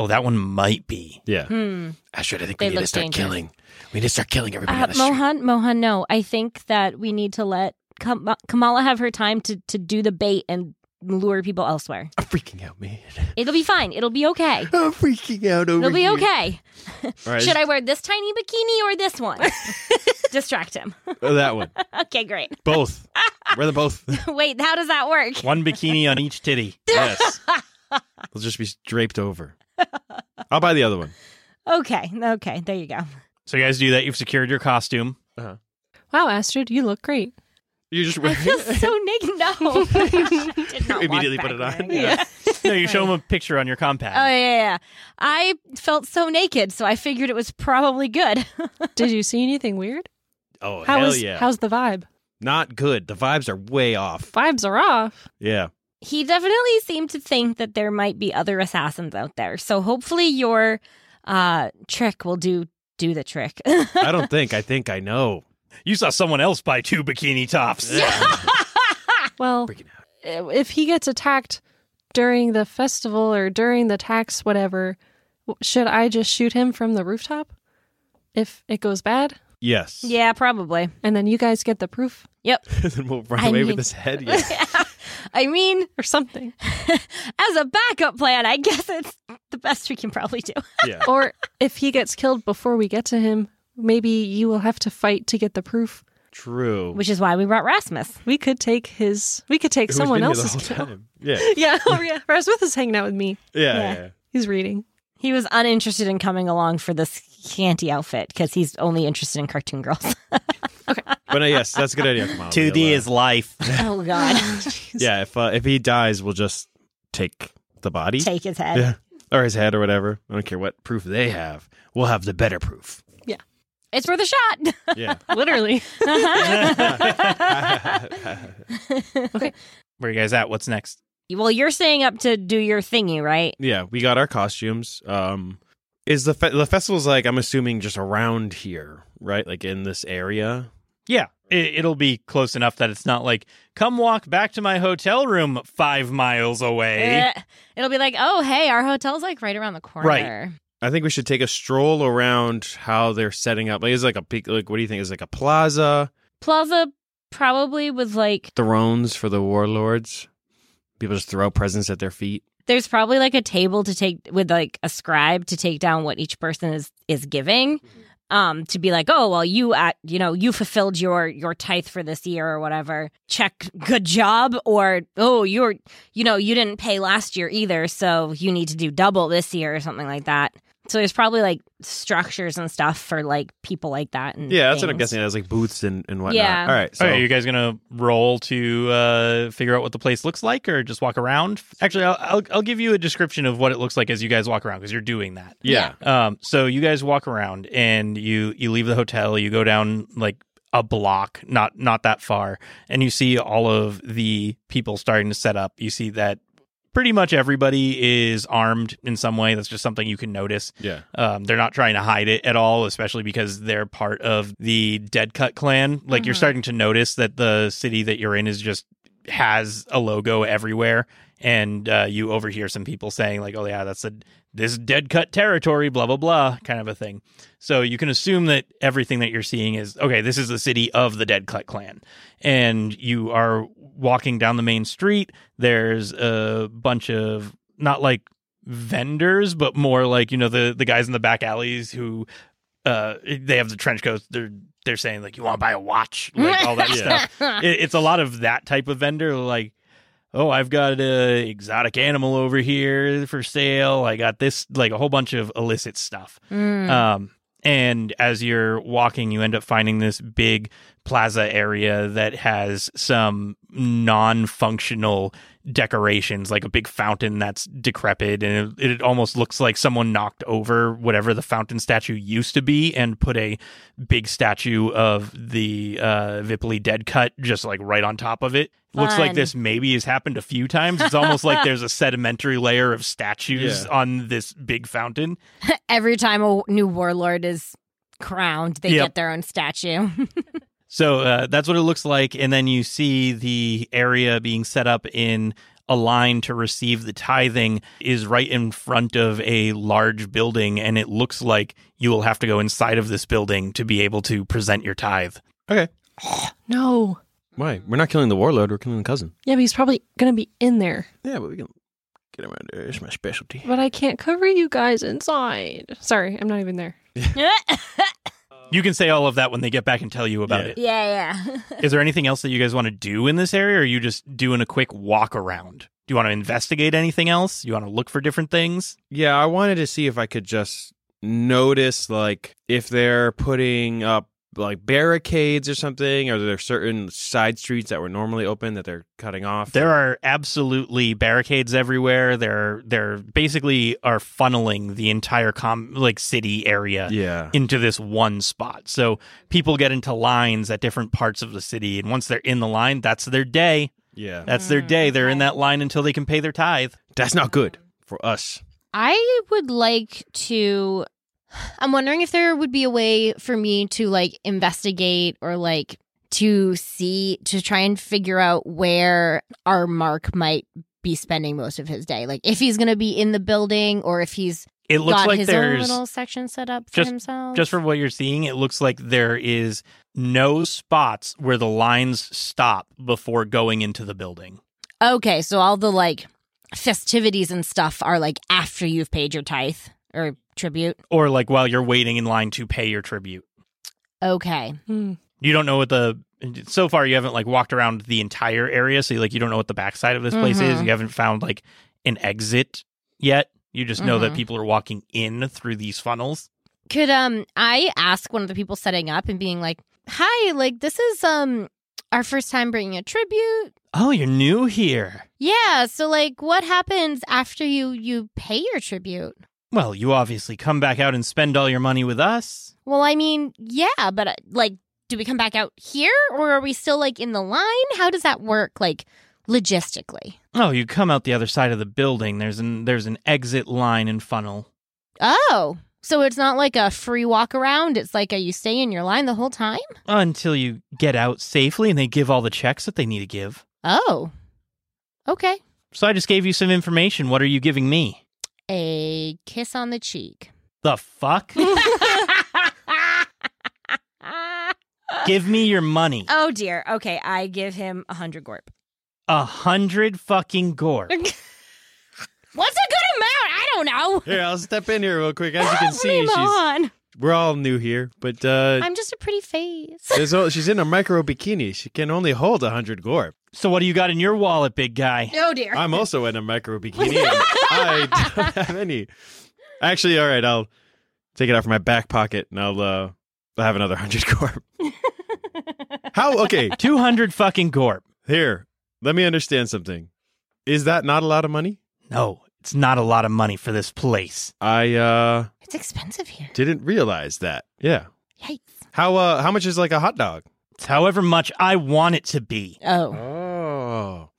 C: oh, that one might be.
A: Yeah.
B: Hmm.
A: Astrid, I think
B: They
A: we need to
B: look
A: start
B: dangerous.
A: killing. We need to start killing everybody
B: Uh,
A: on the street.
B: Mohan, Mohan, no. I think that we need to let Kam- Kamala have her time to, to do the bait and lure people elsewhere.
A: I'm freaking out, man.
B: It'll be fine. It'll be okay.
A: I'm freaking out over
B: It'll be
A: here.
B: okay.
A: All right,
B: Should I wear this tiny bikini or this one? Distract him.
A: oh, that one.
B: Okay, great.
A: Both. We're the both.
B: Wait, how does that work?
C: One bikini on each titty.
A: yes. They'll just be draped over. I'll buy the other one.
B: Okay, okay, there you go.
C: So you guys do that. You've secured your costume.
D: Wow, Astrid, you look great.
A: You just
B: I
A: wear
B: feel so naked. No, I did not walk
A: Immediately put it
B: back
A: on.
B: there.
A: Yeah.
C: No, you show them a picture on your compact.
B: Oh yeah, yeah, yeah. I felt so naked, so I figured it was probably good.
D: Did you see anything weird?
A: Oh,
D: How
A: hell
D: is-
A: yeah.
D: How's the vibe?
A: Not good. The vibes are way off.
D: Vibes are off.
A: Yeah.
B: he definitely seemed to think that there might be other assassins out there. So hopefully your uh, trick will do do the trick.
A: I don't think. I think I know.
C: You saw someone else buy two bikini tops.
D: Well, eh,
A: Freaking out.
D: if he gets attacked during the festival or during the tax, whatever, w- should I just shoot him from the rooftop if it goes bad?
A: Yes.
B: yeah, probably.
D: And then you guys get the proof
B: Yep.
A: then we'll run
B: I
A: away
B: mean-
A: with this head. Yeah.
B: I mean,
D: or something.
B: as a backup plan, I guess it's the best we can probably do.
A: yeah.
D: or if he gets killed before we get to him, maybe you will have to fight to get the proof.
A: True.
B: Which is why we brought Rasmus.
D: We could take his. We could take
A: Who's
D: someone
A: been here the
D: else's.
A: whole
D: kill.
A: time. Yeah.
D: Yeah, oh yeah. Rasmuth is hanging out with me.
A: Yeah.
B: Yeah.
A: yeah, yeah.
D: He's reading.
B: He was uninterested in coming along for this scanty outfit because he's only interested in cartoon girls.
A: But uh, yes, that's a good idea. Kamala.
C: Two D
A: We'll, uh,
C: is life.
B: oh God,
A: Yeah, if uh, if he dies, we'll just take the body
B: take his head.
A: Yeah. or his head or whatever. I don't care what proof they have. We'll have the better proof.
B: It's worth a shot.
A: Yeah.
D: Literally.
C: Where you guys at? What's next?
B: well, you're staying up to do your thingy, right?
A: yeah, we got our costumes. Um is the fe- the festival's like I'm assuming just around here, right? Like in this area.
C: Yeah, it, it'll be close enough that it's not like come walk back to my hotel room five miles away.
B: Eh, it'll be like, oh, hey, our hotel's like right around the corner.
C: Right.
A: I think we should take a stroll around how they're setting up. Like is it like a peak like what do you think? Is it like a plaza?
B: Plaza probably was like,
A: Thrones for the warlords. People just throw presents at their feet.
B: there's probably like a table to take with like a scribe to take down what each person is is giving.
A: Mm-hmm.
B: um to be like oh well you at you know you fulfilled your your tithe for this year or whatever check good job or oh you're you know you didn't pay last year either so you need to do double this year or something like that so there's probably like structures and stuff for like people like that and
A: Yeah, that's what I'm
B: things.
A: guessing. It has like booths and, and whatnot.
B: Yeah.
A: All right. So
C: All right, you guys gonna roll to uh, figure out what the place looks like, or just walk around? Actually, I'll, I'll I'll give you a description of what it looks like as you guys walk around because you're doing that.
A: yeah.
C: Um, so you guys walk around and you you leave the hotel. You go down like a block, not not that far, and you see all of the people starting to set up. You see that pretty much everybody is armed in some way. That's just something you can notice.
A: Yeah.
C: Um, they're not trying to hide it at all, especially because they're part of the Dead Cut clan. Like you're
B: Mhm.
C: starting to notice that the city that you're in is just has a logo everywhere, and uh, you overhear some people saying like, "Oh yeah, that's a this Dead Cut territory," blah blah blah, kind of a thing. So you can assume that everything that you're seeing is okay. This is the city of the Dead Cut clan, and you are walking down the main street. There's a bunch of not like vendors, but more like you know the the guys in the back alleys who uh they have the trench coats. They're they're saying like you want to buy a watch, like all that stuff. It, it's a lot of that type of vendor like. Oh, I've got a exotic animal over here for sale. I got this, like a whole bunch of illicit stuff.
B: Mm.
C: Um, and as you're walking, you end up finding this big plaza area that has some non functional decorations, like a big fountain that's decrepit. And it, it almost looks like someone knocked over whatever the fountain statue used to be and put a big statue of the uh, Vipley dead cut just like right on top of it. Looks like
B: Fun.
C: this maybe has happened a few times. It's almost like there's a sedimentary layer of statues
A: Yeah.
C: on this big fountain.
B: every time a new warlord is crowned they
C: Yep.
B: get their own statue
C: So uh, that's what it looks like. And then you see the area being set up in a line to receive the tithing is right in front of a large building. And it looks like you will have to go inside of this building to be able to present your tithe.
A: Okay.
D: No.
A: Why? We're not killing the warlord. We're killing the cousin.
D: Yeah, but he's probably going to be in there.
A: Yeah, but we can get him out of there. It's my specialty.
D: But I can't cover you guys inside. Sorry, I'm not even there.
B: yeah
C: You can say all of that when they get back and tell you about
A: Yeah.
C: it.
B: yeah
C: Is there anything else that you guys want to do in this area? Or are you just doing a quick walk around? Do you want to investigate anything else? You want to look for different things?
A: Yeah, I wanted to see if I could just notice like if they're putting up like barricades or something, or there's certain side streets that were normally open that they're cutting off.
C: There are absolutely barricades everywhere. They're they're basically are funneling the entire com like city area
A: Yeah.
C: into this one spot. So people get into lines at different parts of the city, and once they're in the line, that's their day.
A: Yeah.
C: That's
B: Mm,
C: their day. They're in that line until they can pay their tithe.
A: That's not good for us.
B: I would like to. I'm wondering if there would be a way for me to like investigate or like to see to try and figure out where our Mark might be spending most of his day. Like if he's going to be in the building or if he's
C: It looks
B: got
C: like
B: his own
C: there's
B: little section set up for
C: just-
B: himself.
C: just from what you're seeing, it looks like there is no spots where the lines stop before going into the building.
B: okay, so all the like festivities and stuff are like after you've paid your tithe or tribute.
C: Or like while you're waiting in line to pay your tribute.
B: Okay,
D: Hmm.
C: you don't know what the so far you haven't like walked around the entire area so like you don't know what the backside of this place is
B: Mhm.
C: you haven't found like an exit yet you just know that
B: Mhm.
C: people are walking in through these funnels
B: Could um I ask one of the people setting up and being like, "Hi, like this is um our first time bringing a tribute."
C: oh you're new here
B: Yeah, so like what happens after you you pay your tribute?
C: well you obviously come back out and spend all your money with us
B: Well, I mean, yeah, but uh, like do we come back out here or are we still like in the line? How does that work like logistically?
C: oh you come out the other side of the building there's an there's an exit line and funnel
B: Oh, so it's not like a free walk around. It's like a, you stay in your line the whole time?
C: until you get out safely and they give all the checks that they need to give
B: Oh. Okay.
C: so i just gave you some information what are you giving me
B: A kiss on the cheek.
C: the fuck give me your money
B: Oh dear. Okay, I give him a hundred gorp.
C: A hundred fucking gore.
B: What's a good amount? I don't know.
A: Here, I'll step in here real quick. As
B: Leave him on.
A: We're all new here, but uh,
B: I'm just a pretty face.
A: there's o- she's in a micro bikini. She can only hold hundred gore.
C: So what do you got in your wallet, big guy?
B: Oh dear.
A: I'm also in a micro bikini. and I don't have any. Actually, all right, I'll take it out from my back pocket and I'll uh, I'll have another hundred gore. How? Okay,
C: Two hundred fucking gorp.
A: here. Let me understand something. Is that not a lot of money?
C: No, it's not a lot of money for this place.
A: I uh
B: It's expensive here.
A: didn't realize that. Yeah.
B: Yikes.
A: How uh how much is like a hot dog?
C: It's however much I want it to be.
B: Oh.
A: Oh.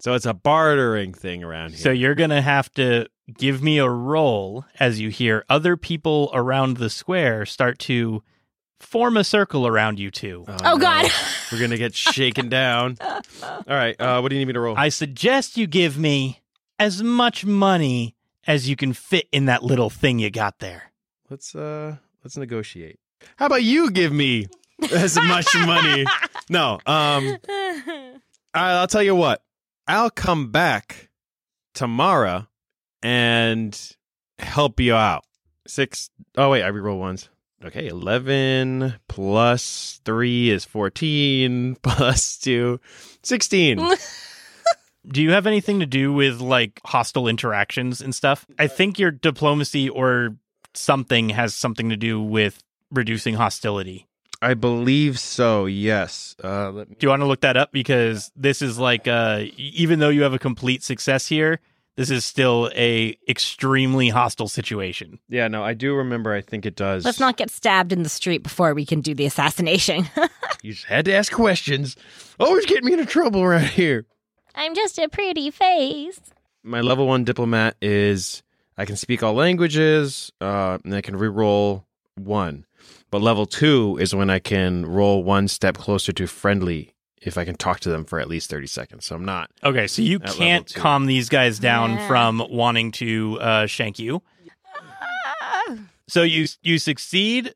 A: So it's a bartering thing around here.
C: So you're gonna have to give me a roll as you hear other people around the square start to form a circle around you two.
B: Oh,
A: no.
B: God.
A: We're gonna get shaken down. All right. Uh what do you need me to roll?
C: I suggest you give me as much money as you can fit in that little thing you got there.
A: let's uh let's negotiate. How about you give me as much money? No. Um I, I'll tell you what. I'll come back tomorrow and help you out. Six oh wait, I reroll ones. Okay, eleven plus three is fourteen plus two. Sixteen.
C: Do you have anything to do with like hostile interactions and stuff? I think your diplomacy or something has something to do with reducing hostility.
A: I believe so, yes. Uh let me
C: Do you want to look that up? Because this is like, uh, even though you have a complete success here, this is still a extremely hostile situation.
A: Yeah, no, I do remember I think it does.
B: Let's not get stabbed in the street before we can do the assassination.
A: you just had to ask questions. Always getting me into trouble around here.
G: I'm just a pretty face.
A: my level one diplomat is I can speak all languages, uh, and I can re-roll one. But level two is when I can roll one step closer to friendly if I can talk to them for at least thirty seconds. So I'm not.
C: Okay, so you
A: At level
C: can't
A: two.
C: calm these guys down
B: Yeah.
C: from wanting to uh, shank you.
B: Ah.
C: So you you succeed.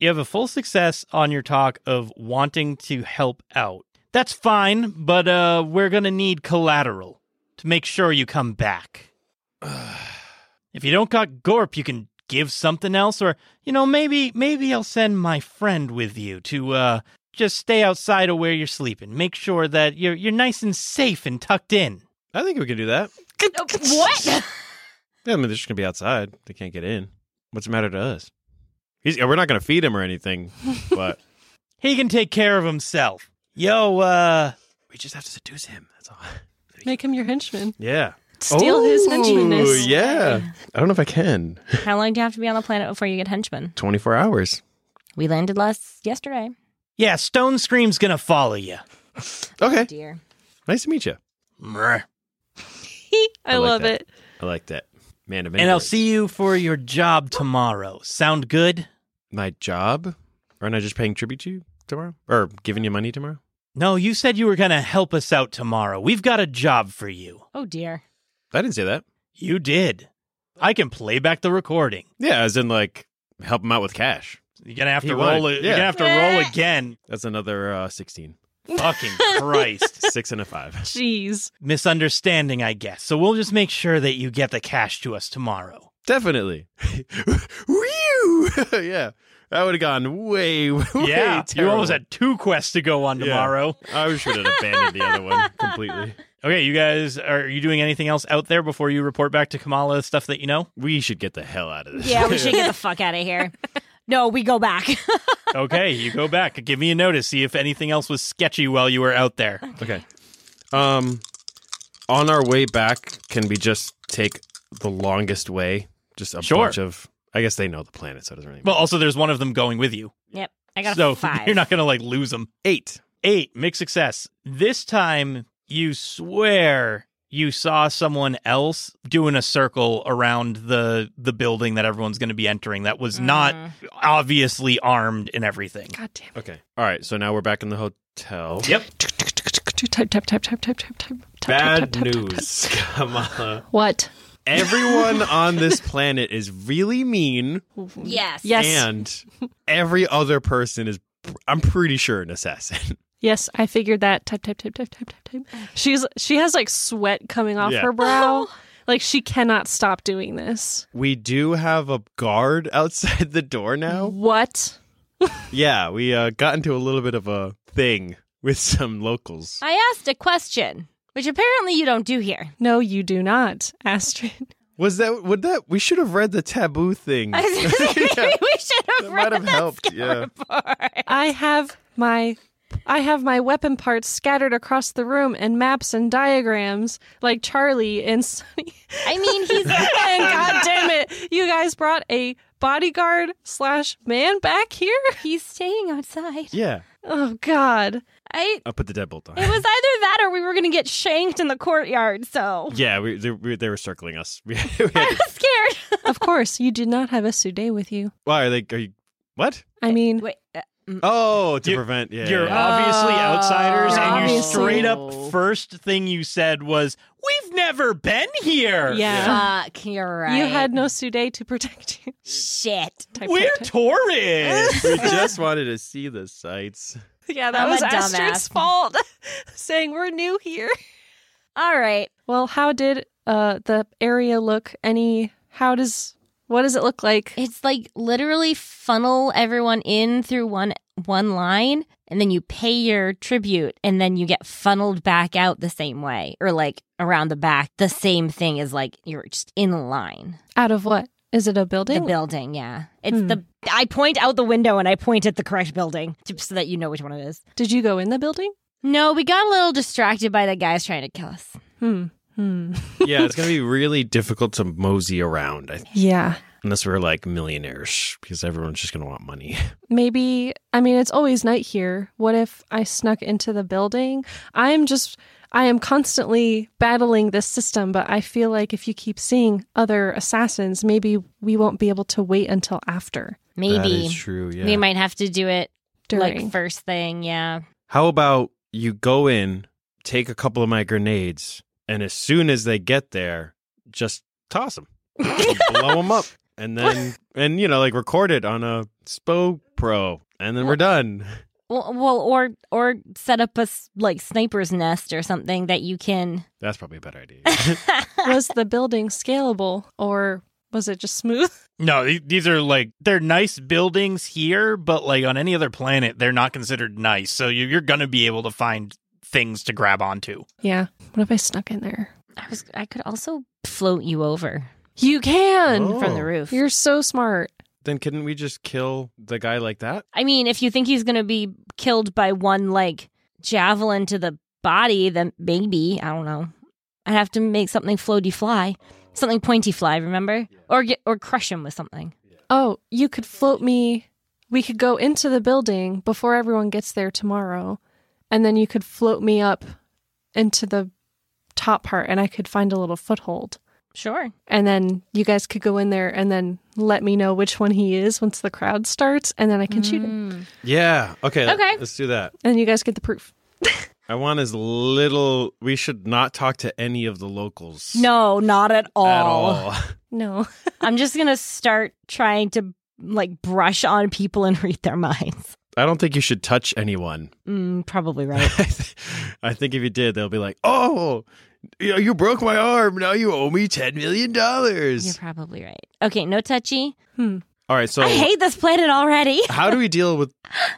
C: You have a full success on your talk of wanting to help out. That's fine, but uh, we're gonna need collateral to make sure you come back. if you don't got Gorp, you can give something else, or you know maybe maybe I'll send my friend with you to uh, just stay outside of where you're sleeping. Make sure that you're you're nice and safe and tucked in.
A: I think we can do that.
B: what?
A: Yeah, I mean they're just gonna be outside. They can't get in. What's the matter to us? He's, we're not gonna feed him or anything, but
C: He can take care of himself. Yo, uh,
A: we just have to seduce him. That's all.
D: Make him your henchman.
A: Yeah.
D: Steal his
A: Ooh,
D: henchmanness.
A: yeah. I don't know if I can.
B: How long do you have to be on the planet before you get henchmen?
A: Twenty four hours.
B: We landed last yesterday.
C: yeah, Stone Scream's gonna follow you.
A: Okay.
B: Dear.
A: Nice to meet you.
D: I,
A: I like
D: love
A: that.
D: it.
A: I like that. Man of many
C: And I'll
A: words.
C: see you for your job tomorrow. Sound good?
A: my job? Aren't I just paying tribute to you tomorrow? Or giving you money tomorrow?
C: No, you said you were gonna help us out tomorrow. We've got a job for you.
B: Oh dear.
A: I didn't say that.
C: You did. I can play back the recording.
A: Yeah, as in like help him out with cash.
C: You're gonna have to
A: He
C: roll.
A: won.
C: a-
A: Yeah.
C: You're gonna have to roll again.
A: That's another uh, 16.
C: Fucking Christ.
A: Six and a five.
D: Jeez.
C: Misunderstanding, I guess. So we'll just make sure that you get the cash to us tomorrow.
A: Definitely. Whew! yeah. That would have gone way, way
C: yeah, you
A: terrible.
C: almost had two quests to go on
A: Yeah.
C: tomorrow.
A: I should have abandoned the other one completely.
C: Okay, you guys, are you doing anything else out there before you report back to Kamala stuff that you know?
A: We should get the hell out of this.
B: Yeah, we should get the fuck out of here. No, we go back.
C: Okay, you go back. Give me a notice. See if anything else was sketchy while you were out there.
A: Okay. Um, on our way back, can we just take the longest way? Just a
C: Sure.
A: bunch of. I guess they know the planet, so it doesn't really matter.
C: Well, also, there's one of them going with you.
B: yep. I got
C: so
B: a five.
C: you're not going to like lose them.
A: Eight.
C: Eight, mixed success. This time, you swear you saw someone else doing a circle around the the building that everyone's going to be entering that was not
B: Mm.
C: obviously armed and everything.
D: God damn it.
A: Okay. All right. So now we're back in the hotel.
C: Yep.
D: Type, type, type, type, type, type, type. type, type, type,
A: Bad
D: type, type, type.
A: news, Kamala.
D: What?
A: Everyone on this planet is really mean,
B: Yes.
D: Yes.
A: and every other person is, I'm pretty sure, an assassin.
D: Yes, I figured that. Type, type, type, type, type, type, type. She's she has like sweat coming off
A: Yeah.
D: her brow. Like she cannot stop doing this.
A: We do have a guard outside the door now.
D: What?
A: Yeah, we uh, got into a little bit of a thing with some locals.
B: I asked a question, which apparently you don't do here.
D: No, you do not, Astrid.
A: Was that would that we should have read the taboo thing?
B: I was gonna say,
A: Yeah.
B: maybe we should have
A: That might
B: read
A: have
B: that
A: helped,
B: skill
A: yeah.
B: report.
D: I have my I have my weapon parts scattered across the room and maps and diagrams like Charlie and Sunny.
B: I mean, he's oh
D: and god damn it, you guys brought a bodyguard slash man back here?
B: he's staying outside.
A: yeah.
D: Oh god.
B: I.
A: I'll put the deadbolt on.
B: It was either that or we were gonna get shanked in the courtyard. So
A: Yeah, we they, we, they were circling us. We, we
B: I'm
A: had,
B: scared.
D: Of course, you did not have a Sude with you.
A: why are they? Are you, what?
D: I mean,
B: Wait, uh,
A: Oh, to
E: You-
A: prevent. Yeah,
E: You're
A: yeah.
E: obviously
B: Oh.
E: outsiders,
B: You're
E: and you
D: obviously-
E: straight up first thing you said was, "We've never been here.
D: yeah.
B: fuck, you're right.
D: You had no Sude to protect you.
B: shit.
D: Type
E: We're
D: type.
E: tourists."
A: we just wanted to see the sights.
D: yeah, that
B: I'm a
D: was Astrid's
B: dumbass.
D: fault. saying we're new here.
B: All right.
D: Well, how did uh the area look? Any how does what does it look like?
B: It's like literally funnel everyone in through one one line and then you pay your tribute and then you get funneled back out the same way or like around the back the same thing is like you're just in line
D: Out of what? Is it a building?
B: the building yeah it's
D: Hmm.
B: the I point out the window and I point at the correct building to, so that you know which one it is
D: Did you go in the building?
B: no we got a little distracted by the guys trying to kill us
D: Hmm. Hmm.
A: Yeah, it's gonna be really difficult to mosey around I,
D: Yeah.
A: unless we're like millionaires because everyone's just gonna want money.
D: Maybe I mean it's always night here. What if I snuck into the building? I'm just I am constantly battling this system, but I feel like if you keep seeing other assassins, maybe we won't be able to wait until after
A: That
B: maybe
A: is true. Yeah.
B: we might have to do it
D: during.
B: like first thing yeah
A: How about you go in, take a couple of my grenades, and as soon as they get there, just toss them, blow them up, and then and you know like record it on a Spo Pro, and then we're done.
B: Well, well, or or set up a s- like sniper's nest or something that you can.
A: That's probably a better idea.
D: was the building scalable or was it just smooth?
E: No, th- these are like they're nice buildings here, but like on any other planet, they're not considered nice. So you- you're gonna be able to find things to grab onto.
D: Yeah. What if I snuck in there?
B: I was. I could also float you over
D: You can.
B: from the
A: Oh.
B: roof.
D: You're so smart.
A: then couldn't we just kill the guy like that?
B: I mean, if you think he's going to be killed by one like javelin to the body, then maybe I don't know. I'd have to make something floaty fly, something pointy fly. Remember, or get or crush him with something.
D: Oh, you could float me. We could go into the building before everyone gets there tomorrow, and then you could float me up into the top part, and I could find a little foothold.
B: Sure.
D: And then you guys could go in there and then let me know which one he is once the crowd starts, and then I can shoot him.
A: Yeah. Okay.
B: Okay.
A: Let's do that.
D: And you guys get the proof.
A: I want as little. We should not talk to any of the locals.
B: No, not at all.
A: At all.
D: No.
B: I'm just going to start trying to like brush on people and read their minds.
A: I don't think you should touch anyone.
B: Mm, probably right.
A: I th- I think if you did, they'll be like, "Oh, you you broke my arm. Now you owe me ten million
B: You're
A: dollars."
B: probably right. Okay, no touchy.
A: All right, so
B: I hate this planet already.
A: how do we deal with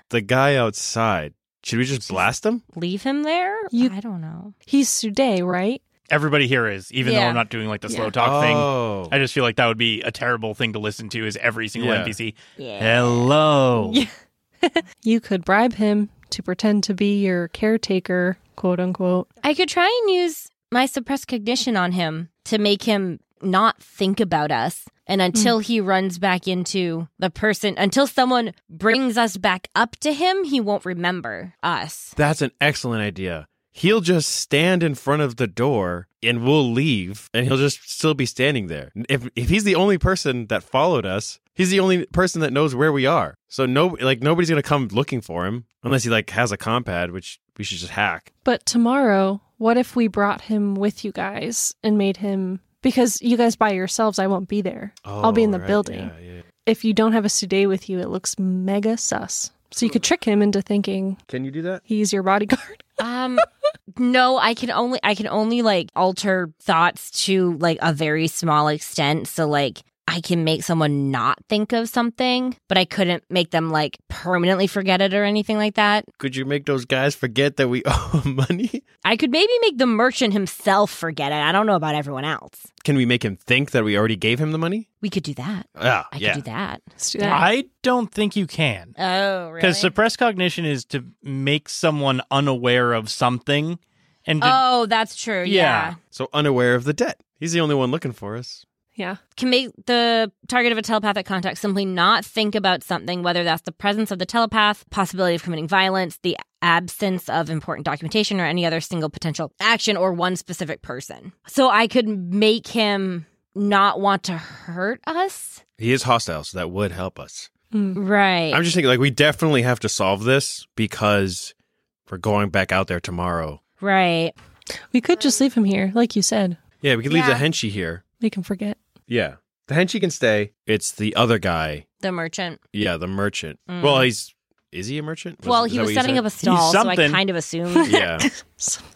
A: the guy outside? Should we just blast him?
B: Leave him there?
D: You-
B: I don't know.
D: He's Sude, right?
E: Everybody here is, even though
B: Yeah.
E: I'm not doing like the
B: Yeah.
E: slow talk thing.
A: oh,
E: I just feel like that would be a terrible thing to listen to. Is every single
A: Yeah.
E: NPC?
B: Yeah.
E: Hello.
B: Yeah.
D: You could bribe him to pretend to be your caretaker, quote unquote.
B: I could try and use my suppressed cognition on him to make him not think about us. And until he runs back into the person, until someone brings us back up to him, he won't remember us.
A: that's an excellent idea. He'll just stand in front of the door, and we'll leave, and he'll just still be standing there. If if he's the only person that followed us, he's the only person that knows where we are. So no, like nobody's gonna come looking for him unless he like has a compad, which we should just hack.
D: But tomorrow, what if we brought him with you guys and made him because you guys by yourselves, I won't be there. I'll be in the
A: Oh, right,
D: building.
A: yeah, yeah.
D: If you don't have a Sude with you, it looks mega sus. So you could trick him into thinking
A: Can you do that?
D: he's your bodyguard.
B: Um no, I can only I can only like alter thoughts to like a very small extent. So like I can make someone not think of something, but I couldn't make them like permanently forget it or anything like that.
A: Could you make those guys forget that we owe 'em money?
B: I could maybe make the merchant himself forget it. I don't know about everyone else.
A: Can we make him think that we already gave him the money?
B: We could do that.
A: Ah,
B: I
A: yeah.
B: could do that.
D: Let's do that.
C: I don't think you can.
B: Oh, really?
C: Because suppressed cognition is to make someone unaware of something and to
B: oh, that's true.
C: Yeah.
B: Yeah.
A: So unaware of the debt. He's the only one looking for us.
D: Yeah.
B: Can make the target of a telepathic contact simply not think about something, whether that's the presence of the telepath, possibility of committing violence, the absence of important documentation, or any other single potential action or one specific person. So I could make him not want to hurt us.
A: He is hostile, so that would help us.
B: Right.
A: I'm just thinking, like, we definitely have to solve this because we're going back out there tomorrow.
B: right.
D: We could just leave him here, like you said.
A: Yeah, we could leave the
B: Yeah.
A: henchy here.
D: Make him forget.
A: Yeah. The henchy can stay. It's the other guy.
B: The merchant.
A: Yeah, the merchant.
B: Mm.
A: Well, he's. Is he a merchant?
B: well, he was setting up a stall, so I
C: something.
B: kind of assumed.
A: Yeah.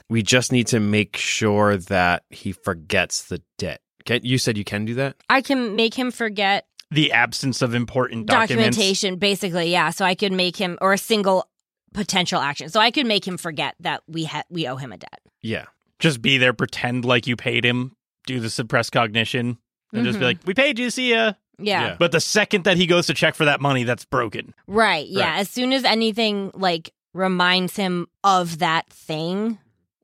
A: we just need to make sure that he forgets the debt. Can, you said you can do that?
B: I can make him forget
C: the absence of important documents.
B: documentation basically yeah so i could make him or a single potential action so i could make him forget that we ha- we owe him a debt
A: Yeah.
C: Just be there, pretend like you paid him, do the suppressed cognition, and just be
B: Mhm.
C: like, we paid you, see ya.
B: yeah,
A: Yeah.
C: But the second that he goes to check for that money, that's broken.
B: right yeah
A: Right.
B: as soon as anything like reminds him of that thing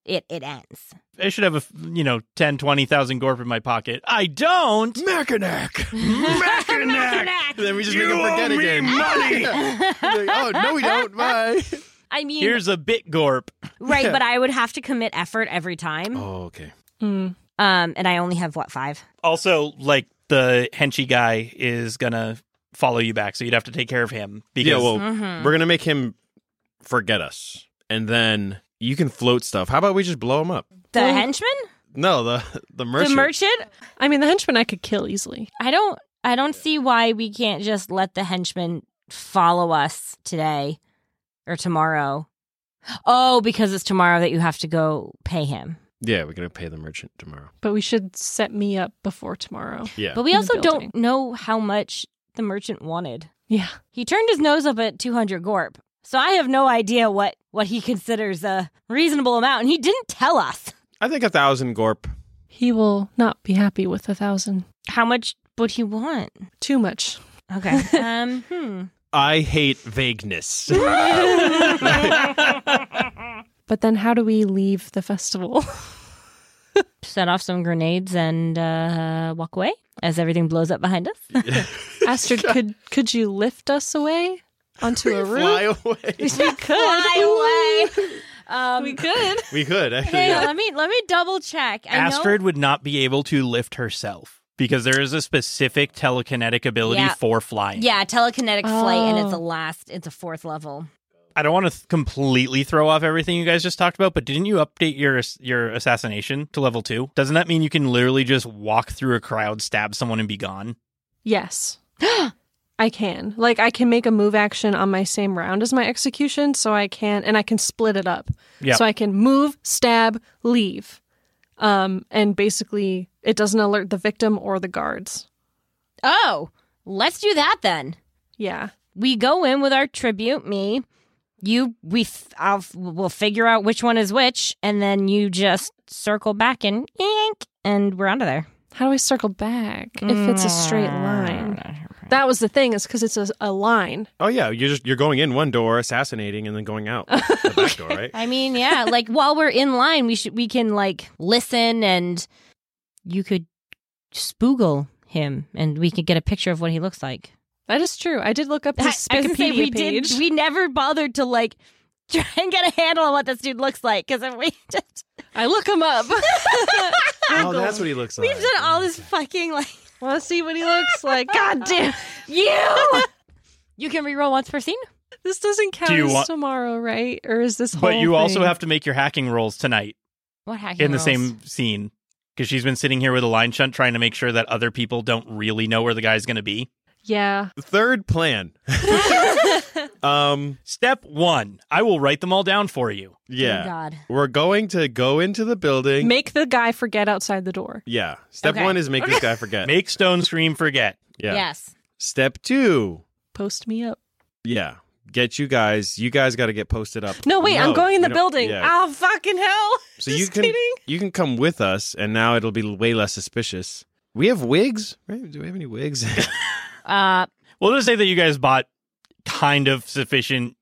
B: it it ends
C: I should have a, f- you know, 10, 20,000 gorp in my pocket. I don't.
A: Mackinac!
B: Mackinac!
A: then we just
C: You
A: make him forget
C: owe me
A: again. Like, oh, no, we don't. Bye.
B: i mean
C: Here's a bit gorp.
B: right but i would have to commit effort every time
A: Oh, okay.
D: Mm.
B: um and i only have what five
C: Also, like, the henchy guy is going to follow you back, so you'd have to take care of him. Because
A: yeah, well,
B: Mhm.
A: we're going to make him forget us. And then you can float stuff. How about we just blow him up?
B: the
D: Well,
B: henchman
A: No, the the merchant.
B: the merchant
D: I mean, the henchman I could kill easily.
B: I don't I don't see why we can't just let the henchmen follow us today or tomorrow. Oh, because it's tomorrow that you have to go pay him.
A: yeah, we're going to pay the merchant tomorrow.
D: But we should set me up before tomorrow.
A: Yeah.
B: But we
D: In the
B: also
D: building.
B: don't know how much the merchant wanted.
D: Yeah.
B: He turned his nose up at 200 gorp. So I have no idea what what he considers a reasonable amount and he didn't tell us.
A: I think a thousand gorp.
D: He will not be happy with a thousand.
B: How much would he want?
D: Too much.
B: Okay. um hmm.
A: I hate vagueness.
D: But then how do we leave the festival?
B: Set off some grenades and uh, walk away as everything blows up behind us.
D: Astrid, could could you lift us away onto a roof?
A: Fly away.
B: we could fly away. Um,
D: We could.
A: We could actually.
B: Hey,
A: yeah.
B: let me let me double check. I
C: Astrid
B: know.
C: would not be able to lift herself because there is a specific telekinetic ability
B: Yeah.
C: for flying.
B: Yeah, telekinetic flight, and it's
D: Oh.
B: the last. It's a fourth level.
C: I don't want to th- completely throw off everything you guys just talked about, but didn't you update your ass- your assassination to level 2? Doesn't that mean you can literally just walk through a crowd, stab someone and be gone?
D: Yes. I can. Like I can make a move action on my same round as my execution, so I can and I can split it up.
C: Yeah.
D: So I can move, stab, leave. Um and basically it doesn't alert the victim or the guards.
B: Oh, let's do that then.
D: Yeah.
B: We go in with our tribute. Me, you. We. F- I'll. f- We'll figure out which one is which, and then you just circle back and yank, and we're onto there.
D: How do I circle back if it's a straight line? That was the thing is cuz it's a, a line.
A: Oh yeah, you're just you're going in one door, assassinating, and then going out the back door, right?
B: I mean, yeah. like while we're in line, we should we can like listen, and you could spoogle him, and we could get a picture of what he looks like.
D: That is true. I did look up
B: I,
D: his
B: I can say
D: Wikipedia
B: we
D: page.
B: did. We never bothered to like try and get a handle on what this dude looks like because we just
D: I look him up.
A: Oh, that's what he looks like.
B: we've done all this fucking like
D: Want to see what he looks like? God damn.
B: you. you can reroll once per scene.
D: This doesn't count
C: you
D: as
C: want-
D: tomorrow, right? Or is this whole
C: But you also
D: thing-
C: have to make your hacking rolls tonight
B: What hacking
C: in the
B: rolls?
C: same scene because she's been sitting here with a line shunt trying to make sure that other people don't really know where the guy's going to be.
D: Yeah.
A: Third plan. um,
C: Step one I will write them all down for you.
A: yeah.
B: Oh, God.
A: We're going to go into the building.
D: Make the guy forget outside the door.
A: yeah. Step
B: Okay.
A: one is make this guy forget.
C: Make Stone Scream forget.
A: yeah.
B: Yes.
A: Step two.
D: Post me up.
A: Yeah. Get you guys. You guys got to get posted up.
D: No, wait, I'm going in
A: you
D: the
A: know-
D: building.
A: yeah.
D: Oh, fucking hell.
A: So
D: Just
A: you can
D: kidding.
A: you can come with us, and now it'll be way less suspicious. We have wigs, right? Do we have any wigs?
B: Uh,
C: We'll just say that you guys bought kind of sufficient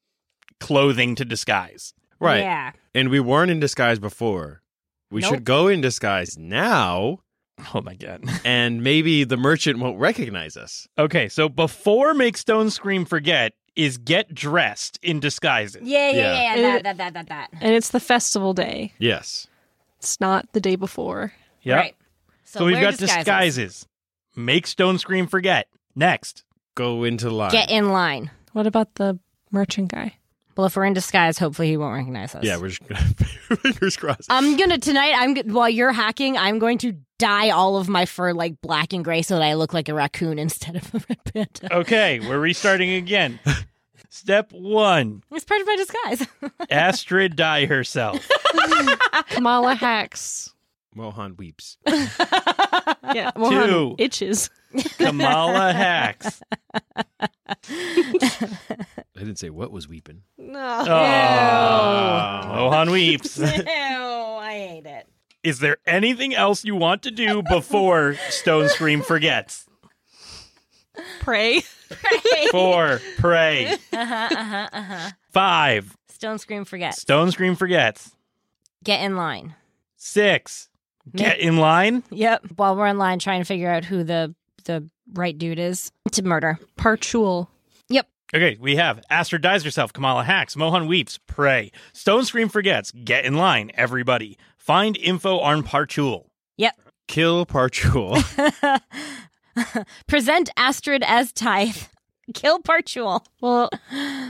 C: clothing to disguise.
A: right.
B: Yeah.
A: And we weren't in disguise before. We
B: Nope.
A: should go in disguise now,
C: Oh my god.
A: and maybe the merchant won't recognize us.
C: Okay, so before Make Stone Scream forget is get dressed in disguises.
B: Yeah, yeah,
A: Yeah.
B: yeah.
D: It-
B: that, that, that, that, that.
D: And it's the festival day.
A: Yes.
D: It's not the day before.
C: Yep.
B: Right.
C: So, we've
B: wear
C: got
B: disguises.
C: disguises. Make Stone Scream forget. Next.
A: Go into line.
B: Get in line.
D: What about the merchant guy?
B: Well, if we're in disguise, hopefully he won't recognize us. Uh,
A: Yeah, we're just gonna fingers crossed.
B: I'm gonna tonight. I'm g- while you're hacking, I'm going to dye all of my fur like black and gray so that I look like a raccoon instead of a red panda.
C: Okay, we're restarting again. Step one
B: It's part of my disguise.
C: Astrid die herself.
D: Kamala Hacks.
A: Mohan weeps.
D: Yeah. Mohan
C: Two.
D: Itches.
C: Kamala hacks.
A: I didn't say what was weeping.
C: Oh,
D: No.
C: Mohan weeps.
B: I hate it.
C: Is there anything else you want to do before Stone Scream forgets?
D: Pray.
C: Four, pray.
B: Uh huh. Uh huh. Uh huh.
C: Five,
B: Stone scream. Forget.
C: Stone Scream forgets.
B: Get in line.
C: Six, get in line.
B: Yep. While we're in line, trying to figure out who the the right dude is to murder.
D: Parchul.
C: Okay, we have Astrid dies herself, Kamala hacks, Mohan weeps, pray. Stone Scream forgets, get in line, everybody. Find info on Parchul.
A: Kill Parchul.
B: Present Astrid as tithe. Kill Parchul.
D: Well,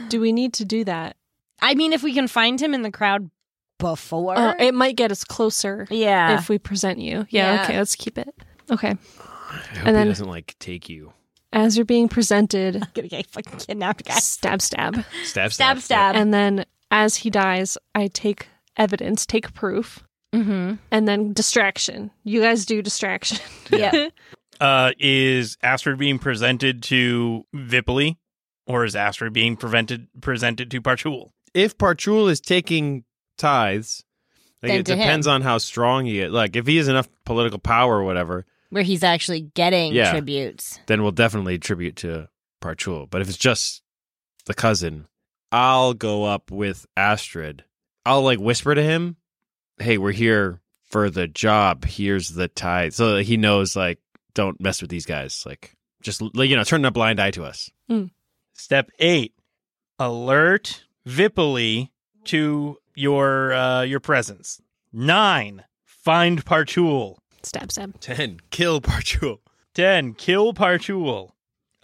D: do we need to do that?
B: I mean, if we can find him in the crowd before,
D: Uh, it might get us closer
B: yeah,
D: if we present you. Yeah,
B: Yeah.
D: Okay. Let's keep it. Okay.
A: I hope
D: And then-
A: he doesn't like take you.
D: As you're being presented,
B: gonna get fucking kidnapped, guys.
D: stab, stab.
A: Stab,
B: Stab,
A: stab,
B: stab.
D: And then as he dies, I take evidence, take proof,
B: Mm-hmm.
D: and then distraction. You guys do distraction.
B: Yeah.
C: Uh, is Astrid being presented to Vipoli, or is Astrid being prevented presented to Parchul?
A: If Parchul is taking tithes, like
B: Then
A: it
B: to him.
A: depends on how strong he is. Like if he has enough political power or whatever,
B: Where he's actually getting
A: Yeah.
B: tributes.
A: then we'll definitely attribute to Parchul. But if it's just the cousin, I'll go up with Astrid. I'll like whisper to him, "Hey, we're here for the job. Here's the tithe," so that he knows like don't mess with these guys. Like just like, you know, turn a blind eye to us.
C: Step eight: alert Vipoli to your uh, your presence. Nine: find Parchul.
D: stab, stab.
A: Ten, kill Parchul.
C: Ten: kill Parchul.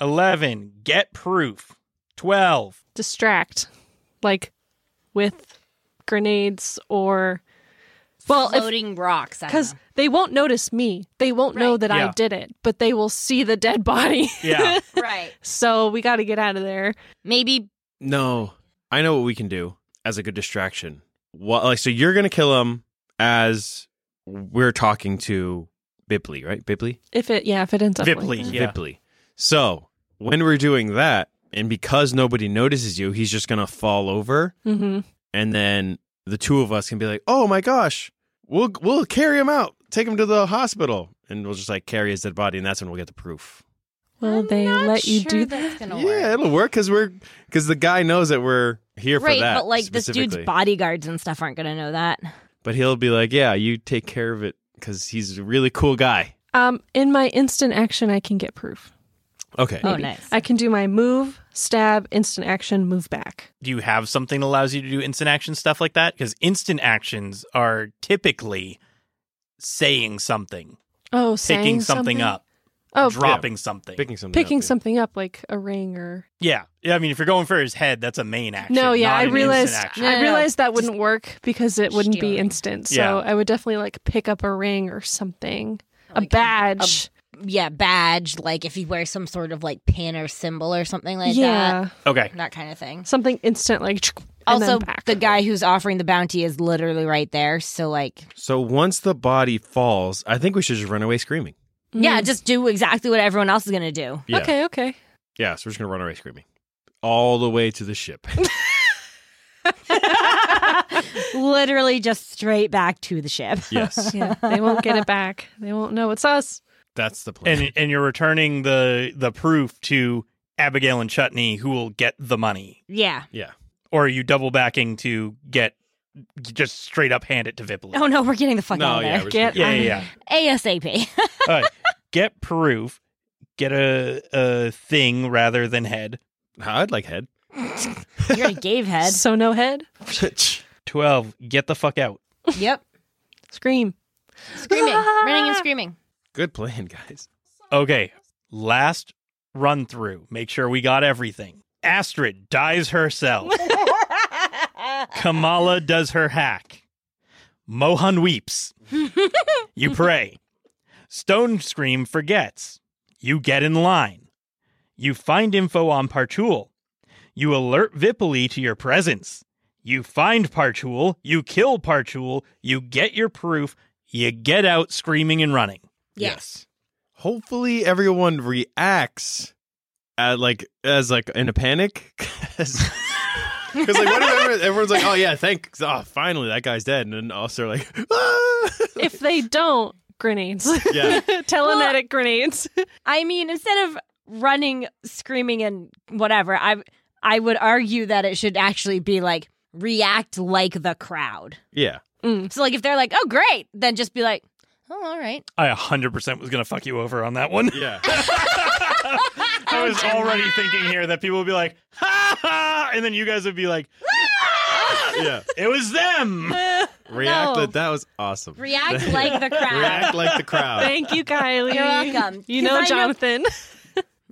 C: Eleven: get proof. Twelve.
D: Distract. Like with grenades or. Well, if
B: Floating rocks. I don't
D: because
B: know.
D: they won't notice me. They won't know
B: Right.
D: that I
C: Yeah.
D: did it, but they will see the dead body.
C: Yeah.
B: right,
D: so we got to get out of there.
B: maybe
A: No, I know what we can do as a good distraction. What, like, so you're gonna kill him as we're talking to Bipley, right? Bipley,
D: If it, yeah, if it ends up
C: Vipley,
D: like that.
C: Yeah.
A: Bipley. So when we're doing that, and because nobody notices you, he's just gonna fall over,
D: Mhm.
A: and then the two of us can be like, "Oh my gosh, we'll we'll carry him out, take him to the hospital." And we'll just like carry his dead body, and that's when we'll get the proof.
D: Will
B: I'm
D: they
B: not
D: let you
B: sure
D: do that?
B: that's gonna
A: yeah,
B: work.
A: it'll work because we're because the guy knows that we're here for
B: Right,
A: that.
B: but like this dude's
A: specifically.
B: bodyguards and stuff aren't gonna know that.
A: but he'll be like, "Yeah, you take care of it," because he's a really cool guy.
D: Um, in my instant action, I can get proof.
A: Okay,
B: Oh,
D: Maybe.
B: nice.
D: I can do my move, stab, instant action, move back.
C: do you have something that allows you to do instant action stuff like that? Because instant actions are typically saying something,
D: Oh,
C: picking something, up,
D: Oh,
C: dropping something.
A: picking something.
D: picking
A: up, yeah.
D: something up like a ring or
C: yeah, yeah. I mean, if you're going for his head, that's a main action.
D: no, yeah.
C: not
D: I
C: an instant
D: realized
C: action.
B: No, no,
D: I
B: no.
D: realized that wouldn't work because it wouldn't be
B: stealing.
D: instant. So
C: Yeah.
D: I would definitely like pick up a ring or something,
B: Like
D: a
B: a-
D: badge,
B: yeah, badge, like if you wear some sort of like pin or symbol or something like
D: yeah,
C: Okay.
B: that. That kind of thing.
D: something instant like. and
B: also,
D: then back.
B: the guy who's offering the bounty is literally right there. So, like,
A: So once the body falls, I think we should just run away screaming.
B: yeah, just do exactly what everyone else is going to do.
A: Yeah.
D: Okay, okay.
A: Yeah, so we're just gonna run away screaming. All the way to the ship.
B: literally just straight back to the ship.
A: yes.
D: Yeah, they won't get it back. They won't know it's us.
A: That's the plan.
C: And and you're returning the the proof to Abigail and Chutney, who will get the money,
B: Yeah.
A: yeah.
C: or are you double backing to get just straight up hand it to Vipley?
B: Oh, no, Um, we're getting the fuck
A: No,
B: out of
A: yeah,
B: there.
A: we're just
D: Get
A: gonna-
C: Yeah, yeah, yeah.
B: ASAP.
C: All right. Get proof. Get a a thing rather than head.
A: I'd like head.
B: you already gave head.
D: So no head.
C: Twelve. Get the fuck out.
B: yep.
D: Scream.
B: Screaming. Running and screaming.
A: Good plan, guys.
C: Okay. Last run through. Make sure we got everything. Astrid dies herself. Kamala does her hack. Mohan weeps. you pray. Stone Scream forgets. You get in line. You find info on Parchul. You alert Vipoli to your presence. You find Parchul. You kill Parchul. You get your proof. You get out screaming and running.
B: Yes.
A: Hopefully everyone reacts at like as like in a panic. Because like what if everyone- everyone's like, oh yeah, thank oh finally that guy's dead, and then also like ah!
D: If they don't, grenades.
A: Yeah.
D: Telenetic grenades.
B: I mean, instead of running, screaming, and whatever, I I would argue that it should actually be like react like the crowd.
A: Yeah.
B: So like if they're like, "Oh, great," then just be like, "Oh, all right."
C: I 100% was going to fuck you over on that one.
A: Yeah.
C: I was already thinking here that people would be like, ha ha, and then you guys would be like,
A: Yeah.
C: it was them.
A: React
B: No.
A: like that was awesome.
B: React like the crowd.
A: React like the crowd.
D: Thank you, Kylie.
B: You're welcome.
D: You
B: 'Cause I
D: know
B: know-
D: Jonathan.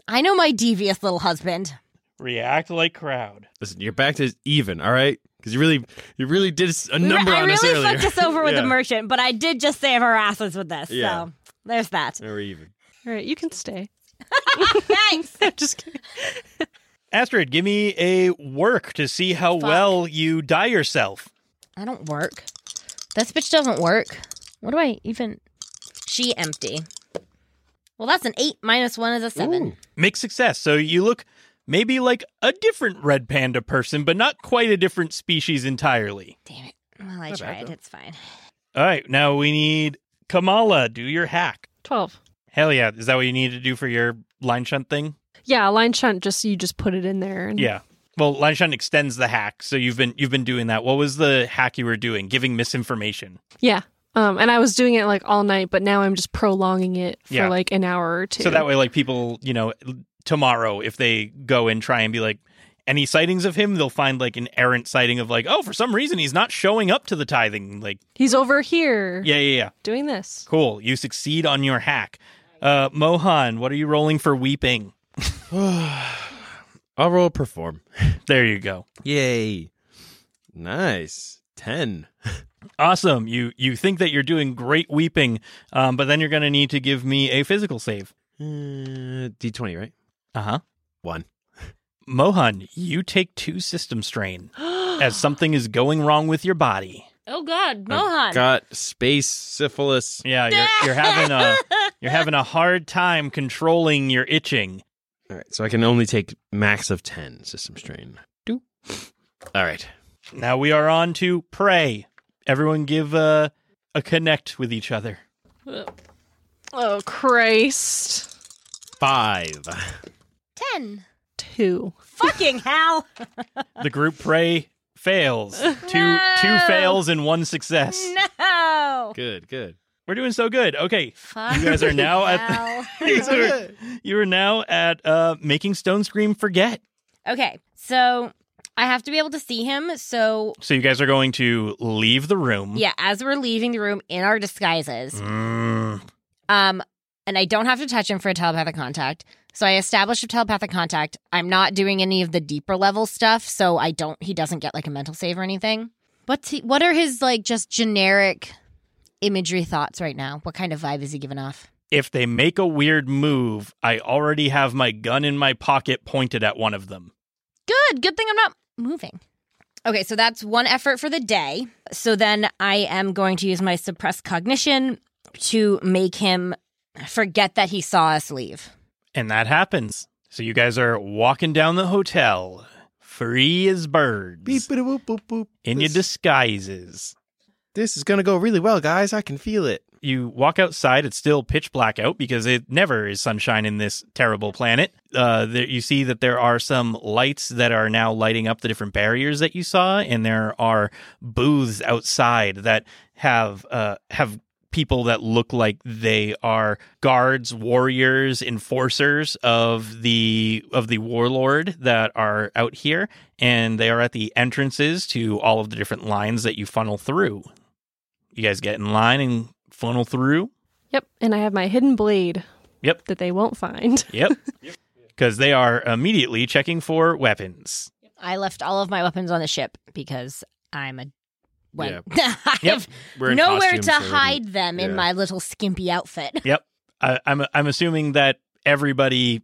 B: I know my devious little husband.
C: React like crowd.
A: Listen, you're back to even, all right? Because you really, you really did s- a number
B: I
A: on us
B: really
A: earlier.
B: fucked us over with
A: Yeah.
B: the merchant, but I did just save our asses with this.
A: Yeah.
B: So there's that.
A: Now we're even.
D: All right, you can stay.
B: Thanks.
D: Just kidding.
C: Astrid, give me a work to see how well you die yourself.
B: I don't work. This bitch doesn't work. What do I even? She empty. Well, that's an eight minus one is a seven.
C: Mixed success. So you look maybe like a different red panda person, but not quite a different species entirely.
B: Damn it. Well, I tried. it's fine.
C: All right, now we need Kamala. Do your hack.
D: 12.
C: Hell yeah. Is that what you need to do for your line shunt thing?
D: Yeah, line shunt, just you just put it in there. And
C: Yeah. Well, line shunt extends the hack, so you've been you've been doing that. What was the hack you were doing? Giving misinformation.
D: Yeah. Um, and I was doing it like all night, but now I'm just prolonging it for
C: Yeah.
D: like an hour or two.
C: So that way, like people, you know, tomorrow if they go and try and be like any sightings of him, they'll find like an errant sighting of like, oh, for some reason he's not showing up to the tithing. Like,
D: he's over here
C: yeah, yeah, yeah.
D: doing this.
C: Cool. You succeed on your hack. Uh, Mohan, what are you rolling for weeping?
A: I'll roll perform.
C: There you go.
A: Yay. Nice. 10.
C: Awesome. You you think that you're doing great weeping, um, but then you're going to need to give me a physical save.
A: Uh, D20, right?
C: Uh huh.
A: One.
C: Mohan, you take two system strain as something is going wrong with your body.
B: Oh God, Mohan.
A: Got space syphilis.
C: Yeah, you're, you're having a you're having a hard time controlling your itching.
A: All right. So I can only take max of 10 system strain. Do. All right.
C: Now we are on to pray. Everyone, give a a connect with each other.
D: Oh, Christ.
A: Five.
B: Ten.
D: Two.
B: Fucking hell.
C: The group pray fails. Two two
B: No.
C: fails and one success.
B: No.
A: Good, good.
C: We're doing so good. Okay,
B: Fuck.
C: you guys are now at
B: hell.
C: the, you are now at uh, making Stone Scream forget.
B: okay, so I have to be able to see him. So
C: So you guys are going to leave the room.
B: yeah, as we're leaving the room in our disguises,
C: Mm.
B: Um, and I don't have to touch him for a telepathic contact. So I establish a telepathic contact. I'm not doing any of the deeper level stuff, so I don't. He doesn't get like a mental save or anything. What's he, what are his like just generic imagery thoughts right now? What kind of vibe is he giving off?
C: If they make a weird move, I already have my gun in my pocket pointed at one of them.
B: Good. Good thing I'm not moving. Okay, so that's one effort for the day. So then I am going to use my suppressed cognition to make him forget that he saw us leave.
C: And that happens. So you guys are walking down the hotel, free as birds,
A: Beep, boop, boop, boop, boop.
C: in your
A: This-
C: disguises.
A: This is gonna go really well, guys. I can feel it.
C: You walk outside. It's still pitch black out because it never is sunshine in this terrible planet. Uh, there, you see that there are some lights that are now lighting up the different barriers that you saw, and there are booths outside that have uh, have people that look like they are guards, warriors, enforcers of the of the warlord that are out here, and they are at the entrances to all of the different lines that you funnel through. You guys get in line and funnel through.
D: Yep. And I have my hidden blade.
C: Yep.
D: That they won't find.
C: Yep. Because they are immediately checking for weapons.
B: I left all of my weapons on the ship because I'm a. Well, I
C: Yep.
B: have
A: We're in
B: nowhere
A: costume,
B: to
A: so it'll be-
B: hide them in
A: yeah.
B: my little skimpy outfit.
C: I, I'm I'm assuming that everybody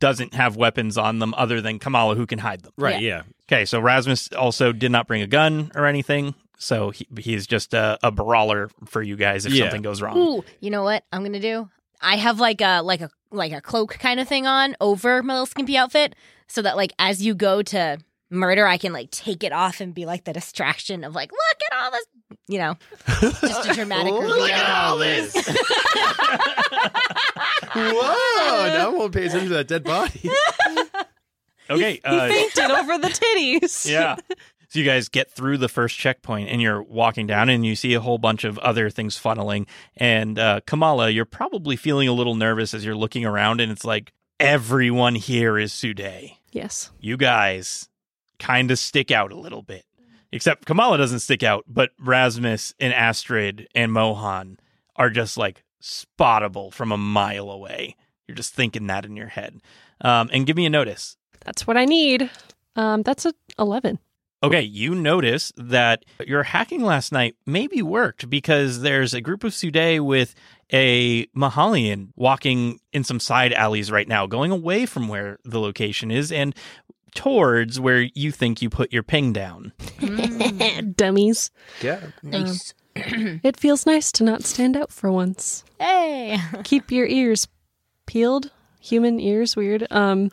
C: doesn't have weapons on them other than Kamala, who can hide them.
A: Right, yeah.
C: Okay, so Rasmus also did not bring a gun or anything, so he, he's just a, a brawler for you guys if
A: Yeah.
C: something goes wrong.
B: Ooh, you know what I'm gonna do? I have like a like a like a cloak kind of thing on over my little skimpy outfit, so that like as you go to murder, I can like take it off and be like the distraction of like, look at all this, you know, just a dramatic reveal.
A: all this. Whoa! Now I won't pay attention to that dead body.
C: Okay, uh,
D: Fainted over the titties.
C: yeah. So you guys get through the first checkpoint and you're walking down and you see a whole bunch of other things funneling. And uh, Kamala, you're probably feeling a little nervous as you're looking around and it's like everyone here is Sude.
D: Yes.
C: You guys kind of stick out a little bit. Except Kamala doesn't stick out, but Rasmus and Astrid and Mohan are just like spottable from a mile away. You're just thinking that in your head. Um, and give me a notice.
D: That's what I need. Um, that's a 11.
C: Okay, you notice that your hacking last night maybe worked because there's a group of Sude with a Mahalian walking in some side alleys right now, going away from where the location is and towards where you think you put your ping down.
D: Dummies. Um,
A: Yeah.
B: Nice.
D: It feels nice to not stand out for once.
B: Hey,
D: Keep your ears peeled, human ears, weird, um,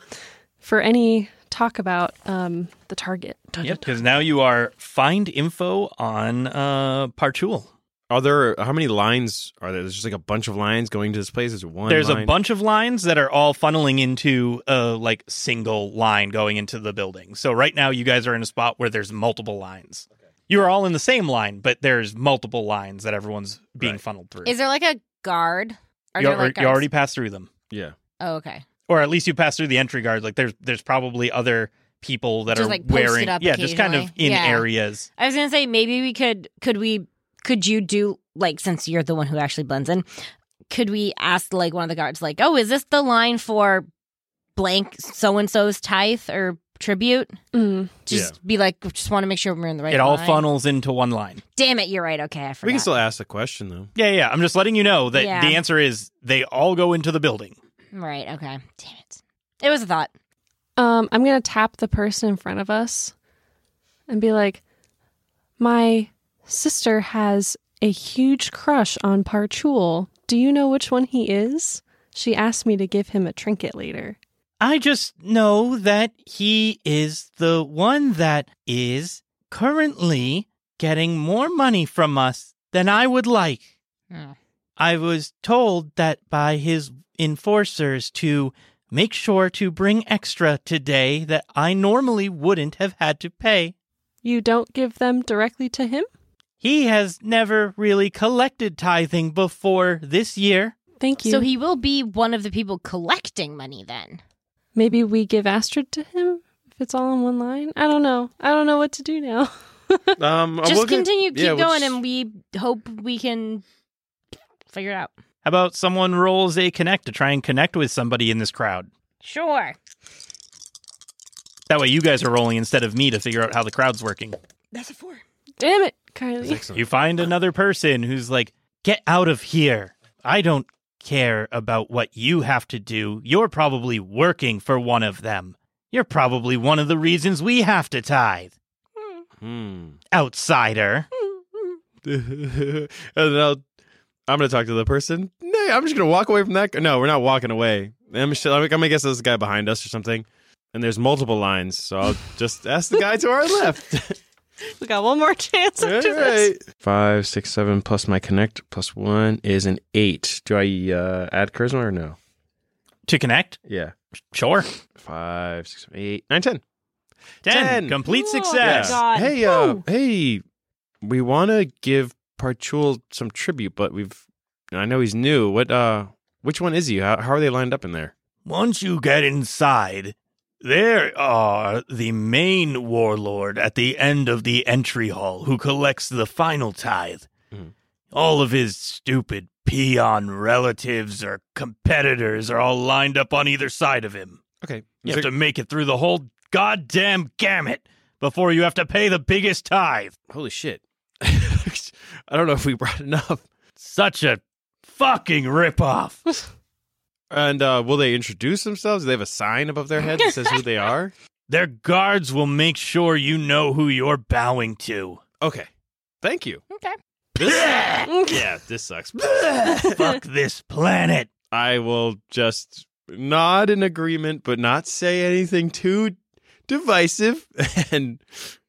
D: for any talk about um, the target. Dun,
C: Yep, because now you are find info on uh, Partul.
A: Are there how many lines are there? There's just like a bunch of lines going to this place. There's one.
C: There's a
A: line?
C: bunch of lines that are all funneling into a like single line going into the building. So right now you guys are in a spot where there's multiple lines. You are all in the same line, but there's multiple lines that everyone's being
A: Right.
C: funneled through.
B: is there like a guard? Are
C: you,
B: there
C: al-
B: like
C: you already
B: guards?
C: passed through them,
A: Yeah.
B: Oh, okay.
C: or at least you passed through the entry guard. Like there's there's probably other people that
B: Just,
C: are
B: like, posted
C: wearing
B: up
C: yeah, just kind of
B: occasionally.
C: in
B: Yeah.
C: areas.
B: I was gonna say maybe we could could we could you do like since you're the one who actually blends in, could we ask like one of the guards like, oh, is this the line for blank so and so's tithe or tribute?
D: dun. Mm.
B: Just be like, just want to make sure we're in the right.
C: it all
B: line.
C: funnels into one line.
B: Damn it, you're right. Okay, I forgot.
A: We can still ask the question though.
C: Yeah, yeah. I'm just letting you know that
B: Yeah.
C: the answer is they all go into the building.
B: right. Okay. Damn it. It was a thought.
D: Um, I'm going to tap the person in front of us and be like, my sister has a huge crush on Parchul. Do you know which one he is? She asked me to give him a trinket later.
C: I just know that he is the one that is currently getting more money from us than I would like.
B: Hmm.
C: I was told that by his enforcers to make sure to bring extra today that I normally wouldn't have had to pay.
D: You don't give them directly to him?
C: He has never really collected tithing before this year.
D: Thank you.
B: So he will be one of the people collecting money then.
D: Maybe we give Astrid to him if it's all in one line. I don't know. I don't know what to do now.
A: Um,
B: just
A: we'll get-
B: continue, keep
A: yeah, we'll
B: going,
A: just-
B: and we hope we can figure it out.
C: How about someone rolls a connect to try and connect with somebody in this crowd?
B: Sure.
C: That way you guys are rolling instead of me to figure out how the crowd's working.
B: That's a four.
D: Damn it,
A: That's
D: Kylie.
A: excellent.
C: You find another person who's like, "Get out of here. I don't care about what you have to do. You're probably working for one of them. You're probably one of the reasons we have to tithe.
A: Hmm.
C: Outsider.
A: and then I'll, I'm going to talk to the person. No, I'm just going to walk away from that. gu- No, we're not walking away. I'm, just, I'm going to guess there's a guy behind us or something. And there's multiple lines, so I'll just ask the guy to our left.
D: We got one more chance
A: All
D: after this.
A: right. Five, six, seven plus my connect plus one is an eight. Do I uh, add charisma or no?
C: To connect?
A: Yeah.
C: Sure.
A: Five, six, seven, eight, nine, ten.
C: Ten.
A: Ten.
C: Complete
D: Oh my
C: success.
D: God.
A: Hey, uh,
D: Woo.
A: hey, we want to give Parchul some tribute, but we've. I know he's new. What? uh Which one is he? How, how are they lined up in there?
C: Once you get inside, there are the main warlord at the end of the entry hall who collects the final tithe.
A: Mhm.
C: All of his stupid peon relatives or competitors are all lined up on either side of him.
A: Okay.
C: You have to make it through the whole goddamn gamut before you have to pay the biggest tithe.
A: Holy shit! I don't know if we brought enough.
C: Such a fucking ripoff.
A: And uh will they introduce themselves? Do they have a sign above their head that says who they are?
C: Their guards will make sure you know who you're bowing to.
A: Okay. Thank you.
B: Okay.
A: This, yeah, this sucks.
C: Fuck this planet.
A: I will just nod in agreement, but not say anything too divisive, and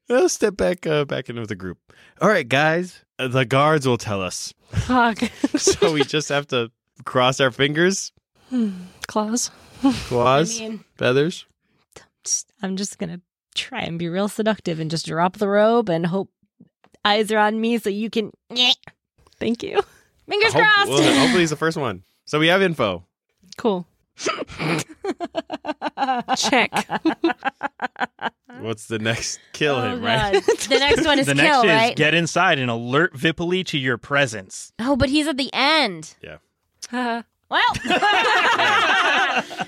A: I'll step back uh, back in with the group. All right, guys, Uh, the guards will tell us,
D: Fuck.
A: so we just have to cross our fingers,
D: Claws.
A: claws,
B: I mean,
A: feathers.
B: just- I'm just going to try and be real seductive and just drop the robe and hope eyes are on me so you can. Nyeh.
D: Thank you.
B: Fingers
A: Hope-
B: crossed.
A: well, hopefully, he's the first one. So we have info.
D: Cool. Check.
A: What's the next? Kill
B: Oh,
A: him, right?
B: God. The next one is
C: the
B: kill,
C: next is
B: right?
C: get inside and alert Vipoli to your presence.
B: oh, but he's at the end.
D: Uh,
B: Well,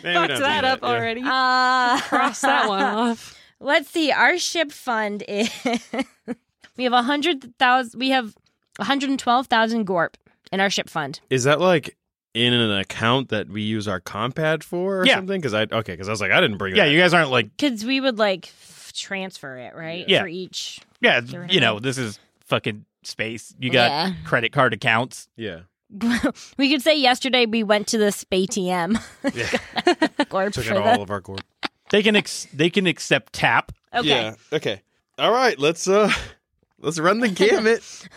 A: Maybe not
D: fucked that,
A: do
D: up
A: yeah.
D: already.
B: uh,
D: Cross that one off.
B: Let's see. Our ship fund is we have a hundred thousand. We have one hundred twelve thousand gorp in our ship fund.
A: Is that like in an account that we use our compad for or
C: Yeah.
A: something? Because I okay, because I was like, I didn't bring.
C: Yeah,
A: that.
C: you guys aren't like,
B: Because we would like f- transfer it, right?
C: Yeah.
B: For each.
C: yeah,
B: Sure.
C: you know, this is fucking space. You got
B: Yeah.
C: credit card accounts.
A: yeah.
B: we could say yesterday we went to this ATM. gorp
A: Took
B: for
A: out all
B: the.
A: of our gourd.
C: They can ex- they can accept tap.
B: Okay.
A: Yeah. Okay. All right. Let's uh, let's run the gamut.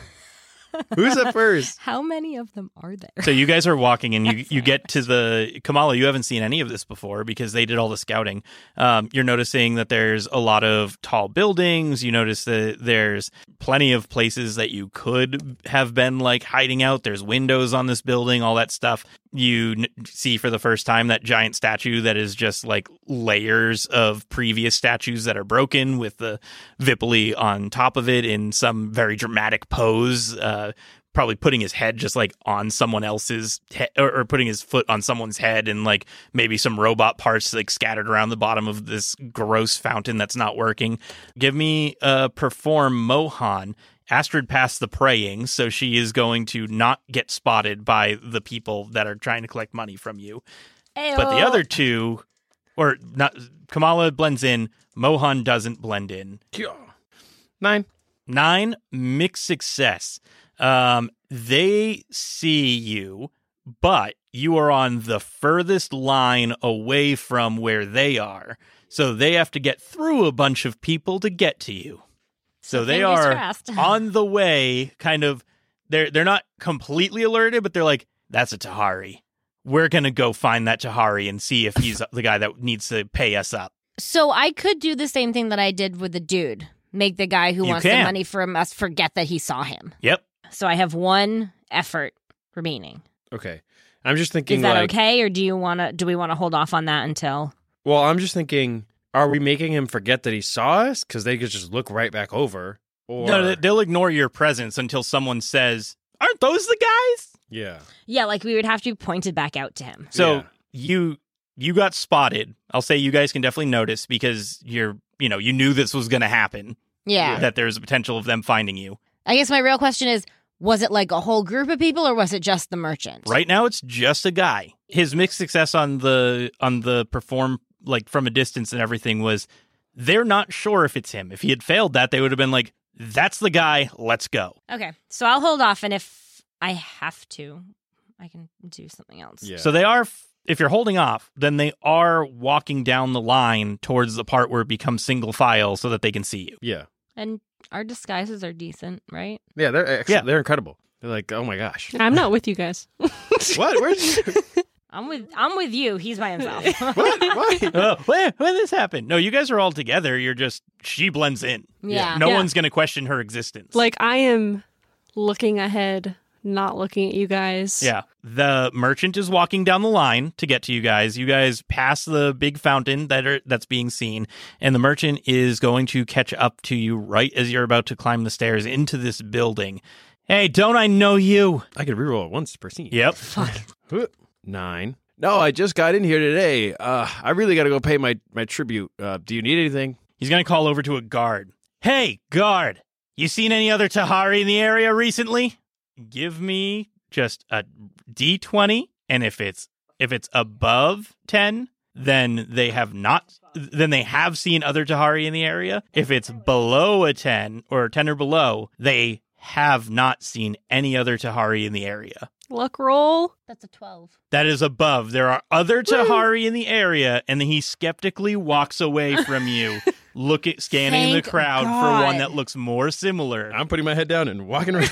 A: Who's up first?
B: How many of them are there?
C: So you guys are walking and you, you get to the Kamala, you haven't seen any of this before because they did all the scouting. Um, you're noticing that there's a lot of tall buildings. You notice that there's plenty of places that you could have been like hiding out. There's windows on this building, all that stuff. You n- see for the first time that giant statue that is just like layers of previous statues that are broken with the Vipoli on top of it in some very dramatic pose. Uh, probably putting his head just like on someone else's head or, or putting his foot on someone's head and like maybe some robot parts like scattered around the bottom of this gross fountain that's not working. Give me uh perform Mohan. Astrid passed the praying, so she is going to not get spotted by the people that are trying to collect money from you. But the
B: Ayo.
C: other two or not Kamala blends in, Mohan doesn't blend in
A: Nine.
C: nine mixed success um they see you but you are on the furthest line away from where they are so they have to get through a bunch of people to get to you so they
B: fingers
C: are
B: crossed.
C: on the way kind of they're they're not completely alerted but they're like that's a tahari we're gonna go find that tahari and see if he's the guy that needs to pay us up
B: So I could do the same thing that I did with the dude. Make the guy who
C: You
B: wants the
C: can.
B: money from us forget that he saw him.
C: yep
B: So I have one effort remaining.
A: Okay. I'm just thinking
B: Is that
A: like.
B: okay, or do you want to? Do we want to hold off on that until?
A: Well, I'm just thinking. Are we making him forget that he saw us? Because they could just look right back over. Or
C: No, they- they'll ignore your presence until someone says, "Aren't those the guys?"
A: yeah.
B: Yeah, like we would have to be pointed back out to him.
C: So
A: Yeah.
C: you you got spotted. I'll say you guys can definitely notice because you're you know you knew this was going to happen.
B: Yeah.
C: That there's a potential of them finding you.
B: I guess my real question is, Was it like a whole group of people or was it just the merchant?
C: Right now, it's just a guy. His mixed success on the on the perform like from a distance and everything was they're not sure if it's him. If he had failed that, they would have been like, "That's the guy. Let's go."
B: Okay. So I'll hold off and if I have to, I can do something else.
A: Yeah.
C: So they are. f- If you're holding off, then they are walking down the line towards the part where it becomes single file, so that they can see you.
A: yeah,
B: And our disguises are decent, right?
A: yeah, they're ex-
C: Yeah.
A: they're incredible. They're like, oh my gosh,
D: I'm not with you guys.
A: what? Where's
B: I'm with I'm with you. He's by
A: what?
B: himself.
A: Why?
C: oh, where when this happened? No, you guys are all together. You're just she blends in.
B: Yeah.
C: No
D: Yeah.
C: one's going to question her existence.
D: Like I am looking ahead, not looking at you guys.
C: Yeah. The merchant is walking down the line to get to you guys. You guys pass the big fountain that are that's being seen, and the merchant is going to catch up to you right as you're about to climb the stairs into this building. Hey, don't I know you?
A: I could reroll it once per scene.
C: Yep.
A: Nine. No, I just got in here today. Uh, I really got to go pay my my tribute. Uh, do you need anything?
C: He's going to call over to a guard. Hey, guard. You seen any other Tahari in the area recently? Give me just a d20 and if it's if it's above 10, then they have not then they have seen other Tahari in the area. If it's below a 10 or 10 or below, they have not seen any other Tahari in the area.
D: Luck roll.
G: That's a 12.
C: That is above. There are other Tahari in the area, and then he skeptically walks away from you, look at scanning
B: Thank
C: the crowd for
B: God.
C: one that looks more similar.
A: I'm putting my head down and walking around.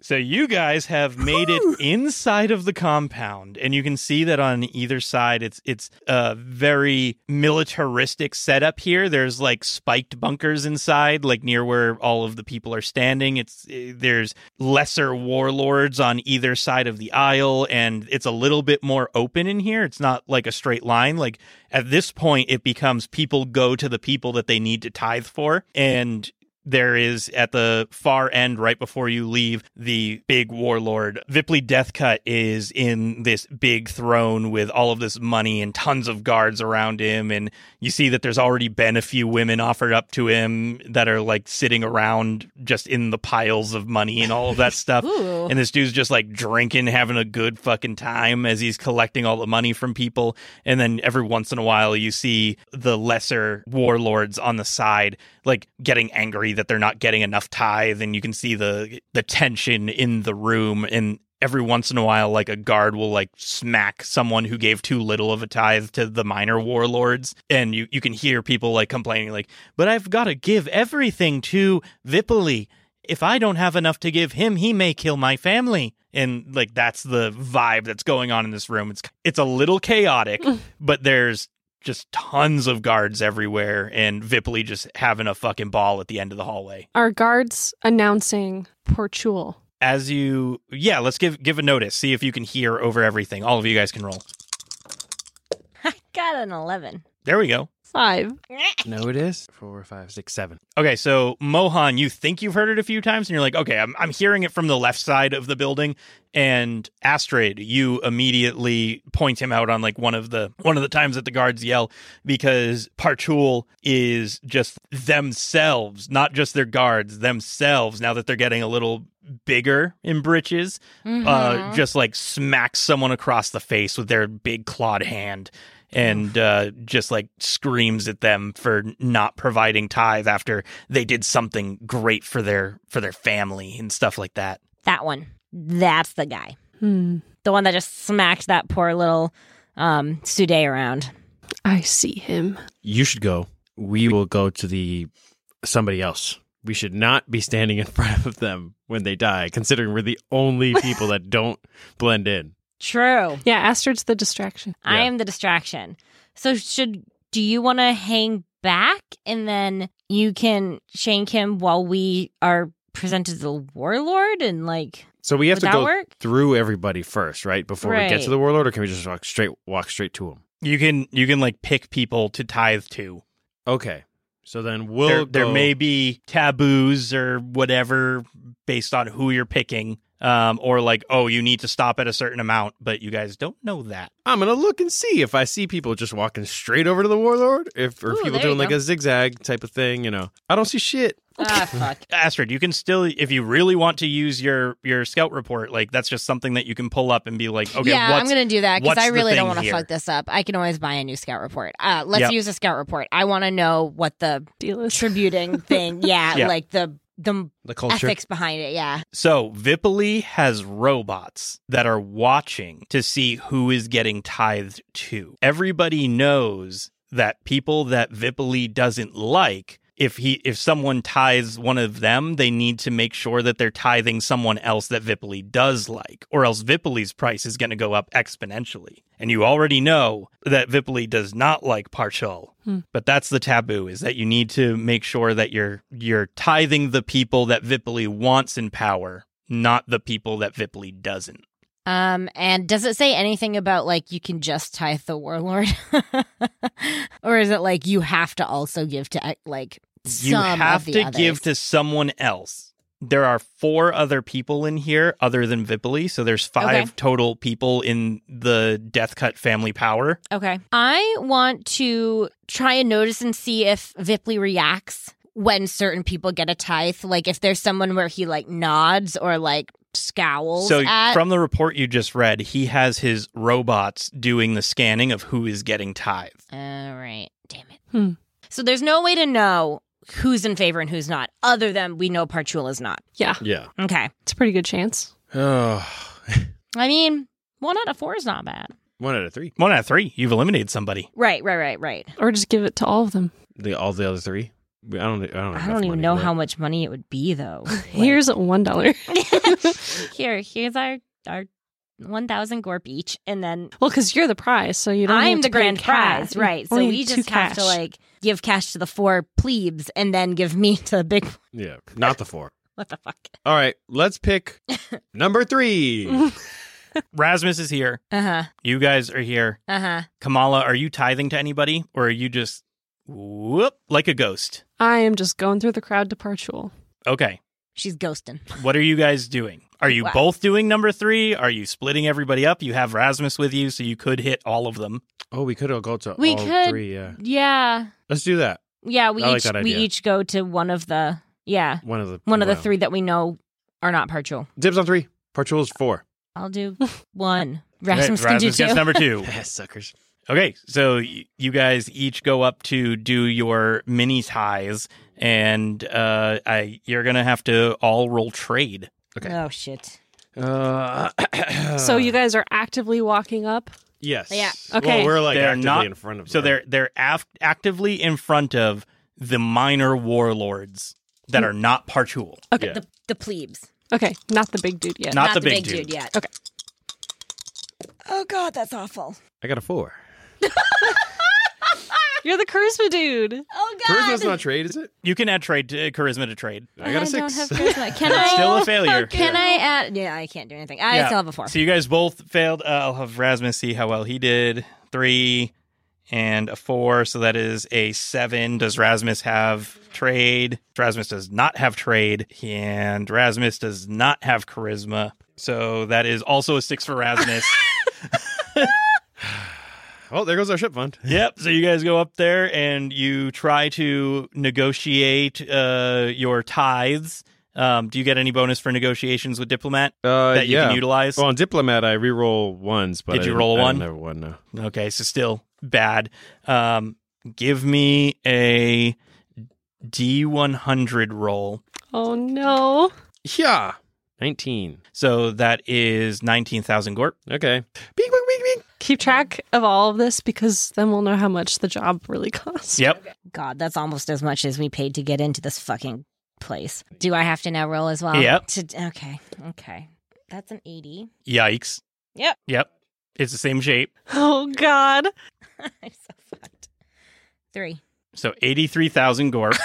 C: So you guys have made it inside of the compound, and you can see that on either side, it's it's a very militaristic setup here. There's like spiked bunkers inside, like near where all of the people are standing. It's eh, there's lesser warlords on either side of the aisle, and it's a little bit more open in here. It's not like a straight line. Like at this point, it becomes people go to the people that they need to tithe for, and there is at the far end right before you leave the big warlord vipley deathcut is in this big throne with all of this money and tons of guards around him and you see that there's already been a few women offered up to him that are like sitting around just in the piles of money and all of that stuff
B: Ooh.
C: and this dude's just like drinking, having a good fucking time as he's collecting all the money from people. And then every once in a while, you see the lesser warlords on the side, like getting angry that they're not getting enough tithe. And you can see the the tension in the room. And every once in a while, like a guard will like smack someone who gave too little of a tithe to the minor warlords. And you, you can hear people like complaining, like, but I've got to give everything to Vipoli if I don't have enough to give him, he may kill my family. And like that's the vibe that's going on in this room. It's it's a little chaotic, but there's just tons of guards everywhere and Vipley just having a fucking ball at the end of the hallway.
D: Our guards announcing Portual.
C: As you yeah, let's give give a notice. See if you can hear over everything. All of you guys can roll.
G: I got an 11.
C: There we go.
D: Five.
A: no, it is four, five, six, seven.
C: Okay, so Mohan, you think you've heard it a few times, and you're like, okay, I'm, I'm hearing it from the left side of the building. And Astrid, you immediately point him out on like one of the one of the times that the guards yell because Parchul is just themselves, not just their guards, themselves. Now that they're getting a little bigger in britches,
B: Mm-hmm.
C: uh, just like smacks someone across the face with their big clawed hand and uh, just like screams at them for not providing tithe after they did something great for their for their family and stuff like that.
B: That one. That's the guy.
D: Hmm.
B: The one that just smacked that poor little um Sude around.
D: I see him.
A: You should go. We will go to the somebody else. We should not be standing in front of them when they die, considering we're the only people that don't blend in.
B: True.
D: Yeah, Astrid's the distraction.
B: I
A: Yeah.
B: am the distraction. So should do you want to hang back and then you can shank him while we are presented to the warlord and like
A: So we have
B: Would
A: to
B: that
A: go
B: work?
A: through everybody first, right? Before we get
B: Right.
A: to the warlord, or can we just walk straight walk straight to him?
C: You can you can like pick people to tithe to.
A: Okay. So then we'll
C: there, there
A: go-
C: may be taboos or whatever based on who you're picking. Um, or like, oh, you need to stop at a certain amount, but you guys don't know that.
A: I'm gonna look and see if I see people just walking straight over to the warlord, if or
B: Ooh,
A: people
B: there
A: doing
B: you
A: like
B: go.
A: a zigzag type of thing. You know, I don't see shit.
B: Ah, fuck.
C: Astrid, you can still, if you really want to use your your scout report, like that's just something that you can pull up and be like, okay,
B: yeah,
C: what's,
B: I'm going to do that because
C: what's
B: I
C: the
B: really don't
C: thing
B: want to
C: here?
B: fuck this up. I can always buy a new scout report. Uh, let's
C: Yep.
B: use a scout report. I want to know what the
D: Deal is
B: tributing thing, yeah,
C: Yeah.
B: like the the
A: The culture.
B: ethics behind it. Yeah,
C: So Vipoli has robots that are watching to see who is getting tithed to. Everybody knows that people that Vipoli doesn't like, if he if someone tithes one of them, they need to make sure that they're tithing someone else that Vipoli does like, or else Vipoli's price is going to go up exponentially. And you already know that Vipoli does not like Parchal
B: Hmm.
C: but that's the taboo is that you need to make sure that you're you're tithing the people that Vipoli wants in power, not the people that Vipoli doesn't.
B: Um, and does it say anything about like you can just tithe the warlord, or is it like you have to also give to uh, like some
C: you
B: of
C: have
B: the
C: to
B: others?
C: give to someone else. There are four other people in here other than Vipoli, so there's five
B: Okay.
C: total people in the Death Cut family power.
B: Okay, I want to try and notice and see if Vipley reacts when certain people get a tithe. Like if there's someone where he like nods or like scowls
C: So
B: at.
C: from the report you just read, he has his robots doing the scanning of who is getting tithed.
B: All right, damn it.
D: Hmm.
B: So there's no way to know who's in favor and who's not, other than we know Parchula is not.
D: Yeah,
A: Yeah.
B: Okay,
D: it's a pretty good chance.
A: Oh,
B: I mean, one out of four is not bad.
A: one out of three.
C: One out of three, you've eliminated somebody.
B: Right, right, right, right.
D: Or just give it to all of them.
A: The, all the other three. We- I don't. I don't.
B: I
A: have
B: don't
A: enough
B: even
A: money
B: know
A: for that.
B: how much money it would be though. Like-
D: Here's one dollar.
B: here, here's our our one thousand gorp each, and then
D: Well, because you're the prize, so you don't.
B: I'm
D: have to
B: the grand
D: bring cash.
B: prize, right? So
D: Only
B: we
D: two
B: just have to
D: cash.
B: like give cash to the four plebes, and then give me to the big.
A: Yeah, not the four.
B: What the fuck?
A: All right, let's pick number three.
C: Rasmus is here.
B: Uh huh.
C: You guys are here.
B: Uh huh.
C: Kamala, are you tithing to anybody or are you just whoop like a ghost?
D: I am just going through the crowd to Parchul.
C: Okay.
B: She's ghosting.
C: What are you guys doing? Are you
B: Wow.
C: both doing number three? Are you splitting everybody up? You have Rasmus with you, so you could hit all of them.
A: Oh, we could all go to
B: We
A: all
B: could-
A: three. Yeah,
B: Yeah,
A: let's do that.
B: yeah. We
A: I like
B: each
A: that
B: we
A: idea.
B: each go to one of the yeah
A: One of the
B: one of the
A: well,
B: three that we know are not partial.
A: Dibs on three. Parchul's four.
B: I'll do one.
C: Right,
B: Rasmus can do
C: Rasmus gets
B: two.
C: number two.
A: suckers.
C: Okay, so y- you guys each go up to do your mini ties, and uh, I, you're gonna have to all roll trade.
A: Okay.
B: Oh shit.
A: Uh,
D: so you guys are actively walking up.
A: Yes.
B: Yeah.
D: Okay.
A: Well, we're like
C: They're
A: actively
C: not-
A: in front of.
C: So
A: them.
C: they're they're af- actively in front of the minor warlords that are not Parchul,
D: Okay.
A: Yeah.
B: The the plebes.
D: Okay, not the big dude yet.
C: not, the, big, dude.
B: yet.
D: Okay.
B: Oh god, that's awful.
A: I got a four.
D: You're the charisma dude.
B: Oh god.
A: Charisma's not trade, is it?
C: You can add trade to, charisma to trade.
A: I got a
B: I don't
A: six.
B: have charisma. Can I?
C: It's still a failure.
B: Can I add? Yeah, I can't do anything. I
C: Yeah.
B: still have a four.
C: So you guys both failed. Uh, I'll have Rasmus see how well he did. Three and a four, so that is a seven. Does Rasmus have trade? Rasmus does not have trade, and Rasmus does not have charisma. So that is also a six for Rasmus.
A: oh, there goes our ship fund.
C: Yep. So you guys go up there and you try to negotiate uh, your tithes. Um, do you get any bonus for negotiations with diplomat
A: Uh,
C: that you
A: yeah.
C: can utilize?
A: well, on diplomat, I reroll ones, but
C: Did
A: I
C: you
A: didn't-
C: roll a
A: I
C: one?
A: Never one. No.
C: Okay, so still bad. Um, give me a D one hundred roll.
D: Oh no.
A: Yeah. Nineteen.
C: So that is nineteen thousand gorp.
A: Okay. Bing, bing, bing, bing.
D: Keep track of all of this because then we'll know how much the job really costs.
C: Yep.
B: God, that's almost as much as we paid to get into this fucking place. Do I have to now roll as well?
C: Yep.
B: To- okay. Okay. That's an eighty.
C: Yikes.
B: Yep.
C: Yep. It's the same shape.
D: Oh god.
B: I'm so fucked. Three.
C: So eighty three thousand gorp.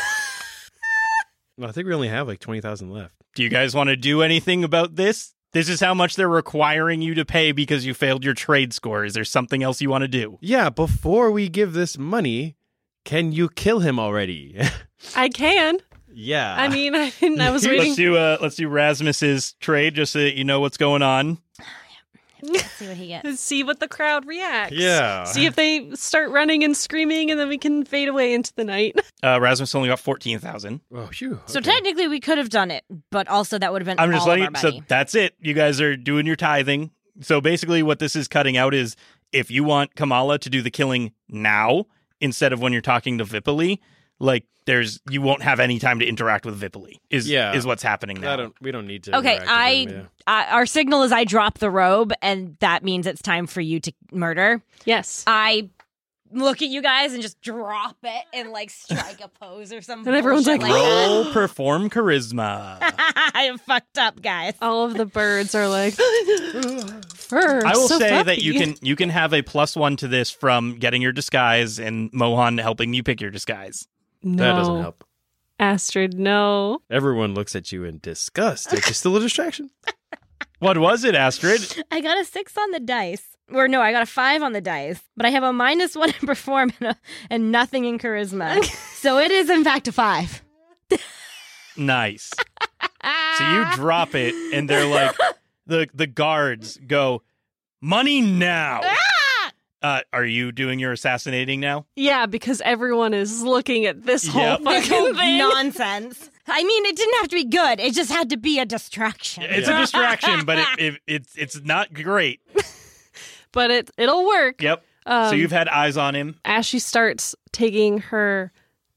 A: Well, I think we only have like twenty thousand left.
C: Do you guys want to do anything about this? This is how much they're requiring you to pay because you failed your trade score. Is there something else you want to do?
A: Yeah. Before we give this money, can you kill him already?
D: I can.
A: yeah.
D: I mean, I didn't. I was
C: let's
D: waiting.
C: do uh, let's do Rasmus's trade just so that you know what's going on.
I: Let's see what he gets.
D: And see what the crowd reacts.
A: Yeah.
D: See if they start running and screaming, and then we can fade away into the night.
C: Uh, Rasmus only got fourteen thousand.
A: Oh, phew.
B: So
A: okay.
B: technically, we could have done it, but also that would have been
C: I'm just
B: all of
C: letting.
B: our money.
C: So that's it. You guys are doing your tithing. So basically, what this is cutting out is if you want Kamala to do the killing now instead of when you're talking to Vipoli, like there's you won't have any time to interact with Vipoli. Is
A: Yeah.
C: is what's happening now.
A: I don't, we don't need to.
B: Okay,
A: interact with
B: I,
A: them, yeah.
B: I our signal is I drop the robe, and that means it's time for you to murder.
D: Yes.
B: I look at you guys and just drop it and like strike a pose or something.
D: And everyone's like,
C: Roll perform charisma.
B: I am fucked up, guys.
D: All of the birds are like, fur.
C: I will
D: so
C: say that
D: fluffy."
C: you can you can have a plus one to this from getting your disguise and Mohan helping you pick your disguise.
D: No.
A: That doesn't help.
D: Astrid, no.
A: Everyone looks at you in disgust. It's just a little distraction.
C: What was it, Astrid?
I: I got a six on the dice. Or no, I got a five on the dice. But I have a minus one in perform and, a, and nothing in charisma. so it is in fact a five.
C: nice. So you drop it, and they're like, the the guards go, money now.
D: Ah!
C: Uh, are you doing your assassinating now?
D: Yeah, because everyone is looking at this
C: Yep.
D: whole fucking thing.
B: nonsense. I mean, it didn't have to be good. It just had to be a distraction.
C: It's a distraction, but it, it, it's it's not great.
D: But it, it'll work.
C: Yep. so
D: Um,
C: you've had eyes on him.
D: As she starts taking her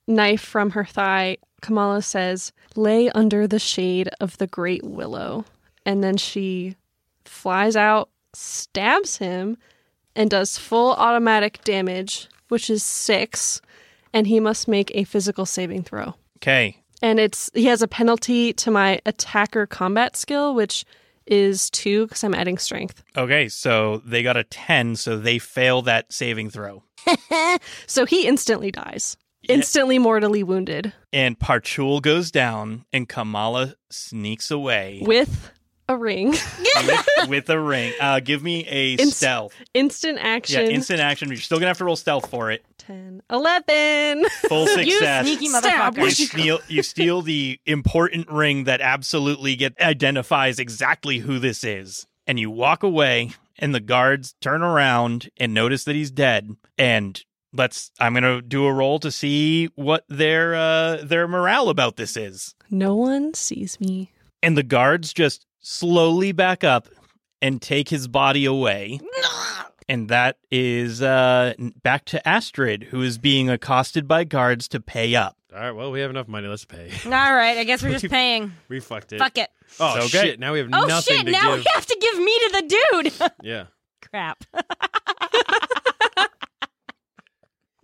D: knife from her thigh, Kamala says, Lay under the shade of the great willow. And then she flies out, stabs him, and does full automatic damage, which is six. And he must make a physical saving throw.
C: Okay.
D: And it's he has a penalty to my attacker combat skill, which is two because I'm adding strength.
C: Okay. So they got a ten, so they fail that saving throw.
D: So he instantly dies. Instantly mortally wounded.
C: And Parchul goes down, and Kamala sneaks away
D: with a ring.
C: with, with a ring. Uh, give me a
D: Inst-
C: stealth.
D: instant
C: Yeah,
D: action.
C: instant action. You're still gonna have to roll stealth for it.
D: 10, 11.
C: Full success.
B: sneaky
D: Stab.
C: you
B: motherfucker.
C: steal, you steal the important ring that absolutely get identifies exactly who this is, and you walk away. And the guards turn around and notice that he's dead. And let's. I'm gonna do a roll to see what their uh, their morale about this is.
D: No one sees me.
C: And the guards just slowly back up and take his body away. And that is uh, back to Astrid, who is being accosted by guards to pay up.
A: All right, well, we have enough money. Let's pay.
B: All right, I guess we're just paying.
A: We fucked it.
B: Fuck it.
A: Oh,
C: Okay.
A: shit. Now we have
B: Oh
A: nothing
B: shit!
A: to
B: Now
A: give.
B: we have to give me to the dude.
A: Yeah.
B: Crap.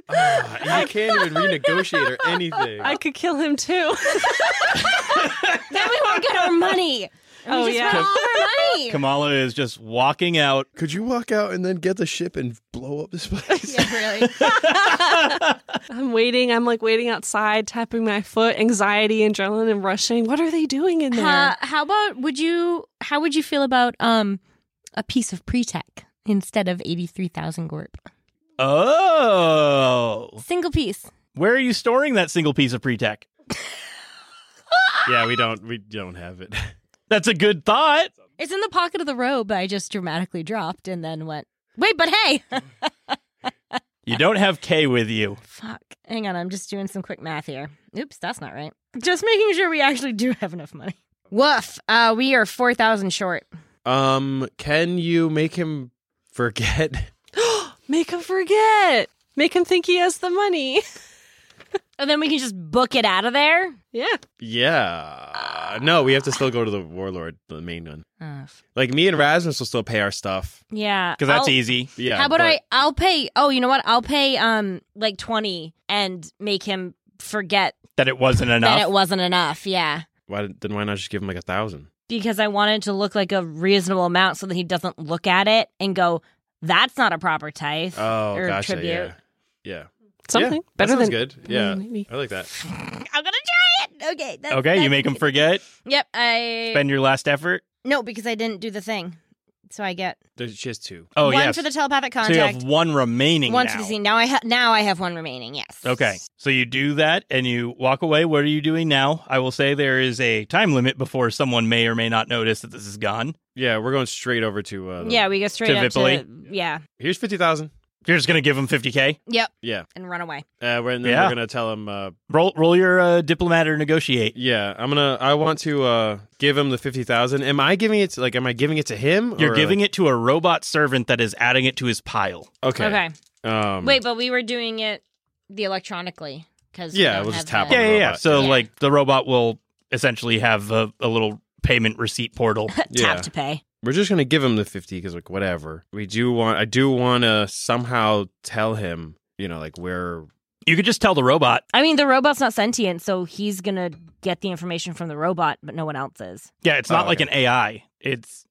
A: Ah, and you can't even renegotiate or anything.
D: I could kill him too.
B: Then we won't get our money.
D: Oh,
B: we just
D: yeah.
B: spent all our money.
C: Kamala is just walking out.
A: Could you walk out and then get the ship and blow up this place?
B: Yeah, really.
D: I'm waiting. I'm like waiting outside, tapping my foot, anxiety, adrenaline, and rushing. What are they doing in there?
I: Uh, how about would you how would you feel about um a piece of pre-tech instead of 83,000 gorp?
C: Oh.
I: Single piece.
C: Where are you storing that single piece of pre tech?
A: yeah, we don't we don't have it.
C: That's a good thought.
I: It's in the pocket of the robe I just dramatically dropped and then went, "Wait, but hey."
C: You don't have K with you.
I: Fuck. Hang on, I'm just doing some quick math here. Oops, that's not right. Just making sure we actually do have enough money.
B: Woof. Uh, we are four thousand short.
A: Um, can you make him forget?
D: Make him forget. Make him think he has the money.
B: And then we can just book it out of there.
D: Yeah.
A: Yeah. No, we have to still go to the warlord, the main one.
I: Oh, f-
A: Like me and Rasmus will still pay our stuff.
B: Yeah.
C: Because that's
G: Oh.
B: I'll-
C: easy.
A: Yeah.
B: How about
A: but-
B: I? I'll pay. Oh, you know what? I'll pay um like twenty and make him forget
C: That it wasn't enough.
B: that it wasn't enough. Yeah,
A: Why then? Why not just give him like a thousand?
B: because I wanted to look like a reasonable amount so that he doesn't look at it and go, "That's not a proper tithe."
C: Uh.
A: Oh,
B: Or
A: gotcha.
B: tribute. Mm.
A: Yeah. Yeah.
D: Something
A: Yeah, that
D: better
A: sounds
D: than
A: good. Yeah,
D: maybe.
A: I like that.
B: I'm gonna try it. Okay. That's,
C: okay, you
B: that's-
C: make him forget,
B: Yep. I
C: spend your last effort.
B: no, because I didn't do the thing.
G: So I get
A: There's, she has two.
C: Oh
G: one
C: yes.
G: for the telepathic
C: so you
G: contact,
C: have one remaining.
G: one
C: now.
G: for the scene. Now I ha- now I have one remaining. Yes.
C: Okay. So you do that and you walk away. What are you doing now? I will say there is a time limit before someone may or may not notice that this is gone.
A: Yeah, we're going straight over to. Uh, the-
B: yeah, we go straight
C: To
B: up
C: Vipoli?
B: to yeah,
A: Here's fifty thousand.
C: You're just going to give them 50K.
G: Yep.
A: Yeah.
G: And run away.
A: Uh, we're, and then
C: Yeah.
A: we're gonna tell him. Uh,
C: Roll, roll your uh, diplomat or negotiate.
A: yeah, I'm gonna. I want to uh, give him the fifty thousand. Am I giving it? To, like, am I giving it to him?
C: You're giving it to a robot servant that is adding it to his pile.
A: it. Okay.
B: Okay.
A: Um,
B: Wait, but we were doing it the electronically because
A: Yeah, we'll just tap
C: Yeah,
A: on
C: yeah, yeah.
A: robot.
C: So,
B: Yeah.
C: like, the robot will essentially have a, a little payment receipt portal.
A: yeah.
B: tap to pay.
A: we're just gonna give him the 50 because like whatever we do want i do want to somehow tell him you know like where
C: you could just tell the robot.
B: I mean, the robot's not sentient, so he's gonna get the information from the robot, but no one else is.
C: Yeah, it's
A: Oh,
C: not like an
A: okay.
C: AI. It's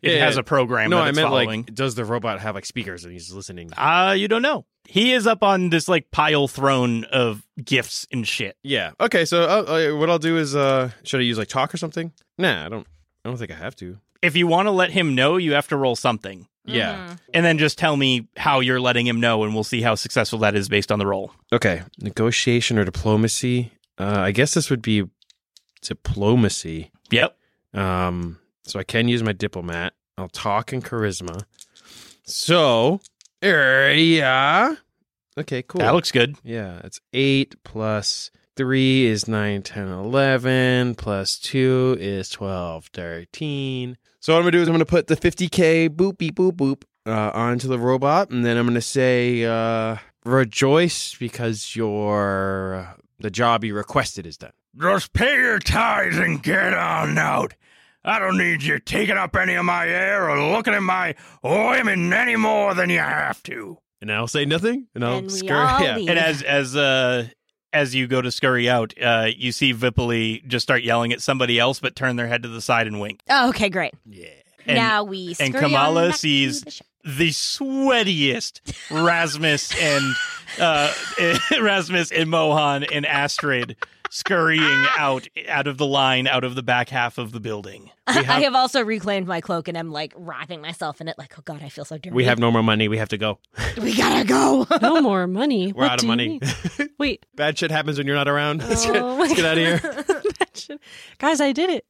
C: it
A: Yeah,
C: has
A: yeah.
C: a program.
A: no
C: that
A: i
C: it's
A: meant
C: following.
A: like does the robot have like speakers and he's listening
C: Uh, you don't know. He is up on this like pile throne of gifts and shit.
A: yeah okay so uh, uh, what i'll do is uh should i use like talk or something nah i don't i don't think i have to
C: If you want to let him know, you have to roll something.
B: Mm-hmm.
A: yeah
C: And then just tell me how you're letting him know, and we'll see how successful that is based on the roll.
A: okay negotiation or diplomacy uh i guess this would be diplomacy
C: Yep.
A: Um, so I can use my diplomat. I'll talk and charisma. So, er, yeah. Okay, cool.
C: That looks good.
A: yeah, it's 8 plus 3 is 9, 10, 11, plus 2 is 12, 13. So what I'm going to do is I'm going to put the 50K boop, beep, boop, boop uh, onto the robot, and then I'm going to say, uh, rejoice because your, uh, the job you requested is done.
E: Just pay your tithes and get on out. I don't need you taking up any of my air or looking at my women any more than you have to.
A: And I'll say nothing, and I'll
B: And we
A: scurry.
B: all
A: yeah.
B: leave.
C: And as as uh as you go to scurry out, uh, you see Vipoli just start yelling at somebody else, but turn their head to the side and wink.
B: Oh, okay, great.
A: yeah.
C: And
B: now we scurry on
C: Kamala
B: back to
C: sees-
B: the ship.
C: the sweatiest Rasmus and uh, Rasmus and Mohan and Astrid scurrying out out of the line, out of the back half of the building.
B: I have also reclaimed my cloak and I'm like wrapping myself in it. Like, oh god, I feel so dirty.
A: We have no more money. We have to go.
B: we gotta go.
D: No more money.
A: We're
D: What
A: out
D: do
A: of
D: you
A: money.
D: mean? Wait.
A: Bad shit happens when you're not around. Let's get,
D: Oh
A: let's
D: my
A: get out of here.
D: God. Imagine- Guys, I did it.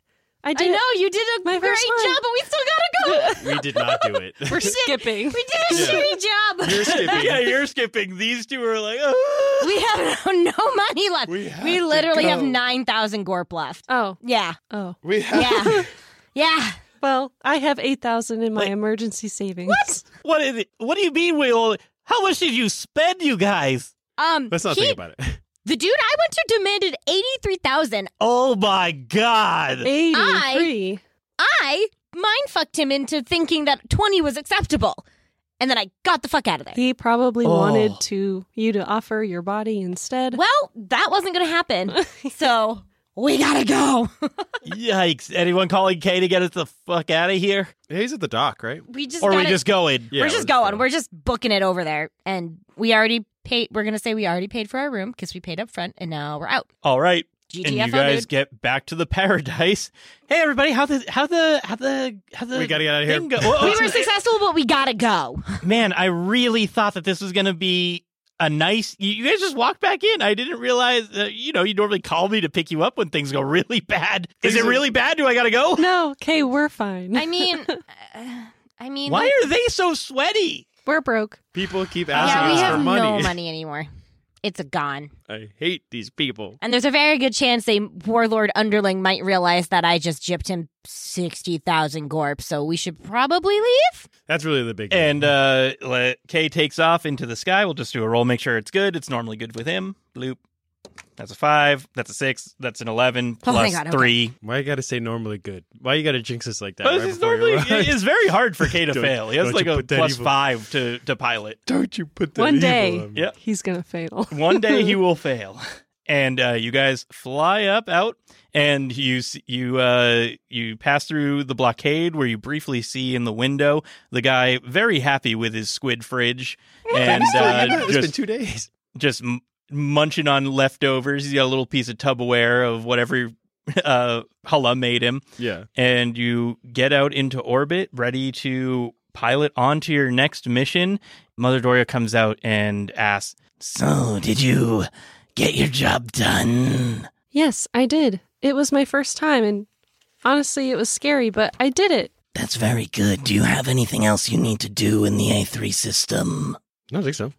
D: I
B: I
D: did it.
B: know you did a
D: My
B: great
D: first one.
B: job, but we still gotta go.
A: We did not do it.
D: We're skipping.
B: we did a shitty job.
A: You're skipping.
C: yeah, you're skipping. These two are like,
B: we have no, no money left. We, literally have nine thousand gorp left.
D: Oh,
B: Yeah,
D: oh.
A: We
B: yeah, yeah.
D: Well, I have 8,000 in my emergency savings.
C: what is it? What do you mean we all? How much did you spend, you guys?
B: Um,
A: Let's not
B: he-
A: think about it.
B: The dude I went to demanded eighty three thousand.
C: Oh my god!
D: 83.
B: I mind fucked him into thinking that twenty was acceptable, and then I got the fuck out of there.
D: He probably
C: Oh.
D: wanted to you to offer your body instead.
B: Well, that wasn't gonna happen, so we gotta go.
C: Yikes! Anyone calling Kay to get us the fuck out of here,
A: Yeah, he's at the dock, right?
B: We just
C: or we
B: gotta-
C: just going?
A: Yeah,
B: we're just going. We're just booking it over there, and we already paid. We're gonna say we already paid for our room because we paid up front, and now we're out.
C: All right.
B: GTFO,
C: and you guys
B: dude.
C: get back to the paradise. Hey everybody, how the how the how the how the
A: We gotta get out of here.
C: thing go- Whoa,
B: We were successful, but we gotta go.
C: Man, I really thought that this was gonna be a nice. You, you guys just walked back in. I didn't realize. Uh, you know, you normally call me to pick you up when things go really bad. Is
A: These
C: it
A: are-
C: really bad? Do I gotta go?
D: no, okay, we're fine.
B: I mean, uh, I mean,
C: Why
B: like-
C: are they so sweaty?
D: we're broke.
A: People keep
B: yeah,
A: asking
B: we
A: us
B: have
A: for money.
B: no money anymore. It's gone,
A: I hate these people.
B: and there's a very good chance a warlord underling might realize that I just gypped him sixty thousand gorp. So we should probably leave.
A: That's really the big.
C: And uh let- Kay takes off into the sky. We'll just do a roll, make sure it's good. It's normally good with him. Bloop. That's a five. That's a six. That's an eleven
B: Oh my
C: plus
B: God, okay.
C: three.
A: why you gotta say normally good? Why you gotta jinx us like that?
C: But
A: right
C: it's
A: before you
C: normally
A: arrive?
C: it- it's very hard for K to
A: Don't-
C: fail. He has
A: don't
C: like
A: you
C: a
A: put that
C: plus
A: evil-
C: five to to pilot.
A: Don't you put that
D: One
A: evil
D: day.
A: on me.
C: Yeah.
D: He's going to fail.
C: One day he will fail, and uh, you guys fly up out, and you s- you uh, you pass through the blockade where you briefly see in the window the guy very happy with his squid fridge, and uh,
A: it's been
C: just
A: two days.
C: just m- munching on leftovers. He's got a little piece of Tupperware of whatever uh, Hala made him,
A: Yeah.
C: and you get out into orbit, ready to pilot onto your next mission. Mother Doria comes out and asks, "So, did you get your job done?"
D: Yes, I did. It was my first time, and honestly, it was scary, but I did it.
C: That's very good. Do you have anything else you need to do in the A3 system?
A: I don't think so.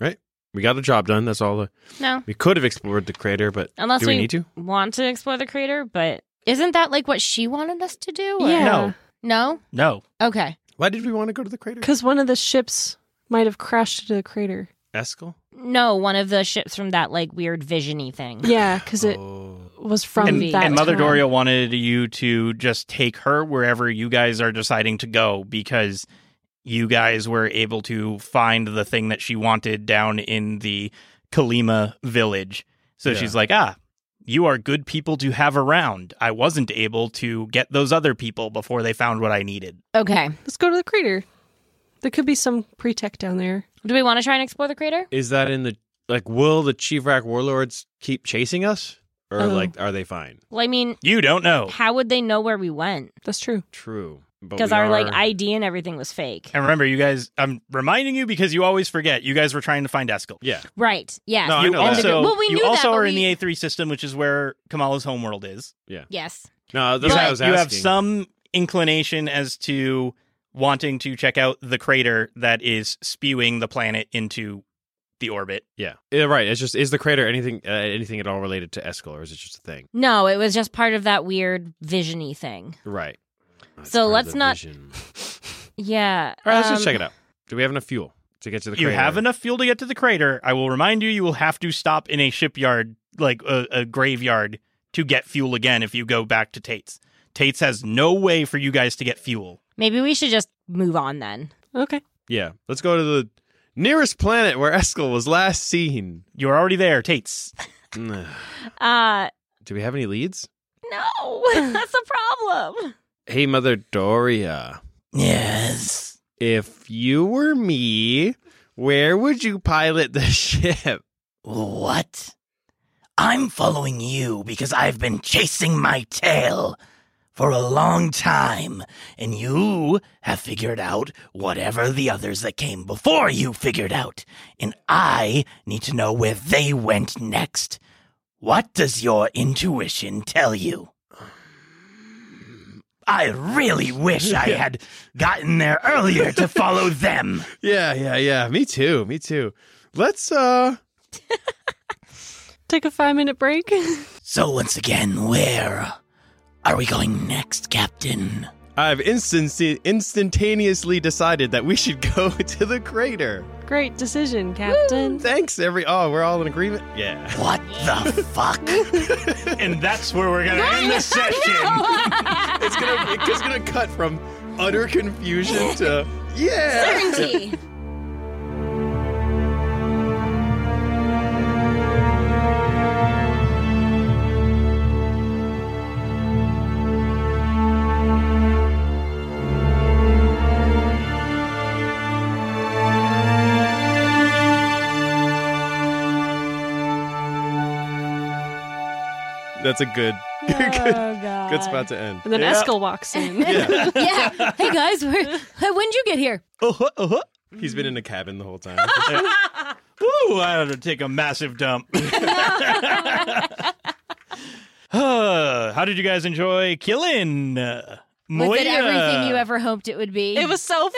A: Right? We got the job done. That's all. The,
B: No.
A: we could have explored the crater, but
B: Unless
A: do we,
B: we-
A: need to?
B: Want to explore the crater, but isn't that like what she wanted us to do? or-
D: Yeah,
B: No?
C: No.
B: Okay.
A: Why did we want to go to the crater?
D: because one of the ships might have crashed into the crater.
A: Eskel?
B: No, one of the ships from that like weird visiony thing.
D: Yeah, because it
A: Oh.
D: was from
C: and,
D: that.
C: and Mother
D: time.
C: Doria wanted you to just take her wherever you guys are deciding to go because you guys were able to find the thing that she wanted down in the Kalima village. So
A: Yeah.
C: she's like, ah, you are good people to have around. I wasn't able to get those other people before they found what I needed.
B: Okay.
D: Let's go to the crater. There could be some pre-tech down there.
B: Do we want to try and explore the crater?
A: Is that in the. Like, will the Chief Rack Warlords keep chasing us? Or,
D: Oh.
A: like, are they fine?
B: Well, I mean,
C: You don't
A: Oh.
C: know.
B: how would they know where we went?
D: That's true.
A: True. But
B: Because
A: we
B: our like
A: are-
B: ID and everything was fake.
C: And remember, you guys, I'm reminding you because you always forget. You guys were trying to find Eskel.
A: Yeah.
B: Right. Yes.
A: No, I
C: you
A: know that.
C: also,
B: Well, we
C: you
B: knew that,
C: also
B: but
C: are in
B: we-
C: the A3 system, which is where Kamala's homeworld is.
B: yes.
A: No, that's
B: You
A: what I
B: have-
A: was
C: you have
A: asking.
C: some inclination as to wanting to check out the crater that is spewing the planet into the orbit.
A: Yeah. Yeah, right. It's just, is the crater anything uh, anything at all related to Eskel, or is it just a thing?
B: No, it was just part of that weird visiony thing.
A: Right. That's
B: So
A: part of
B: let's
A: the
B: not-
A: vision.
B: Yeah.
A: All right, let's just
B: um,
A: check it out. Do we have enough fuel to get to the
C: You
A: crater?
C: have enough fuel to get to the crater. I will remind you, you will have to stop in a shipyard, like a, a graveyard, to get fuel again if you go back to Tate's. Tate's has no way for you guys to get fuel.
B: Maybe we should just move on then.
D: Okay.
A: Yeah. Let's go to the nearest planet where Eskel was last seen.
C: You're already there, Tate's.
A: Mm.
B: Uh
A: Do we have any leads?
B: no, that's a problem.
A: Hey, Mother Doria.
C: Yes.
A: If you were me, where would you pilot the ship?
C: What? I'm following you because I've been chasing my tail for a long time, and you have figured out whatever the others that came before you figured out, and I need to know where they went next. What does your intuition tell you? I really wish I had gotten there earlier to follow them.
A: Yeah, yeah, yeah. Me too. Me too. Let's uh
D: Take a five-minute break.
C: So, once again, where are we going next, Captain?
A: I've instan- instantaneously decided that we should go to the crater.
D: Great decision, Captain.
A: Thanks, every. Oh, we're all in agreement? Yeah.
C: What the fuck? and that's where we're gonna end the session.
A: It's gonna it's gonna cut from utter confusion to yeah.
B: Certainty.
A: That's a good
B: oh god.
A: good spot to end.
D: And then
C: Yeah.
D: Eskel walks in.
A: Yeah.
B: yeah. Hey guys, where, hey, when did you get here?
C: uh-huh, uh-huh.
A: He's been in a cabin the whole time.
C: Woo, I had to take a massive dump. Uh, How did you guys enjoy killing? uh, Moya?
B: Was it everything you ever hoped it would be?
D: It was so fun.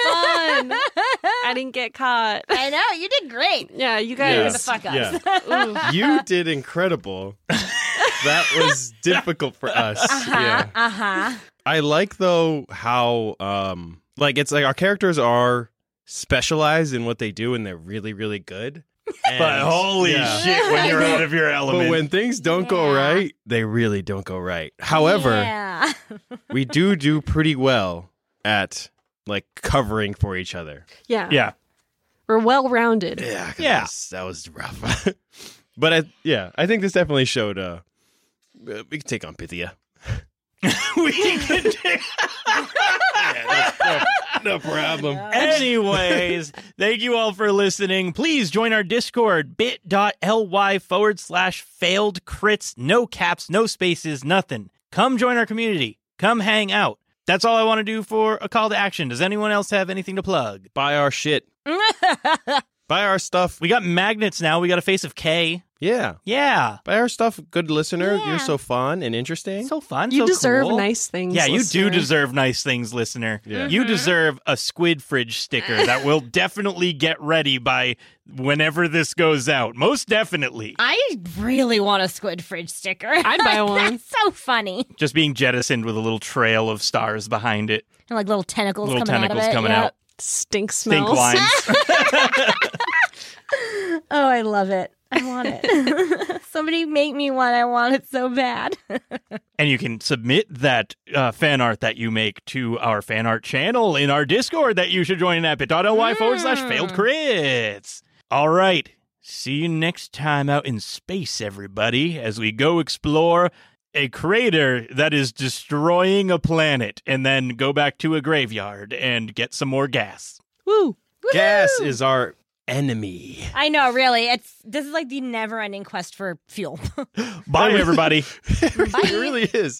D: I didn't get caught.
B: I know you did great.
D: Yeah, you guys.
B: fuck us.
D: Ooh.
A: You did incredible. That was difficult for us. Yeah.
B: Uh huh.
A: I like though how um like it's like our characters are specialized in what they do and they're really really good.
C: But
A: And-
C: holy
A: Yeah.
C: shit, when you're out of your element.
A: But when things don't go
B: Yeah.
A: right, they really don't go right. However,
B: yeah.
A: we do do pretty well at like covering for each other.
D: Yeah.
C: yeah.
D: We're well rounded.
A: Yeah,
C: Yeah.
A: that was, that was rough. but I, yeah, I think this definitely showed. uh uh, We can take on Pythia.
E: we can do-
H: Yeah, no, no problem.
E: Anyways, thank you all for listening. Please join our Discord, bit.ly forward slash failed crits, no caps, no spaces, nothing. Come join our community. Come hang out. That's all I want to do for a call to action. Does anyone else have anything to plug?
A: Buy our shit. Buy our stuff.
E: We got magnets now. We got a face of K.
A: Yeah.
E: Yeah.
A: Buy our stuff, good listener.
G: Yeah.
A: You're so fun and interesting.
E: So fun.
D: You
E: so
D: deserve
E: cool.
D: nice things.
E: Yeah, you do
D: listener.
E: deserve nice things, listener.
A: Yeah.
B: Mm-hmm.
E: You deserve a squid fridge sticker that will definitely get ready by whenever this goes out. Most definitely.
G: I really want a squid fridge sticker.
D: I'd buy one.
G: That's so funny.
E: Just being jettisoned with a little trail of stars behind it.
G: And like little tentacles
E: Little
G: coming
E: tentacles
G: out of it.
E: coming
G: Yep.
E: out.
D: Stink
E: Think
D: smells.
E: lines.
G: Oh, I love it. I want it. Somebody make me one. I want it so bad.
E: and you can submit that uh, fan art that you make to our fan art channel in our Discord that you should join at bit.ly forward slash failed crits. All right. See you next time out in space, everybody, as we go explore a crater that is destroying a planet and then go back to a graveyard and get some more gas.
D: Woo.
A: Gas is our enemy.
G: I know, really. It's this is like the never-ending quest for fuel.
E: Bye, everybody.
A: it really is.